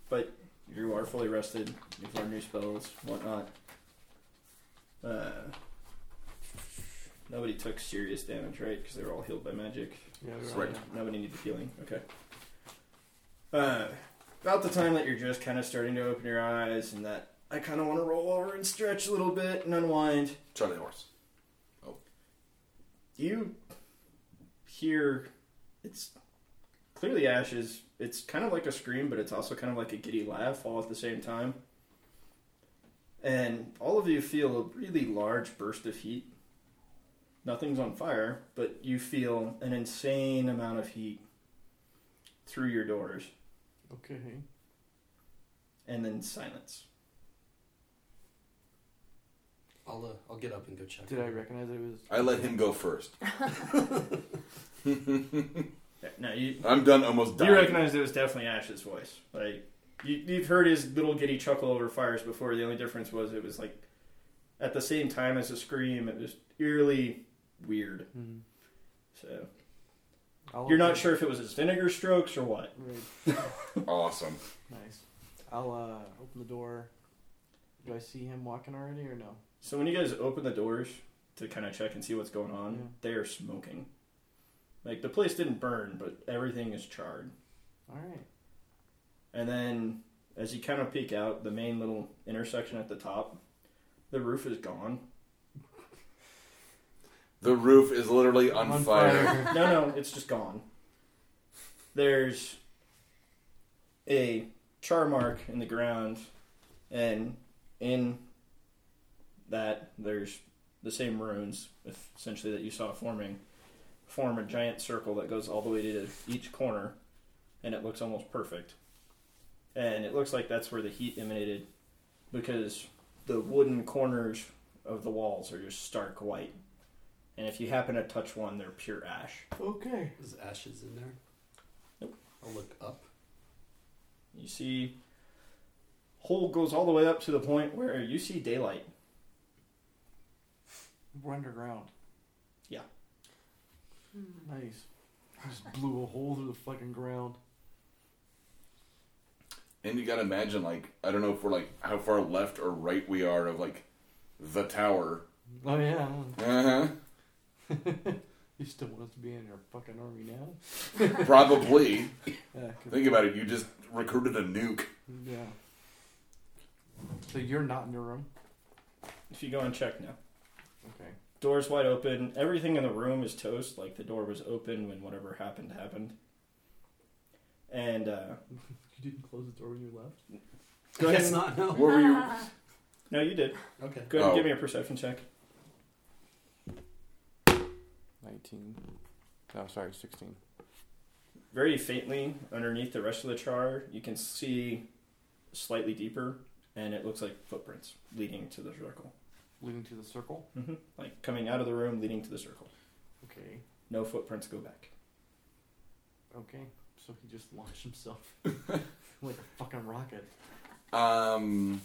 Speaker 4: but you are fully rested. You've learned new spells, whatnot. Uh, nobody took serious damage, right? Because they were all healed by magic.
Speaker 6: Yeah,
Speaker 3: That's
Speaker 6: right.
Speaker 3: right.
Speaker 6: yeah.
Speaker 4: Nobody needed healing. Okay. Uh, about the time that you're just kind of starting to open your eyes and that I kind of want to roll over and stretch a little bit and unwind,
Speaker 3: Charlie horse.
Speaker 4: you hear it's clearly ashes. It's kind of like a scream, but it's also kind of like a giddy laugh all at the same time. And all of you feel a really large burst of heat. Nothing's on fire, but you feel an insane amount of heat through your doors.
Speaker 6: Okay.
Speaker 4: and then silence.
Speaker 2: I'll, uh, I'll get up and go check.
Speaker 6: Did I recognize it was?
Speaker 3: I let him go first.
Speaker 4: No, you
Speaker 3: I'm done almost dying.
Speaker 4: you recognized it was definitely Ash's voice. Like you, you've heard his little giddy chuckle over fires before. The only difference was it was like at the same time as a scream. It was eerily weird.
Speaker 6: Hmm.
Speaker 4: So
Speaker 6: I'll
Speaker 4: you're not
Speaker 6: open-
Speaker 4: sure if it was his vinegar strokes or what.
Speaker 6: Right.
Speaker 3: Awesome.
Speaker 6: Nice. I'll uh, open the door. Do I see him walking already or no?
Speaker 4: So when you guys open the doors to kind of check and see what's going on,
Speaker 6: Yeah.
Speaker 4: they are smoking. Like the place didn't burn, but everything is charred.
Speaker 6: All right.
Speaker 4: And then as you kind of peek out, the main little intersection at the top, the roof is gone.
Speaker 3: The roof is literally on,
Speaker 6: I'm on
Speaker 3: fire.
Speaker 4: no, no, it's just gone. There's a char mark in the ground, and in that there's the same runes, if- essentially that you saw forming, form a giant circle that goes all the way to each corner, and it looks almost perfect. And it looks like that's where the heat emanated, because the wooden corners of the walls are just stark white. And if you happen to touch one, they're pure ash.
Speaker 6: Okay.
Speaker 2: Is ashes in there?
Speaker 4: Nope.
Speaker 2: I'll look up.
Speaker 4: You see, hole goes all the way up to the point where you see daylight.
Speaker 6: We're underground. Hmm.
Speaker 4: Yeah.
Speaker 6: Nice. I just blew a hole through the fucking ground.
Speaker 3: And you gotta imagine, like, I don't know if we're like how far left or right we are of like the tower.
Speaker 6: Oh yeah.
Speaker 3: Uh huh.
Speaker 6: You still want us to be in your fucking army now?
Speaker 3: Probably.
Speaker 6: Yeah. 'cause-
Speaker 3: Think about it. You just recruited a nuke.
Speaker 6: Yeah. So you're not in your room.
Speaker 4: If you go and check now,
Speaker 6: Okay.
Speaker 4: door's wide open. Everything in the room is toast. Like the door was open when whatever happened happened. And uh,
Speaker 6: You didn't close the door when you left.
Speaker 4: Go
Speaker 2: I
Speaker 4: ahead.
Speaker 2: guess not, no.
Speaker 3: What were you?
Speaker 4: no, you did.
Speaker 2: Okay.
Speaker 4: Go ahead and
Speaker 3: Oh.
Speaker 4: give me a perception check.
Speaker 6: Nineteen. No, sorry, sixteen.
Speaker 4: very faintly underneath the rest of the char, you can see slightly deeper, and it looks like footprints leading to the circle.
Speaker 6: Leading to the circle.
Speaker 4: Mm-hmm. Like coming out of the room, leading to the circle.
Speaker 6: Okay.
Speaker 4: No footprints go back.
Speaker 6: Okay. So he just launched himself like a fucking rocket.
Speaker 3: Um.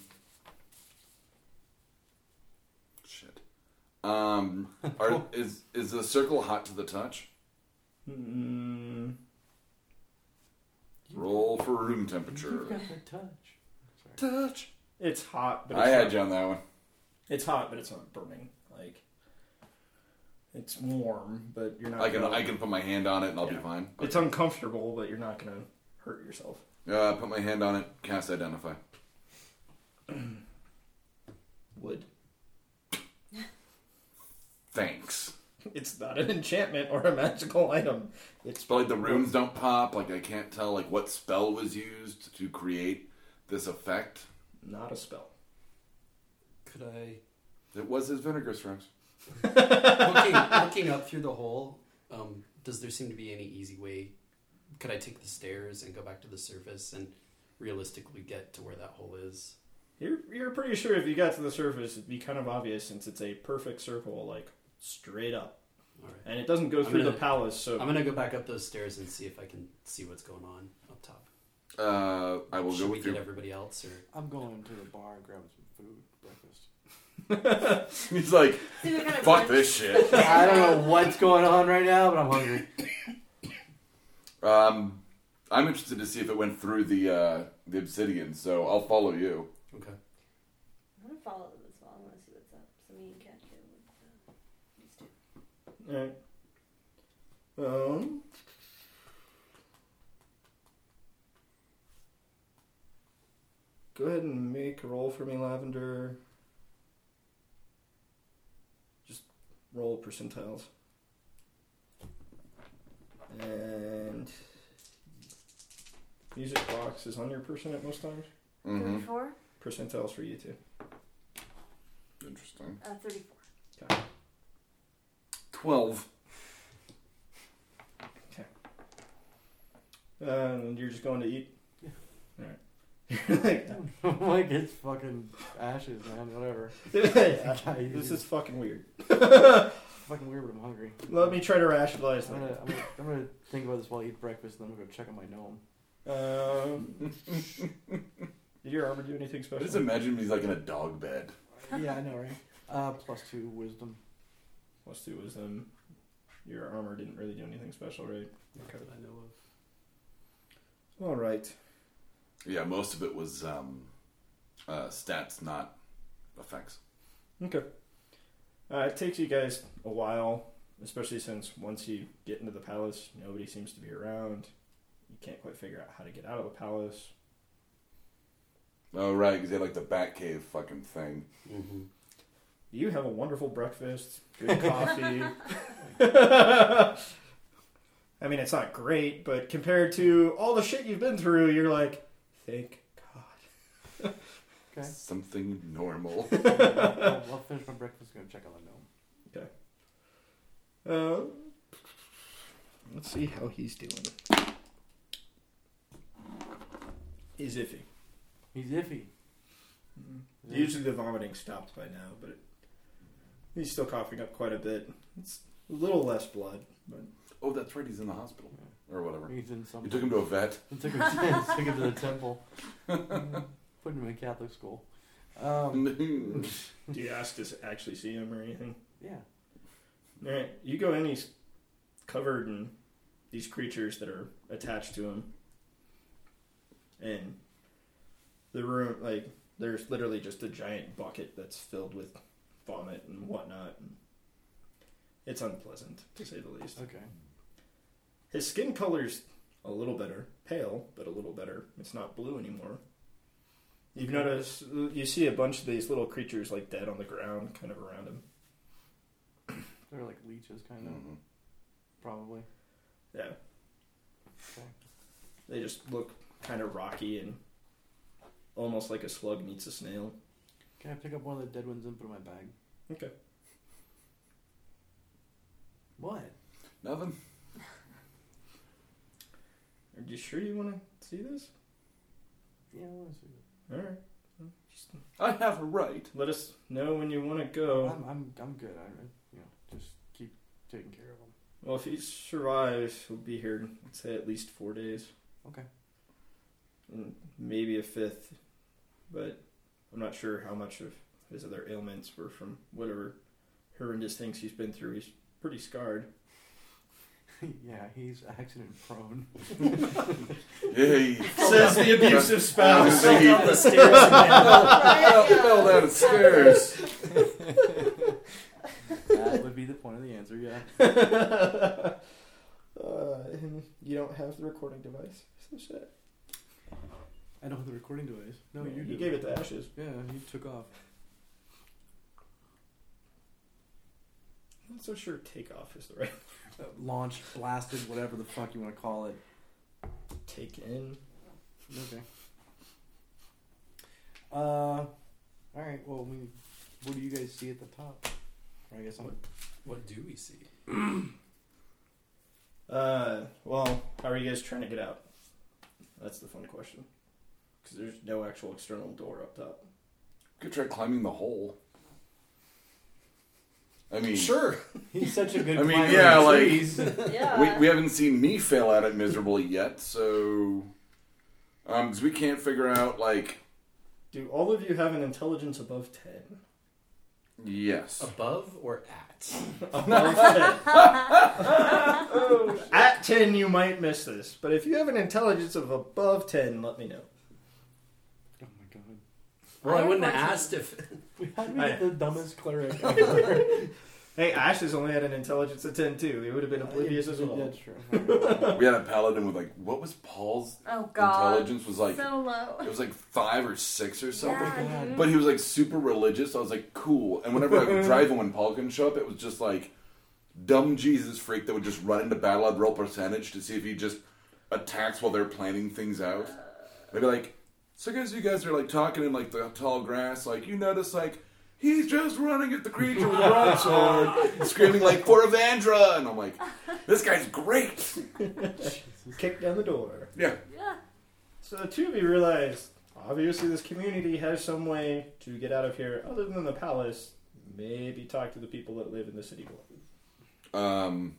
Speaker 3: Shit. Um. Are, is is the circle hot to the touch?
Speaker 4: Mm,
Speaker 3: Roll for room
Speaker 6: You've
Speaker 3: temperature.
Speaker 6: got the touch. Sorry.
Speaker 3: Touch.
Speaker 4: it's hot, but it's
Speaker 3: I
Speaker 4: not,
Speaker 3: had you on that one.
Speaker 4: It's hot, but it's not burning. Like it's warm, but you're not.
Speaker 3: I can
Speaker 4: gonna-
Speaker 3: I can put my hand on it and I'll be
Speaker 4: Yeah.
Speaker 3: fine.
Speaker 4: It's uncomfortable, but you're not gonna hurt yourself.
Speaker 3: Uh, put my hand on it. Cast identify.
Speaker 4: Wood.
Speaker 3: Thanks.
Speaker 4: It's not an enchantment or a magical item. It's
Speaker 3: But like the runes don't pop. Like I can't tell like what spell was used to create this effect.
Speaker 4: not a spell.
Speaker 2: Could I
Speaker 3: It was his vinegar strokes.
Speaker 2: looking, looking up through the hole, um, does there seem to be any easy way? Could I take the stairs and go back to the surface and realistically get to where that hole is?
Speaker 4: You're you're pretty sure if you got to the surface, it'd be kind of obvious since it's a perfect circle, like straight up,
Speaker 2: All right.
Speaker 4: and it doesn't go
Speaker 2: I'm
Speaker 4: through
Speaker 2: gonna-
Speaker 4: the palace. So
Speaker 2: I'm gonna go back up those stairs and see if I can see what's going on up top.
Speaker 3: Uh, I will
Speaker 2: Should
Speaker 3: go
Speaker 2: we
Speaker 3: with
Speaker 2: get
Speaker 3: you.
Speaker 2: everybody else, or
Speaker 6: I'm going to the bar and grabbing some food, breakfast.
Speaker 3: He's like,
Speaker 5: See what kind of
Speaker 3: fuck
Speaker 5: lunch-
Speaker 3: this shit.
Speaker 6: I don't know what's going on right now, but I'm hungry.
Speaker 3: Um, I'm interested to see if it went through the uh, the obsidian, so I'll follow you.
Speaker 2: okay?
Speaker 5: I'm gonna follow them as well. I wanna see what's up. So me and Cat go with uh, these two.
Speaker 4: Alright. Um. Go ahead and make a roll for me, Lavender. Just roll percentiles. And music box is on your person at most times. Mm-hmm.
Speaker 3: hmm
Speaker 5: 34?
Speaker 4: Percentiles for you too.
Speaker 3: Interesting.
Speaker 5: Uh, 34.
Speaker 3: Twelve.
Speaker 4: And you're just going to eat.
Speaker 6: Yeah.
Speaker 4: All right.
Speaker 6: I'm like it's fucking ashes, man. Whatever.
Speaker 4: this is fucking weird.
Speaker 6: fucking weird, but I'm hungry.
Speaker 4: Let me try to rationalize
Speaker 6: I'm gonna,
Speaker 4: that.
Speaker 6: I'm, gonna, I'm gonna think about this while I eat breakfast, and then I'm gonna go check on my gnome.
Speaker 4: Um, did your armor do anything
Speaker 3: I
Speaker 4: special?
Speaker 3: just imagine him, he's like in a dog bed.
Speaker 6: yeah, I know, right? Uh, plus two wisdom.
Speaker 4: Plus two wisdom. um, Your armor didn't really do anything special, right?
Speaker 2: Not
Speaker 4: Okay.
Speaker 2: that I know of.
Speaker 4: All right.
Speaker 3: Yeah, most of it was um, uh, stats, not effects.
Speaker 4: Okay. Uh, it takes you guys a while, especially since once you get into the palace, nobody seems to be around. You can't quite figure out how to get out of the palace.
Speaker 3: Oh right, because he had like the Batcave fucking thing.
Speaker 2: Mm-hmm.
Speaker 4: You have a wonderful breakfast, good coffee. I mean, it's not great, but compared to all the shit you've been through, you're like, thank God.
Speaker 6: Okay.
Speaker 3: Something normal.
Speaker 6: I'll, I'll finish my breakfast and go check on the gnome.
Speaker 4: Uh, let's see how he's doing. He's iffy.
Speaker 6: He's iffy.
Speaker 4: Usually the vomiting stopped by now, but he's still coughing up quite a bit. It's a little less blood, but
Speaker 3: oh, that's right, he's in the hospital or whatever.
Speaker 6: He's in some.
Speaker 3: You took him to a vet.
Speaker 6: I took him, I took him to the temple. Put him in Catholic school. Um,
Speaker 3: Mm-hmm.
Speaker 4: do you ask to actually see him or anything?
Speaker 6: yeah.
Speaker 4: All right, you go in. He's covered in these creatures that are attached to him, and the room like there's literally just a giant bucket that's filled with vomit and whatnot. And it's unpleasant to say the least.
Speaker 6: Okay.
Speaker 4: His skin color's a little better, pale but a little better. It's not blue anymore. You've noticed you see a bunch of these little creatures like dead on the ground, kind of around him.
Speaker 6: They're like leeches, kind of.
Speaker 3: Mhm.
Speaker 6: Probably.
Speaker 4: Yeah.
Speaker 6: Okay.
Speaker 4: They just look kind of rocky and almost like a slug meets a snail.
Speaker 6: Can I pick up one of the dead ones and put it in my bag?
Speaker 4: Okay.
Speaker 6: What?
Speaker 3: Nothing.
Speaker 4: You sure you want to see this?
Speaker 6: Yeah, I want to see it.
Speaker 4: All right.
Speaker 6: I have a right.
Speaker 4: Let us know when you want to go.
Speaker 6: I'm, I'm, I'm good. I, you know, just keep taking care of him.
Speaker 4: Well, if he survives, he'll be here, let's say, at least four days.
Speaker 6: Okay.
Speaker 4: And maybe a fifth, but I'm not sure how much of his other ailments were from whatever horrendous things he's been through. He's pretty scarred.
Speaker 6: yeah, he's accident prone.
Speaker 3: Hey,
Speaker 4: Says the abusive spouse.
Speaker 3: Fell down
Speaker 2: the stairs.
Speaker 3: fell, fell down the stairs.
Speaker 6: that would be the point of the answer. Yeah.
Speaker 4: uh, and you don't have the recording device. So shit.
Speaker 6: I know the recording device. No, you do.
Speaker 4: you gave it to Ashes.
Speaker 6: Yeah, he took off.
Speaker 4: I'm not so sure takeoff is the right
Speaker 6: Uh, launched, blasted, whatever the fuck you want to call it.
Speaker 4: take in.
Speaker 6: Okay. Uh, all right. Well, we, what do you guys see at the top? Or I guess I'm.
Speaker 2: What do we see?
Speaker 4: Uh, well, how are you guys trying to get out? That's the fun question. Because there's no actual external door up top.
Speaker 3: Could try climbing the hole. I mean,
Speaker 2: Sure.
Speaker 6: He's such a good.
Speaker 3: I mean,
Speaker 6: climber
Speaker 3: yeah,
Speaker 6: of
Speaker 3: like-
Speaker 6: trees.
Speaker 5: Yeah.
Speaker 3: we, we haven't seen me fail at it miserably yet, so um, 'cause we can't figure out like
Speaker 4: Do all of you have an intelligence above 10?
Speaker 3: yes.
Speaker 2: Above or at?
Speaker 4: Above 10. At 10, you might miss this. But if you have an intelligence of above 10, let me know.
Speaker 6: Oh my god.
Speaker 2: Well, I wouldn't have
Speaker 5: Unfortunately.
Speaker 2: asked if.
Speaker 6: We had
Speaker 4: I-
Speaker 6: the dumbest cleric ever.
Speaker 4: Hey, Ash has only had an intelligence of 10 too. He would have been oblivious as well.
Speaker 6: That's true.
Speaker 3: We had a paladin with like what was Paul's
Speaker 5: Oh god.
Speaker 3: intelligence was like
Speaker 5: so low.
Speaker 3: it was like five or six or something.
Speaker 5: Yeah,
Speaker 6: God.
Speaker 5: dude.
Speaker 3: But he was like super religious. I was like, cool. And whenever I would drive him when Paul couldn't show up, it was just like dumb Jesus freak that would just run into battle at roll percentage to see if he just attacks while they're planning things out. I'd be like, so I guess you guys are like talking in like the tall grass, like you notice like he's just running at the creature with a broadsword, screaming like for Evandra, and I'm like, this guy's great.
Speaker 4: Kick down the door.
Speaker 3: Yeah,
Speaker 5: yeah.
Speaker 4: So the two of you realize obviously this community has some way to get out of here other than the palace. Maybe talk to the people that live in the city below.
Speaker 3: Um.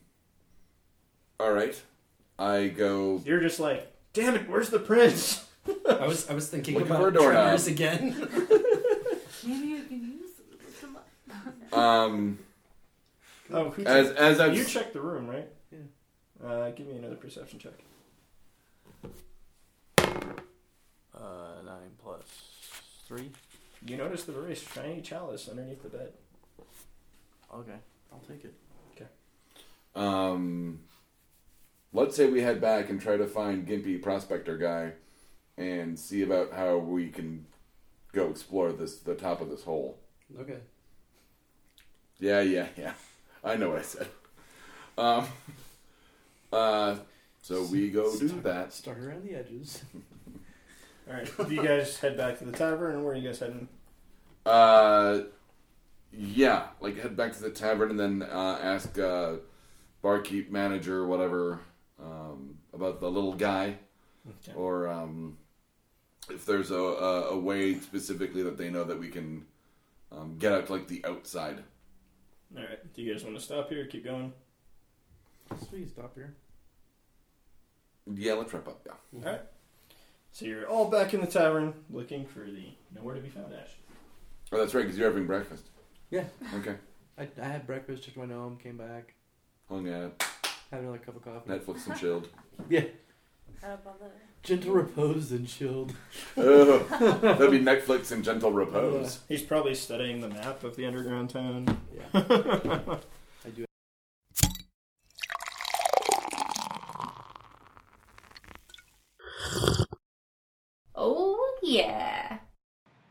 Speaker 3: All right, I go.
Speaker 4: You're just like, damn it, where's the prince?
Speaker 2: I was I was thinking
Speaker 3: Looking for a
Speaker 2: about
Speaker 3: doorknob.
Speaker 2: triggers again.
Speaker 5: Maybe you can use some.
Speaker 3: Um.
Speaker 4: Oh, who
Speaker 3: As as
Speaker 4: checked- you
Speaker 3: I've
Speaker 4: checked the room, right?
Speaker 6: Yeah.
Speaker 4: Uh, give me another perception check.
Speaker 6: Uh, nine plus three.
Speaker 4: You notice the very shiny chalice underneath the bed.
Speaker 6: Okay, I'll take it.
Speaker 3: um. Let's say we head back and try to find Gimpy Prospector guy, and see about how we can go explore this the top of this hole.
Speaker 2: okay.
Speaker 3: Yeah, yeah, yeah. I know what I said. Um. Uh. So we go do
Speaker 6: Start-
Speaker 3: that.
Speaker 6: Start around the edges.
Speaker 4: All right, do you guys head back to the tavern? Where are you guys heading?
Speaker 3: Uh. Yeah, like head back to the tavern and then uh, ask uh, barkeep, manager, whatever, um, about the little guy.
Speaker 4: Okay.
Speaker 3: or um, if there's a, a, a way specifically that they know that we can um, get out to like the outside.
Speaker 4: All right, do you guys want to stop here? Keep going.
Speaker 6: Sweet, stop here.
Speaker 3: Yeah, let's wrap up. Yeah.
Speaker 4: So you're all back in the tavern looking for the nowhere to be found ash.
Speaker 3: Oh, that's right, because you're having breakfast.
Speaker 6: Yeah.
Speaker 3: Okay.
Speaker 6: I, I had breakfast, took my gnome, came back,
Speaker 3: Hung out,
Speaker 6: had another cup of coffee.
Speaker 3: Netflix and chilled.
Speaker 5: Got up on the.
Speaker 6: Gentle repose and chilled.
Speaker 3: Ugh. that'd be Netflix and gentle repose.
Speaker 4: He's probably studying the map of the underground town.
Speaker 6: Yeah, I do.
Speaker 5: Oh yeah.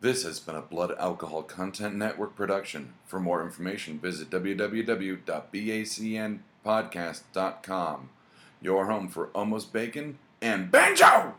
Speaker 3: This has been a Blood Alcohol Content Network production. For more information, visit www.bacnpodcast.com. Your home for almost bacon and banjo.